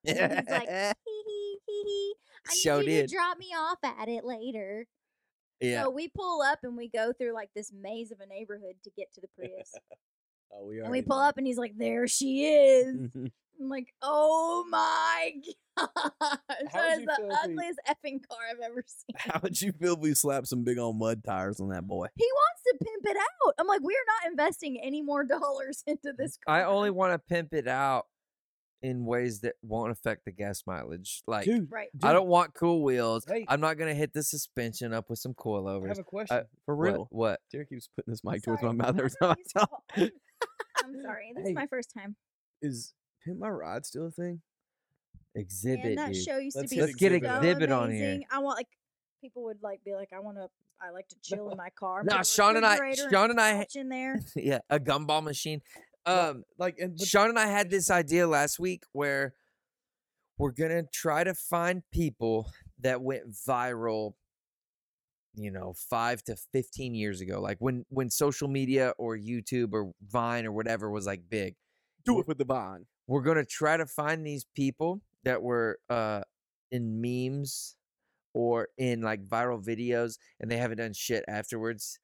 [SPEAKER 3] And he's
[SPEAKER 1] *laughs*
[SPEAKER 2] *laughs*
[SPEAKER 3] like, hee hee hee hee. I need
[SPEAKER 1] Show
[SPEAKER 3] you
[SPEAKER 1] did.
[SPEAKER 3] to drop me off at it later.
[SPEAKER 1] yeah.
[SPEAKER 3] So we pull up and we go through like this maze of a neighborhood to get
[SPEAKER 2] *laughs*
[SPEAKER 3] to the Prius.
[SPEAKER 2] oh, we
[SPEAKER 3] and we
[SPEAKER 2] already
[SPEAKER 3] pull
[SPEAKER 2] know.
[SPEAKER 3] up and he's like, there she is.
[SPEAKER 2] *laughs* Mhm.
[SPEAKER 3] I'm like, oh my *laughs* god,
[SPEAKER 2] How
[SPEAKER 3] that
[SPEAKER 2] would
[SPEAKER 3] is
[SPEAKER 2] you
[SPEAKER 3] the
[SPEAKER 2] feel if he-
[SPEAKER 3] ugliest effing car I've ever seen.
[SPEAKER 2] *laughs* How would you feel if we slapped some big old mud tires on that boy?
[SPEAKER 3] He wants to pimp it out. I'm like, we are not investing any more *laughs* dollars into this car.
[SPEAKER 1] I only want to pimp it out in ways that won't affect the gas mileage. Like,
[SPEAKER 2] dude,
[SPEAKER 3] right.
[SPEAKER 1] I don't want cool wheels.
[SPEAKER 2] Hey.
[SPEAKER 1] I'm not gonna hit the suspension up with some
[SPEAKER 2] I
[SPEAKER 1] coilovers.
[SPEAKER 2] have a question. For
[SPEAKER 1] What-
[SPEAKER 2] real.
[SPEAKER 1] What?
[SPEAKER 2] Derek keeps putting his mic towards
[SPEAKER 3] Sorry,
[SPEAKER 2] my mouth every
[SPEAKER 1] *laughs*
[SPEAKER 2] time
[SPEAKER 3] I'm not
[SPEAKER 2] I
[SPEAKER 3] used to
[SPEAKER 2] talk.
[SPEAKER 3] all- I'm- *laughs* I'm sorry. This
[SPEAKER 2] Hey.
[SPEAKER 3] is my first time.
[SPEAKER 2] Is Pimp My Ride still a thing?
[SPEAKER 1] Exhibit.
[SPEAKER 3] And that
[SPEAKER 1] dude.
[SPEAKER 3] show used
[SPEAKER 2] Let's
[SPEAKER 3] to be
[SPEAKER 2] hit
[SPEAKER 3] so
[SPEAKER 2] exhibit. Let's get
[SPEAKER 1] exhibit on here.
[SPEAKER 3] amazing. I want like people would like be like, I want to. I like to chill in my car.
[SPEAKER 1] Nah,
[SPEAKER 3] put a
[SPEAKER 1] Sean and I-
[SPEAKER 3] refrigerator
[SPEAKER 1] Sean and I- *laughs*
[SPEAKER 3] couch in there.
[SPEAKER 1] yeah, a gumball machine.
[SPEAKER 2] Well,
[SPEAKER 1] Um,
[SPEAKER 2] Like, and but
[SPEAKER 1] Sean and I had this idea last week where we're gonna try to find people that went viral, you know, five to fifteen years ago, like when when social media or YouTube or Vine or whatever was like big.
[SPEAKER 2] do it with the bond.
[SPEAKER 1] We're gonna try to find these people that were uh in memes or in like viral videos, and they haven't done shit afterwards.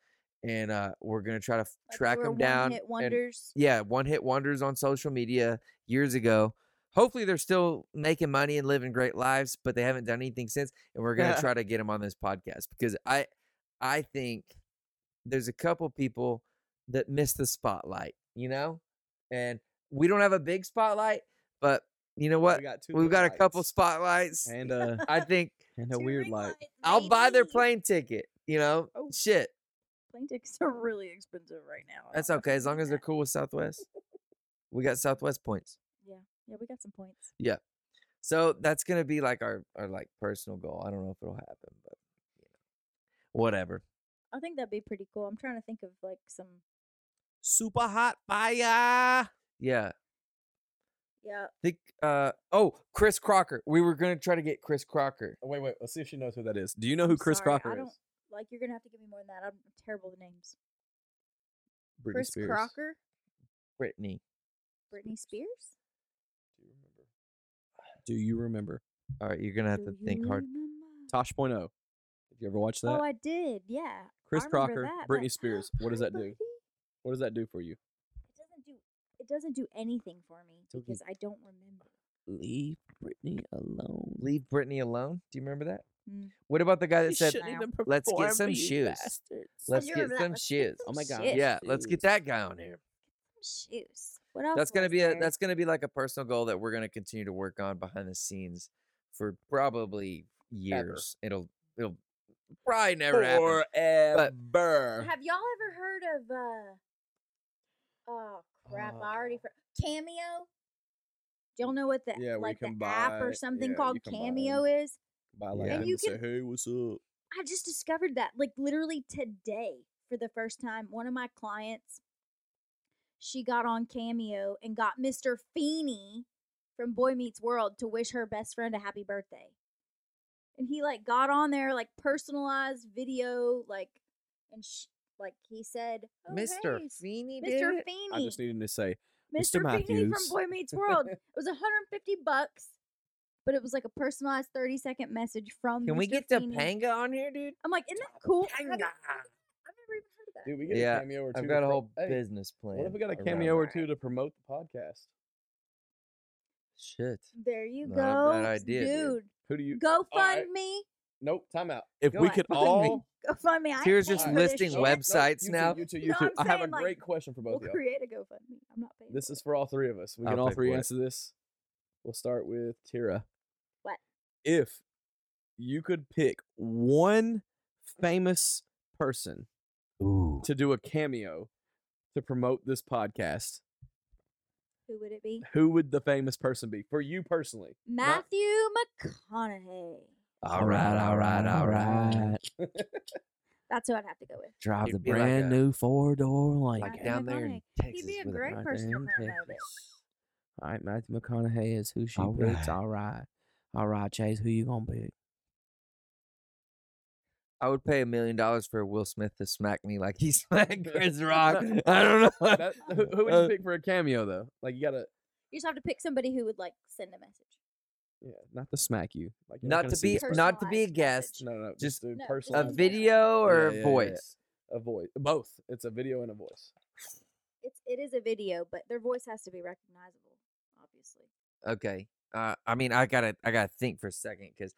[SPEAKER 1] And uh, we're gonna try to f-
[SPEAKER 3] Like,
[SPEAKER 1] track
[SPEAKER 3] we're
[SPEAKER 1] them down.
[SPEAKER 3] Hit
[SPEAKER 1] and- *laughs*
[SPEAKER 3] wonders.
[SPEAKER 1] yeah, one hit wonders on social media years ago. Hopefully, they're still making money and living great lives, but they haven't done anything since. And we're gonna try to get them on this podcast because I, I think there's a couple people that miss the spotlight, you know, and we don't have a big spotlight, but you know what?
[SPEAKER 2] We got two
[SPEAKER 1] We've
[SPEAKER 2] little
[SPEAKER 1] got a couple
[SPEAKER 2] lights. *laughs*
[SPEAKER 1] spotlights.
[SPEAKER 2] And, uh,
[SPEAKER 1] I
[SPEAKER 2] *laughs*
[SPEAKER 1] think
[SPEAKER 2] and a
[SPEAKER 3] Two
[SPEAKER 2] weird
[SPEAKER 3] ring
[SPEAKER 2] light.
[SPEAKER 3] lights,
[SPEAKER 1] I'll buy their
[SPEAKER 3] baby.
[SPEAKER 1] plane ticket. You know,
[SPEAKER 3] Oh.
[SPEAKER 1] shit,
[SPEAKER 3] *laughs* Plane tickets are really expensive right now. I
[SPEAKER 1] that's
[SPEAKER 3] don't know if
[SPEAKER 1] okay
[SPEAKER 3] you
[SPEAKER 1] as long
[SPEAKER 3] knew
[SPEAKER 1] as they're
[SPEAKER 3] that.
[SPEAKER 1] cool with
[SPEAKER 2] *laughs*
[SPEAKER 1] Southwest. We got Southwest points.
[SPEAKER 3] Yeah, we got some points.
[SPEAKER 1] So that's gonna be like our our like personal goal. I don't know if it'll happen, but you know, whatever.
[SPEAKER 3] I think that'd be pretty cool. I'm trying to think of like some.
[SPEAKER 2] Super hot fire.
[SPEAKER 1] Yeah,
[SPEAKER 3] Yep.
[SPEAKER 1] think uh oh, Chris Crocker. We were gonna try to get Chris Crocker.
[SPEAKER 2] Oh, Wait, wait. Let's see if she knows who that is. Do you know who
[SPEAKER 3] I'm
[SPEAKER 2] Chris
[SPEAKER 3] sorry, I
[SPEAKER 2] Crocker
[SPEAKER 3] don't-
[SPEAKER 2] is?
[SPEAKER 3] Like you're gonna have to give me more than that. I'm terrible with names.
[SPEAKER 2] Britney
[SPEAKER 3] Chris
[SPEAKER 2] Spears.
[SPEAKER 3] Crocker,
[SPEAKER 1] Brittany.
[SPEAKER 3] Britney Spears.
[SPEAKER 2] Do you remember? Do you remember? *sighs*
[SPEAKER 1] All right, you're gonna have
[SPEAKER 3] Do
[SPEAKER 1] to
[SPEAKER 3] you
[SPEAKER 1] think hard.
[SPEAKER 3] remember?
[SPEAKER 2] Tosh Point oh. Did you ever watch that?
[SPEAKER 3] Oh, I did. Yeah.
[SPEAKER 2] Chris
[SPEAKER 3] I remember
[SPEAKER 2] Crocker,
[SPEAKER 3] that,
[SPEAKER 2] Britney *gasps*
[SPEAKER 3] but-
[SPEAKER 2] Spears. What
[SPEAKER 3] *gasps*
[SPEAKER 2] does
[SPEAKER 3] Hi,
[SPEAKER 2] that *laughs* do?
[SPEAKER 3] Britney.
[SPEAKER 2] What does that do for you?
[SPEAKER 3] It doesn't do. It doesn't do anything for me
[SPEAKER 2] Don't you-
[SPEAKER 3] because I don't remember.
[SPEAKER 2] Leave Britney alone.
[SPEAKER 1] Leave Brittany alone. Do you remember that?
[SPEAKER 3] Mm-hmm. Mm.
[SPEAKER 1] What about the guy that
[SPEAKER 2] She
[SPEAKER 1] said
[SPEAKER 2] shouldn't even
[SPEAKER 1] "Let's get
[SPEAKER 2] perform
[SPEAKER 1] some
[SPEAKER 2] for you
[SPEAKER 1] shoes.
[SPEAKER 2] bastards."
[SPEAKER 1] Let's
[SPEAKER 3] you
[SPEAKER 1] get
[SPEAKER 3] remember that.
[SPEAKER 1] some
[SPEAKER 3] Let's get
[SPEAKER 1] shoes.
[SPEAKER 2] Oh my
[SPEAKER 3] some
[SPEAKER 2] God.
[SPEAKER 3] shit.
[SPEAKER 1] Yeah, let's get
[SPEAKER 2] Shoes.
[SPEAKER 1] that guy on here.
[SPEAKER 3] Shoes. What else?
[SPEAKER 1] That's gonna
[SPEAKER 3] was
[SPEAKER 1] be a
[SPEAKER 3] there?
[SPEAKER 1] that's gonna be like a personal goal that we're gonna continue to work on behind the scenes for probably years. It'll it'll probably never happen.
[SPEAKER 2] Forever.
[SPEAKER 3] Have y'all ever heard of? uh Oh crap! I already for- cameo. Y'all know what the
[SPEAKER 2] Uh. Yeah, where you
[SPEAKER 3] like the
[SPEAKER 2] can buy-
[SPEAKER 3] app or something
[SPEAKER 2] yeah,
[SPEAKER 3] called
[SPEAKER 2] you can buy
[SPEAKER 3] cameo is?
[SPEAKER 2] By like
[SPEAKER 1] Yeah.
[SPEAKER 2] and
[SPEAKER 3] you
[SPEAKER 2] you say, "Hey, what's up?"
[SPEAKER 3] I just discovered that like literally today for the first time. One of my clients, she got on Cameo and got Mr. Feeney from Boy Meets World to wish her best friend a happy birthday. And he like got on there like personalized video like and sh- like he said, oh,
[SPEAKER 1] Mr.
[SPEAKER 3] hey,
[SPEAKER 1] Feeney did
[SPEAKER 3] Mr.
[SPEAKER 1] it?
[SPEAKER 3] Feeney.
[SPEAKER 2] I just needed to say,
[SPEAKER 3] Mr.
[SPEAKER 2] Mr.
[SPEAKER 3] Feeney from
[SPEAKER 2] Matthews.
[SPEAKER 3] Boy
[SPEAKER 1] *laughs*
[SPEAKER 3] Meets World. it was 150 bucks, but it was like a personalized 30 second message from.
[SPEAKER 1] Can we
[SPEAKER 3] Mr.
[SPEAKER 1] get
[SPEAKER 3] Feeney.
[SPEAKER 1] Topanga on here, dude?
[SPEAKER 3] I'm like, isn't that cool? I
[SPEAKER 1] Topanga.
[SPEAKER 3] haven't- I've never even heard of that.
[SPEAKER 2] "Dude, we get
[SPEAKER 1] Yeah,
[SPEAKER 2] a cameo or two."
[SPEAKER 1] I've
[SPEAKER 2] to
[SPEAKER 1] got a
[SPEAKER 2] pro-
[SPEAKER 1] whole
[SPEAKER 2] Hey,
[SPEAKER 1] business plan.
[SPEAKER 2] What if we got a
[SPEAKER 1] around
[SPEAKER 2] cameo or
[SPEAKER 1] that.
[SPEAKER 2] two to promote the podcast?
[SPEAKER 1] Shit.
[SPEAKER 3] There you
[SPEAKER 1] Not a
[SPEAKER 3] go,
[SPEAKER 1] bad idea, dude.
[SPEAKER 3] dude.
[SPEAKER 2] Who do you?
[SPEAKER 3] Go
[SPEAKER 2] right.
[SPEAKER 3] fund me.
[SPEAKER 2] Nope. Time out.
[SPEAKER 1] If
[SPEAKER 3] we
[SPEAKER 2] *laughs*
[SPEAKER 3] Go could ahead. all- Go fund me. I ain't
[SPEAKER 1] Tira's
[SPEAKER 3] paying
[SPEAKER 1] just
[SPEAKER 3] for this
[SPEAKER 1] listing
[SPEAKER 3] shit.
[SPEAKER 1] web- Websites
[SPEAKER 2] you
[SPEAKER 1] now.
[SPEAKER 2] Two, you two. You
[SPEAKER 3] No,
[SPEAKER 2] two.
[SPEAKER 3] I'm
[SPEAKER 2] I have a
[SPEAKER 3] saying, like,
[SPEAKER 2] great question for
[SPEAKER 3] We'll
[SPEAKER 2] both of you.
[SPEAKER 3] create a GoFundMe. I'm not paying.
[SPEAKER 2] This
[SPEAKER 3] for
[SPEAKER 2] is for all three of us. We
[SPEAKER 1] I'll
[SPEAKER 2] can all
[SPEAKER 1] pay
[SPEAKER 2] three
[SPEAKER 1] for it.
[SPEAKER 2] answer this. We'll start with Tira.
[SPEAKER 3] What?
[SPEAKER 2] If you could pick one famous person
[SPEAKER 1] Ooh.
[SPEAKER 2] to do a cameo to promote this podcast,
[SPEAKER 3] it. Who would it *laughs* be?
[SPEAKER 2] who would the famous person be for you personally?
[SPEAKER 3] Matthew McConaughey.
[SPEAKER 1] All right, all right, all right.
[SPEAKER 3] That's who I'd have to go with.
[SPEAKER 2] Drive
[SPEAKER 1] It'd be like a-
[SPEAKER 2] new four door
[SPEAKER 1] Like
[SPEAKER 3] Matthew
[SPEAKER 1] down there in
[SPEAKER 3] McConaughey.
[SPEAKER 1] Texas.
[SPEAKER 3] be a
[SPEAKER 1] with
[SPEAKER 3] great
[SPEAKER 1] right
[SPEAKER 3] person
[SPEAKER 1] there
[SPEAKER 3] to
[SPEAKER 1] in
[SPEAKER 3] promote
[SPEAKER 1] *laughs*
[SPEAKER 3] it.
[SPEAKER 1] Texas.
[SPEAKER 2] All right, Matthew McConaughey is who she
[SPEAKER 1] All
[SPEAKER 2] picks.
[SPEAKER 1] right.
[SPEAKER 2] All right, all right, Chase, who you gonna *laughs* pick?
[SPEAKER 1] I would pay a million dollars for Will Smith to smack me like he *laughs* smacked
[SPEAKER 2] *laughs*
[SPEAKER 1] Chris Rock. I don't know. *laughs*
[SPEAKER 2] That, who, who would you
[SPEAKER 1] Uh,
[SPEAKER 2] pick for a cameo though? Like you gotta,
[SPEAKER 3] You just have to pick somebody who would like send a message.
[SPEAKER 2] yeah, not to smack you. Like you're
[SPEAKER 1] Not
[SPEAKER 2] gonna
[SPEAKER 1] to
[SPEAKER 2] see
[SPEAKER 1] be,
[SPEAKER 2] this
[SPEAKER 3] person.
[SPEAKER 1] not to be a
[SPEAKER 3] Personalized
[SPEAKER 1] guest.
[SPEAKER 3] message.
[SPEAKER 2] No, no,
[SPEAKER 1] Just
[SPEAKER 2] just a
[SPEAKER 3] No, just
[SPEAKER 2] personal
[SPEAKER 1] A
[SPEAKER 3] Yeah,
[SPEAKER 1] video or
[SPEAKER 2] yeah, yeah,
[SPEAKER 1] a
[SPEAKER 2] yeah.
[SPEAKER 1] voice.
[SPEAKER 2] a voice, both. It's a video and a voice.
[SPEAKER 3] It's it is a video, but their voice has to be recognizable, obviously.
[SPEAKER 1] Okay. Uh, I mean, I gotta, I gotta think for a second because,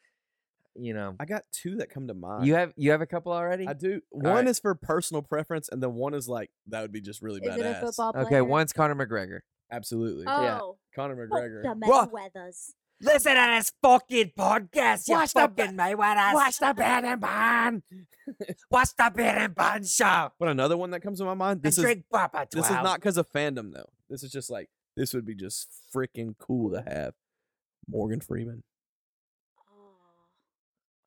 [SPEAKER 1] you know,
[SPEAKER 2] I got two that come to mind.
[SPEAKER 1] you have, you have a couple already.
[SPEAKER 2] I do. One
[SPEAKER 1] right.
[SPEAKER 2] is for personal preference, and then one is like that would be just really
[SPEAKER 3] Is
[SPEAKER 2] badass.
[SPEAKER 3] it a football player?
[SPEAKER 1] Okay, one's Conor McGregor.
[SPEAKER 2] Absolutely,
[SPEAKER 3] Oh,
[SPEAKER 2] yeah. Conor
[SPEAKER 3] fuck
[SPEAKER 2] McGregor.
[SPEAKER 3] the
[SPEAKER 1] Wha-
[SPEAKER 3] Mayweathers.
[SPEAKER 1] Listen to this fucking podcast,
[SPEAKER 2] you Watch the ba- fucking
[SPEAKER 1] Mayweather.
[SPEAKER 2] *laughs* the bed and bond.
[SPEAKER 1] Watch the Bit and Bun show.
[SPEAKER 2] But another one that comes to my mind. This is
[SPEAKER 1] Papa
[SPEAKER 2] this is not because of fandom though. This is just like this would be just freaking cool to have. Morgan Freeman.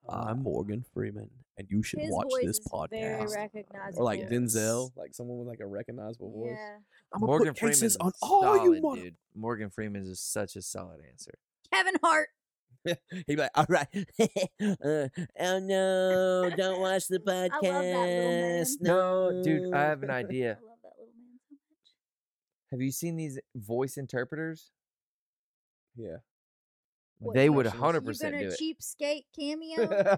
[SPEAKER 3] Oh.
[SPEAKER 2] I'm Morgan Freeman, and you should watch this
[SPEAKER 3] is very
[SPEAKER 2] podcast.
[SPEAKER 3] recognizable.
[SPEAKER 2] Or like
[SPEAKER 1] recognizable.
[SPEAKER 2] Denzel, like someone with like a recognizable voice.
[SPEAKER 3] Yeah.
[SPEAKER 2] I'm
[SPEAKER 1] Morgan
[SPEAKER 2] gonna put cases
[SPEAKER 1] Freeman's
[SPEAKER 2] on all you
[SPEAKER 1] solid,
[SPEAKER 2] want.
[SPEAKER 1] dude. Morgan Freeman is such a solid answer. *laughs*
[SPEAKER 3] Kevin Hart.
[SPEAKER 2] He'd be like, all right. uh, oh *laughs* no, don't watch the
[SPEAKER 3] *laughs* I love that little man.
[SPEAKER 2] podcast.
[SPEAKER 1] No, oh, dude, I
[SPEAKER 2] *laughs*
[SPEAKER 1] have an
[SPEAKER 3] I
[SPEAKER 1] idea.
[SPEAKER 3] love that little man so much.
[SPEAKER 1] Have you seen these voice interpreters?
[SPEAKER 2] Yeah.
[SPEAKER 3] What,
[SPEAKER 1] They would
[SPEAKER 2] Russians.
[SPEAKER 3] You
[SPEAKER 1] 100% do
[SPEAKER 3] gonna
[SPEAKER 1] it.
[SPEAKER 3] cheapskate
[SPEAKER 2] *laughs*
[SPEAKER 3] cameo?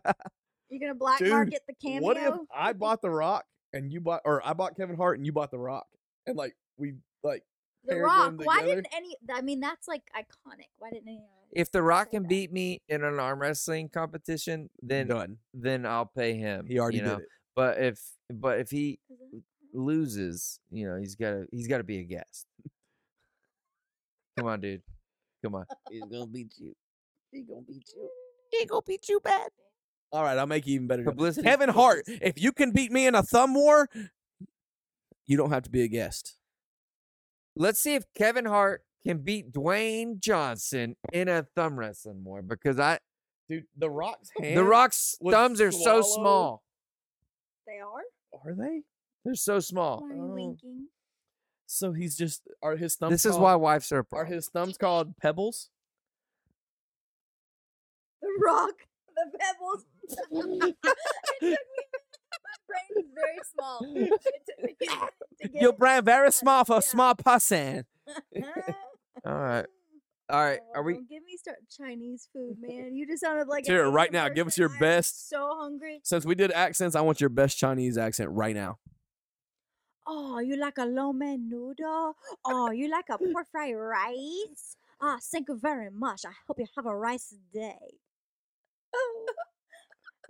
[SPEAKER 3] You're gonna black
[SPEAKER 2] Dude,
[SPEAKER 3] market the cameo?
[SPEAKER 2] what if I bought The Rock and you bought, or I bought Kevin Hart and you bought The Rock, and like we like
[SPEAKER 3] the
[SPEAKER 2] paired
[SPEAKER 3] Rock.
[SPEAKER 2] them
[SPEAKER 3] Why
[SPEAKER 2] together?
[SPEAKER 3] didn't any? I mean, that's like iconic. Why didn't any?
[SPEAKER 1] If The Rock can
[SPEAKER 3] that.
[SPEAKER 1] beat me in an arm wrestling competition, then
[SPEAKER 2] done.
[SPEAKER 1] then I'll pay him.
[SPEAKER 2] He already
[SPEAKER 1] you know?
[SPEAKER 2] did it.
[SPEAKER 1] But if but if he loses, you know, he's got to he's got to be a guest. Come on, dude. Come on.
[SPEAKER 2] He's gonna beat you. He's gonna beat you. *laughs* He gonna beat you bad. All right, I'll make you even better. now.
[SPEAKER 1] Publicity-
[SPEAKER 2] Kevin Hart, if you can beat me in a thumb war, you don't have to be a guest.
[SPEAKER 1] Let's see if Kevin Hart can beat Dwayne Johnson in a thumb wrestling war because I
[SPEAKER 2] Dude, The Rock's hand.
[SPEAKER 1] the Rock's
[SPEAKER 2] would
[SPEAKER 1] thumbs are so
[SPEAKER 2] swallow-
[SPEAKER 1] small.
[SPEAKER 3] They are.
[SPEAKER 2] Are they?
[SPEAKER 1] They're so
[SPEAKER 3] Why
[SPEAKER 1] small.
[SPEAKER 3] are you
[SPEAKER 2] Oh.
[SPEAKER 3] winking?
[SPEAKER 2] So he's just are his thumbs.
[SPEAKER 1] This is
[SPEAKER 2] called-
[SPEAKER 1] why wives are a
[SPEAKER 2] are
[SPEAKER 1] problem.
[SPEAKER 2] his thumbs called pebbles.
[SPEAKER 3] The rock, the pebbles. *laughs* it took me. My brain is very small. It took me to
[SPEAKER 2] *laughs*
[SPEAKER 3] get
[SPEAKER 2] Your
[SPEAKER 3] *laughs* it.
[SPEAKER 2] brain very small for
[SPEAKER 3] yeah.
[SPEAKER 2] a small person.
[SPEAKER 1] All right.
[SPEAKER 3] *laughs*
[SPEAKER 1] All right. Are
[SPEAKER 3] Oh, *laughs*
[SPEAKER 1] we?
[SPEAKER 3] Give me start Chinese food, man. You just sounded like an
[SPEAKER 2] Tara, right
[SPEAKER 3] Asian
[SPEAKER 2] now, give us
[SPEAKER 3] person.
[SPEAKER 2] your
[SPEAKER 3] I am
[SPEAKER 2] best-
[SPEAKER 3] So hungry.
[SPEAKER 2] Since we did accents, I want your best Chinese accent right now.
[SPEAKER 3] Oh, you like a lo mein noodle? Oh, you like a pork fried rice? Ah, thank you very much. I hope you have a rice *laughs* day. Oh,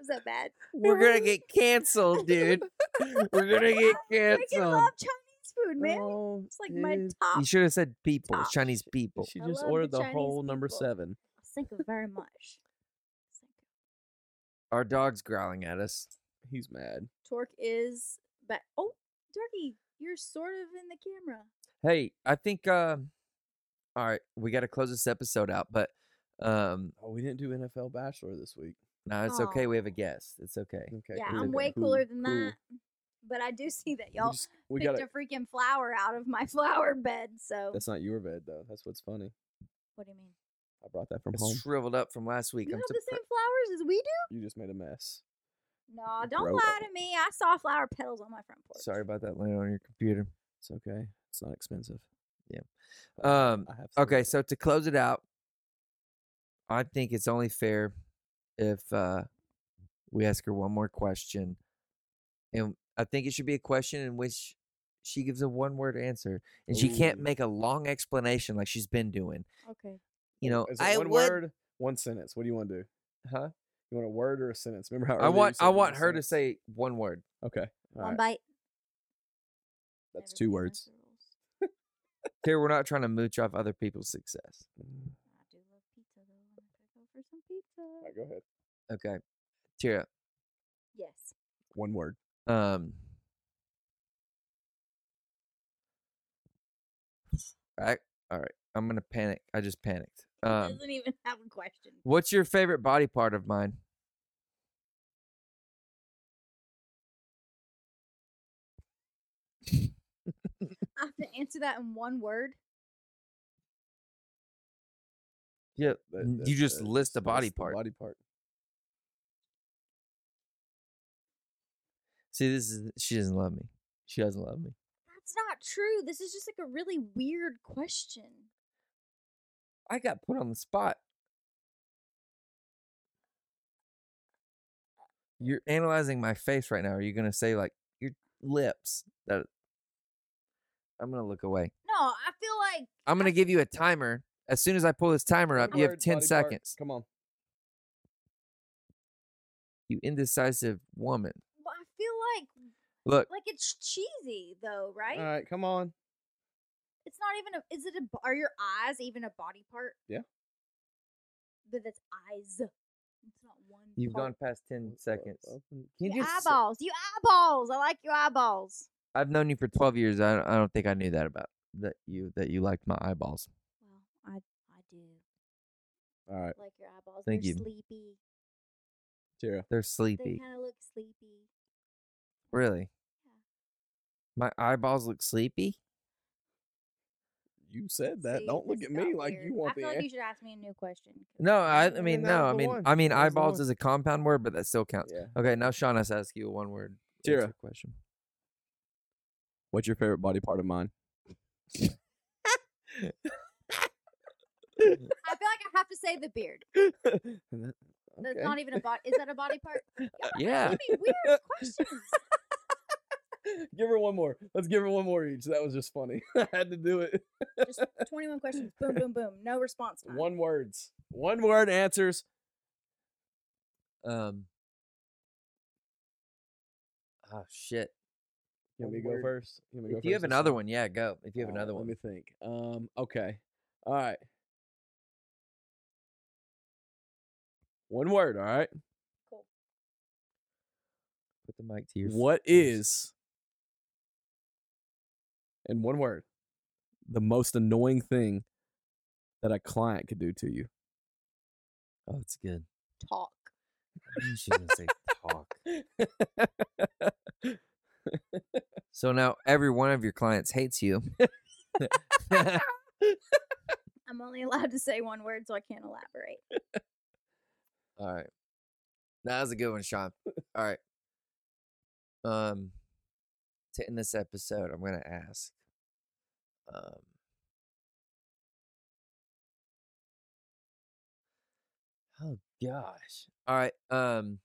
[SPEAKER 3] is that bad?
[SPEAKER 1] We're
[SPEAKER 3] *laughs*
[SPEAKER 1] gonna get canceled, dude. *laughs* We're gonna get
[SPEAKER 3] I freaking
[SPEAKER 1] canceled.
[SPEAKER 3] love Chinese food, man.
[SPEAKER 2] Oh,
[SPEAKER 3] it's like my top.
[SPEAKER 1] You should have said people,
[SPEAKER 3] Top.
[SPEAKER 1] Chinese people.
[SPEAKER 2] She
[SPEAKER 3] I
[SPEAKER 2] just
[SPEAKER 3] love the
[SPEAKER 2] ordered the,
[SPEAKER 3] Chinese
[SPEAKER 2] whole number
[SPEAKER 3] people.
[SPEAKER 2] seven.
[SPEAKER 3] Oh, Thank you very much.
[SPEAKER 1] Our dog's growling at us.
[SPEAKER 2] He's mad.
[SPEAKER 3] Torque is back. Oh, Turkey, you're sort of in the camera.
[SPEAKER 1] Hey, I think. Um, all right, we got to close this episode out, but um,
[SPEAKER 2] Oh, we didn't do NFL Bachelor this week.
[SPEAKER 1] no, it's okay. We have a
[SPEAKER 3] Aw.
[SPEAKER 1] guest. It's okay.
[SPEAKER 2] Okay.
[SPEAKER 3] yeah,
[SPEAKER 2] cool,
[SPEAKER 3] I'm way
[SPEAKER 2] cool,
[SPEAKER 3] cooler than
[SPEAKER 2] cool.
[SPEAKER 3] that. But I do see that
[SPEAKER 2] We
[SPEAKER 3] y'all
[SPEAKER 2] just- We
[SPEAKER 3] picked
[SPEAKER 2] got
[SPEAKER 3] a freaking flower out of my *laughs* flower bed. So
[SPEAKER 2] That's not your bed though. That's what's funny.
[SPEAKER 3] what do you mean?
[SPEAKER 2] I brought that from
[SPEAKER 1] It's
[SPEAKER 2] home.
[SPEAKER 1] shriveled up from last week.
[SPEAKER 3] You
[SPEAKER 1] I'm
[SPEAKER 3] have the
[SPEAKER 1] surpri-
[SPEAKER 3] same flowers as we do?
[SPEAKER 2] You just made a mess.
[SPEAKER 3] No, don't
[SPEAKER 2] grow
[SPEAKER 3] lie
[SPEAKER 2] up.
[SPEAKER 3] to me. I saw flower petals on my front
[SPEAKER 1] *laughs*
[SPEAKER 3] porch.
[SPEAKER 1] Sorry about that laying on your computer.
[SPEAKER 2] It's okay. It's not expensive.
[SPEAKER 1] Yeah.
[SPEAKER 2] I have-
[SPEAKER 1] Um,
[SPEAKER 2] I have some.
[SPEAKER 1] Okay, so to close it out, I think it's only fair if uh, we ask her one more question, and I think it should be a question in which she gives a one-word answer, and she can't
[SPEAKER 2] Ooh.
[SPEAKER 1] make a long explanation like she's been doing.
[SPEAKER 3] Okay.
[SPEAKER 1] You know,
[SPEAKER 2] Is it
[SPEAKER 1] I
[SPEAKER 2] one
[SPEAKER 1] would,
[SPEAKER 2] word, one sentence. What do you want to do?
[SPEAKER 1] huh?
[SPEAKER 2] You want a word or a sentence? Remember how
[SPEAKER 1] I
[SPEAKER 2] earlier you
[SPEAKER 1] want,
[SPEAKER 2] said
[SPEAKER 1] I
[SPEAKER 2] you a
[SPEAKER 1] want her to
[SPEAKER 2] sentence?
[SPEAKER 1] say one word.
[SPEAKER 2] Okay. All
[SPEAKER 3] One
[SPEAKER 2] right.
[SPEAKER 3] bite.
[SPEAKER 2] That's
[SPEAKER 3] Never
[SPEAKER 2] two
[SPEAKER 3] been
[SPEAKER 2] words.
[SPEAKER 3] my rules.
[SPEAKER 1] Here, we're not trying to mooch off other people's success.
[SPEAKER 2] Mm.
[SPEAKER 3] I do love pizza though. I'm gonna go for some pizza.
[SPEAKER 2] All right, go ahead.
[SPEAKER 1] Okay, Tira.
[SPEAKER 3] Yes. *laughs*
[SPEAKER 2] One word.
[SPEAKER 1] Um, I, all right, I'm gonna panic. I just panicked.
[SPEAKER 3] He
[SPEAKER 1] Um,
[SPEAKER 3] doesn't even have a question.
[SPEAKER 1] what's your favorite body part of mine?
[SPEAKER 3] I have to answer that in one word.
[SPEAKER 1] Yeah,
[SPEAKER 2] That-
[SPEAKER 1] n-
[SPEAKER 2] that-
[SPEAKER 1] you just
[SPEAKER 2] that-
[SPEAKER 1] list a body
[SPEAKER 2] list the
[SPEAKER 1] part.
[SPEAKER 2] Body part.
[SPEAKER 1] See, this is she doesn't love me. She doesn't love me.
[SPEAKER 3] That's not true. This is just like a really weird question.
[SPEAKER 1] I got put on the spot. You're analyzing my face right now. Are you gonna say like your lips? That I'm gonna look away.
[SPEAKER 3] No, I feel like
[SPEAKER 1] I'm gonna give you a timer. As soon as I pull this timer up,
[SPEAKER 2] One
[SPEAKER 1] you have
[SPEAKER 2] word,
[SPEAKER 1] ten
[SPEAKER 2] body part.
[SPEAKER 1] seconds.
[SPEAKER 2] Come on.
[SPEAKER 1] You indecisive woman.
[SPEAKER 3] well, I feel
[SPEAKER 1] Look,
[SPEAKER 3] like like it's cheesy though, right?
[SPEAKER 2] All right, come on.
[SPEAKER 3] it's not even a. Is it a? b- Are your eyes even a body part?
[SPEAKER 2] Yeah.
[SPEAKER 3] But that's eyes. It's not one.
[SPEAKER 1] you've gone
[SPEAKER 3] part.
[SPEAKER 1] past ten
[SPEAKER 2] Well,
[SPEAKER 1] seconds.
[SPEAKER 2] well, well,
[SPEAKER 1] Can you
[SPEAKER 3] Your
[SPEAKER 1] just-
[SPEAKER 3] eyeballs. You eyeballs. I like your eyeballs.
[SPEAKER 1] I've known you for twelve years. I don't, I don't think I knew that about that you that you liked my eyeballs.
[SPEAKER 3] Well, I I do
[SPEAKER 2] All right,
[SPEAKER 3] like your eyeballs.
[SPEAKER 1] Thank
[SPEAKER 3] They're
[SPEAKER 1] you.
[SPEAKER 3] sleepy.
[SPEAKER 2] Tara.
[SPEAKER 1] They're
[SPEAKER 3] They
[SPEAKER 1] sleepy.
[SPEAKER 3] kind of look sleepy.
[SPEAKER 1] Really? My eyeballs look sleepy.
[SPEAKER 2] You said that.
[SPEAKER 3] See,
[SPEAKER 2] Don't look
[SPEAKER 3] this
[SPEAKER 2] at
[SPEAKER 3] got
[SPEAKER 2] me like you
[SPEAKER 3] weird.
[SPEAKER 2] want
[SPEAKER 3] I feel
[SPEAKER 2] the
[SPEAKER 3] like you
[SPEAKER 2] answer.
[SPEAKER 3] should ask me a new question. 'cause
[SPEAKER 1] No,
[SPEAKER 3] this
[SPEAKER 1] I, I
[SPEAKER 3] is
[SPEAKER 1] mean
[SPEAKER 2] that
[SPEAKER 1] no,
[SPEAKER 2] was
[SPEAKER 1] I
[SPEAKER 2] the
[SPEAKER 1] mean
[SPEAKER 2] one.
[SPEAKER 1] I mean
[SPEAKER 2] That was the
[SPEAKER 1] eyeballs
[SPEAKER 2] one.
[SPEAKER 1] is a compound word, but that still counts.
[SPEAKER 2] *laughs* Yeah.
[SPEAKER 1] Okay, now Sean has to ask you a one word answer
[SPEAKER 2] Tira.
[SPEAKER 1] question.
[SPEAKER 2] What's your favorite body part
[SPEAKER 1] *laughs*
[SPEAKER 2] of mine?
[SPEAKER 3] I feel like I have to say the beard.
[SPEAKER 2] And *laughs* that-
[SPEAKER 3] That's
[SPEAKER 2] okay.
[SPEAKER 3] not even a body. Is that a body part? Y'all are
[SPEAKER 1] Yeah.
[SPEAKER 3] asking
[SPEAKER 2] *laughs*
[SPEAKER 3] me weird questions.
[SPEAKER 2] give her one more. Let's give her one more each. That was just funny. *laughs* I had to do it.
[SPEAKER 3] Just 21 questions. Boom, boom, boom. No response time.
[SPEAKER 2] One words. One word answers. *laughs*
[SPEAKER 1] Um. Oh shit!
[SPEAKER 2] You want me to
[SPEAKER 1] One word.
[SPEAKER 2] go first? You want me to go
[SPEAKER 1] If you
[SPEAKER 2] first
[SPEAKER 1] have
[SPEAKER 2] this
[SPEAKER 1] another
[SPEAKER 2] time?
[SPEAKER 1] one, yeah, go. If you have
[SPEAKER 2] Uh,
[SPEAKER 1] another
[SPEAKER 2] Let
[SPEAKER 1] one,
[SPEAKER 2] me think. Um. Okay. All right. One word. All right.
[SPEAKER 3] Cool.
[SPEAKER 1] put the mic to your.
[SPEAKER 2] What is, in one word, the most annoying thing that a client could do to you?
[SPEAKER 1] Oh, it's good. *laughs*
[SPEAKER 3] Talk.
[SPEAKER 1] She's gonna say talk. So now every one of your clients hates you. *laughs*
[SPEAKER 3] I'm only *laughs* allowed to say one word, so I can't elaborate.
[SPEAKER 1] All right. That was a good one, Sean. All right. Um to end this episode, I'm gonna ask. Um Oh gosh. All right. Um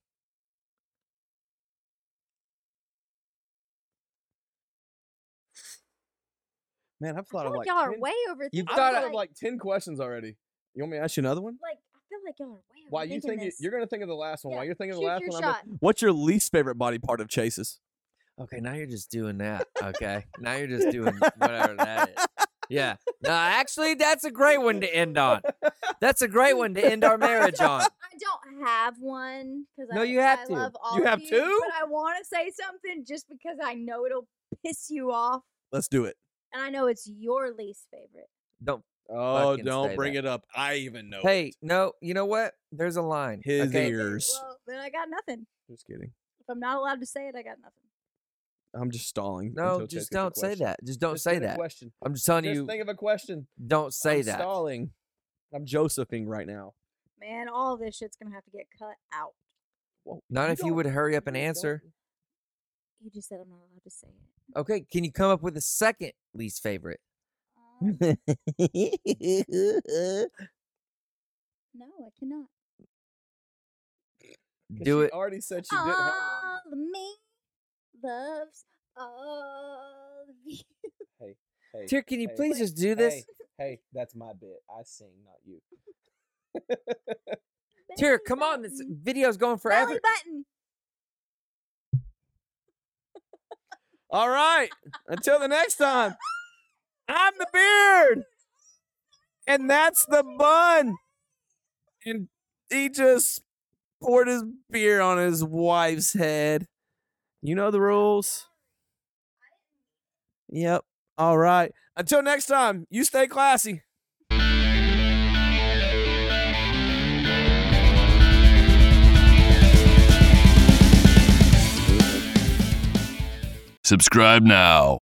[SPEAKER 2] Man, I've
[SPEAKER 3] I
[SPEAKER 2] thought
[SPEAKER 3] feel
[SPEAKER 2] of like
[SPEAKER 3] like, y'all are
[SPEAKER 2] 10
[SPEAKER 3] way over.
[SPEAKER 1] You've
[SPEAKER 2] I've
[SPEAKER 1] gotta-
[SPEAKER 2] thought of like ten questions already. You want me to ask you another one?
[SPEAKER 3] like I feel like y'all are way over.
[SPEAKER 2] While you think you, you're gonna think of the last one,
[SPEAKER 3] Yeah,
[SPEAKER 2] while you're thinking of
[SPEAKER 3] shoot
[SPEAKER 2] the last
[SPEAKER 3] your
[SPEAKER 2] one, I'm gonna-
[SPEAKER 3] shot.
[SPEAKER 2] *laughs* what's your least favorite body part of Chase's?
[SPEAKER 1] Okay, now you're just doing that. Okay. now you're just doing whatever that is.
[SPEAKER 2] *laughs*
[SPEAKER 1] Yeah. No, actually that's a great one to end on. That's a great one to end our marriage on.
[SPEAKER 3] I don't have one because
[SPEAKER 1] No,
[SPEAKER 3] I,
[SPEAKER 1] you have
[SPEAKER 3] I
[SPEAKER 1] to.
[SPEAKER 3] love all
[SPEAKER 2] You
[SPEAKER 3] of
[SPEAKER 2] have two?
[SPEAKER 3] but I want to say something just because I know it'll piss you off,
[SPEAKER 2] *laughs* Let's do it.
[SPEAKER 3] and I know it's your least favorite.
[SPEAKER 1] Don't
[SPEAKER 2] Oh,
[SPEAKER 1] Fucking
[SPEAKER 2] don't
[SPEAKER 1] say
[SPEAKER 2] bring
[SPEAKER 1] that.
[SPEAKER 2] it up. I even know.
[SPEAKER 1] Hey,
[SPEAKER 2] it.
[SPEAKER 1] no, you know what? There's a line.
[SPEAKER 2] his
[SPEAKER 1] okay?
[SPEAKER 2] ears.
[SPEAKER 3] Well, then I got nothing.
[SPEAKER 2] Just kidding.
[SPEAKER 3] If I'm not allowed to say it, I got nothing.
[SPEAKER 2] I'm just stalling.
[SPEAKER 1] No,
[SPEAKER 2] until Chase
[SPEAKER 1] just
[SPEAKER 2] gets a
[SPEAKER 1] don't say
[SPEAKER 2] question.
[SPEAKER 1] that. Just don't
[SPEAKER 2] Just
[SPEAKER 1] say
[SPEAKER 2] think of a
[SPEAKER 1] that.
[SPEAKER 2] Question.
[SPEAKER 1] I'm just telling
[SPEAKER 2] Just
[SPEAKER 1] you,
[SPEAKER 2] think of a question.
[SPEAKER 1] don't say
[SPEAKER 2] I'm
[SPEAKER 1] that.
[SPEAKER 2] Stalling. I'm Josephing right now.
[SPEAKER 3] Man, all this shit's gonna have to get cut out.
[SPEAKER 2] Whoa,
[SPEAKER 1] Not if you
[SPEAKER 2] don't-
[SPEAKER 1] would hurry up and
[SPEAKER 2] you don't- *laughs*
[SPEAKER 1] answer.
[SPEAKER 3] You just said I'm not allowed to say it.
[SPEAKER 1] Okay, can you come up with a second least
[SPEAKER 2] *laughs*
[SPEAKER 1] favorite?
[SPEAKER 3] Um,
[SPEAKER 1] Do
[SPEAKER 3] no, I cannot.
[SPEAKER 2] 'Cause she
[SPEAKER 1] it.
[SPEAKER 2] Already said she didn't. have one.
[SPEAKER 3] All of me loves all of you. *laughs*
[SPEAKER 2] Hey, hey,
[SPEAKER 1] Dear, can you
[SPEAKER 2] hey,
[SPEAKER 1] please just do this?
[SPEAKER 2] Hey, hey, that's my bit. I sing, not you.
[SPEAKER 1] Dear,
[SPEAKER 3] Belly
[SPEAKER 1] come on.
[SPEAKER 2] *laughs*
[SPEAKER 1] This
[SPEAKER 3] button,
[SPEAKER 1] video's going
[SPEAKER 3] mm, belly
[SPEAKER 1] forever.
[SPEAKER 3] button.
[SPEAKER 2] All right. Until the next time. I'm the beard. And that's the bun. And he just poured his beer on his wife's head. You know the rules. Yep. All right. Until next time, you stay classy.
[SPEAKER 4] Subscribe now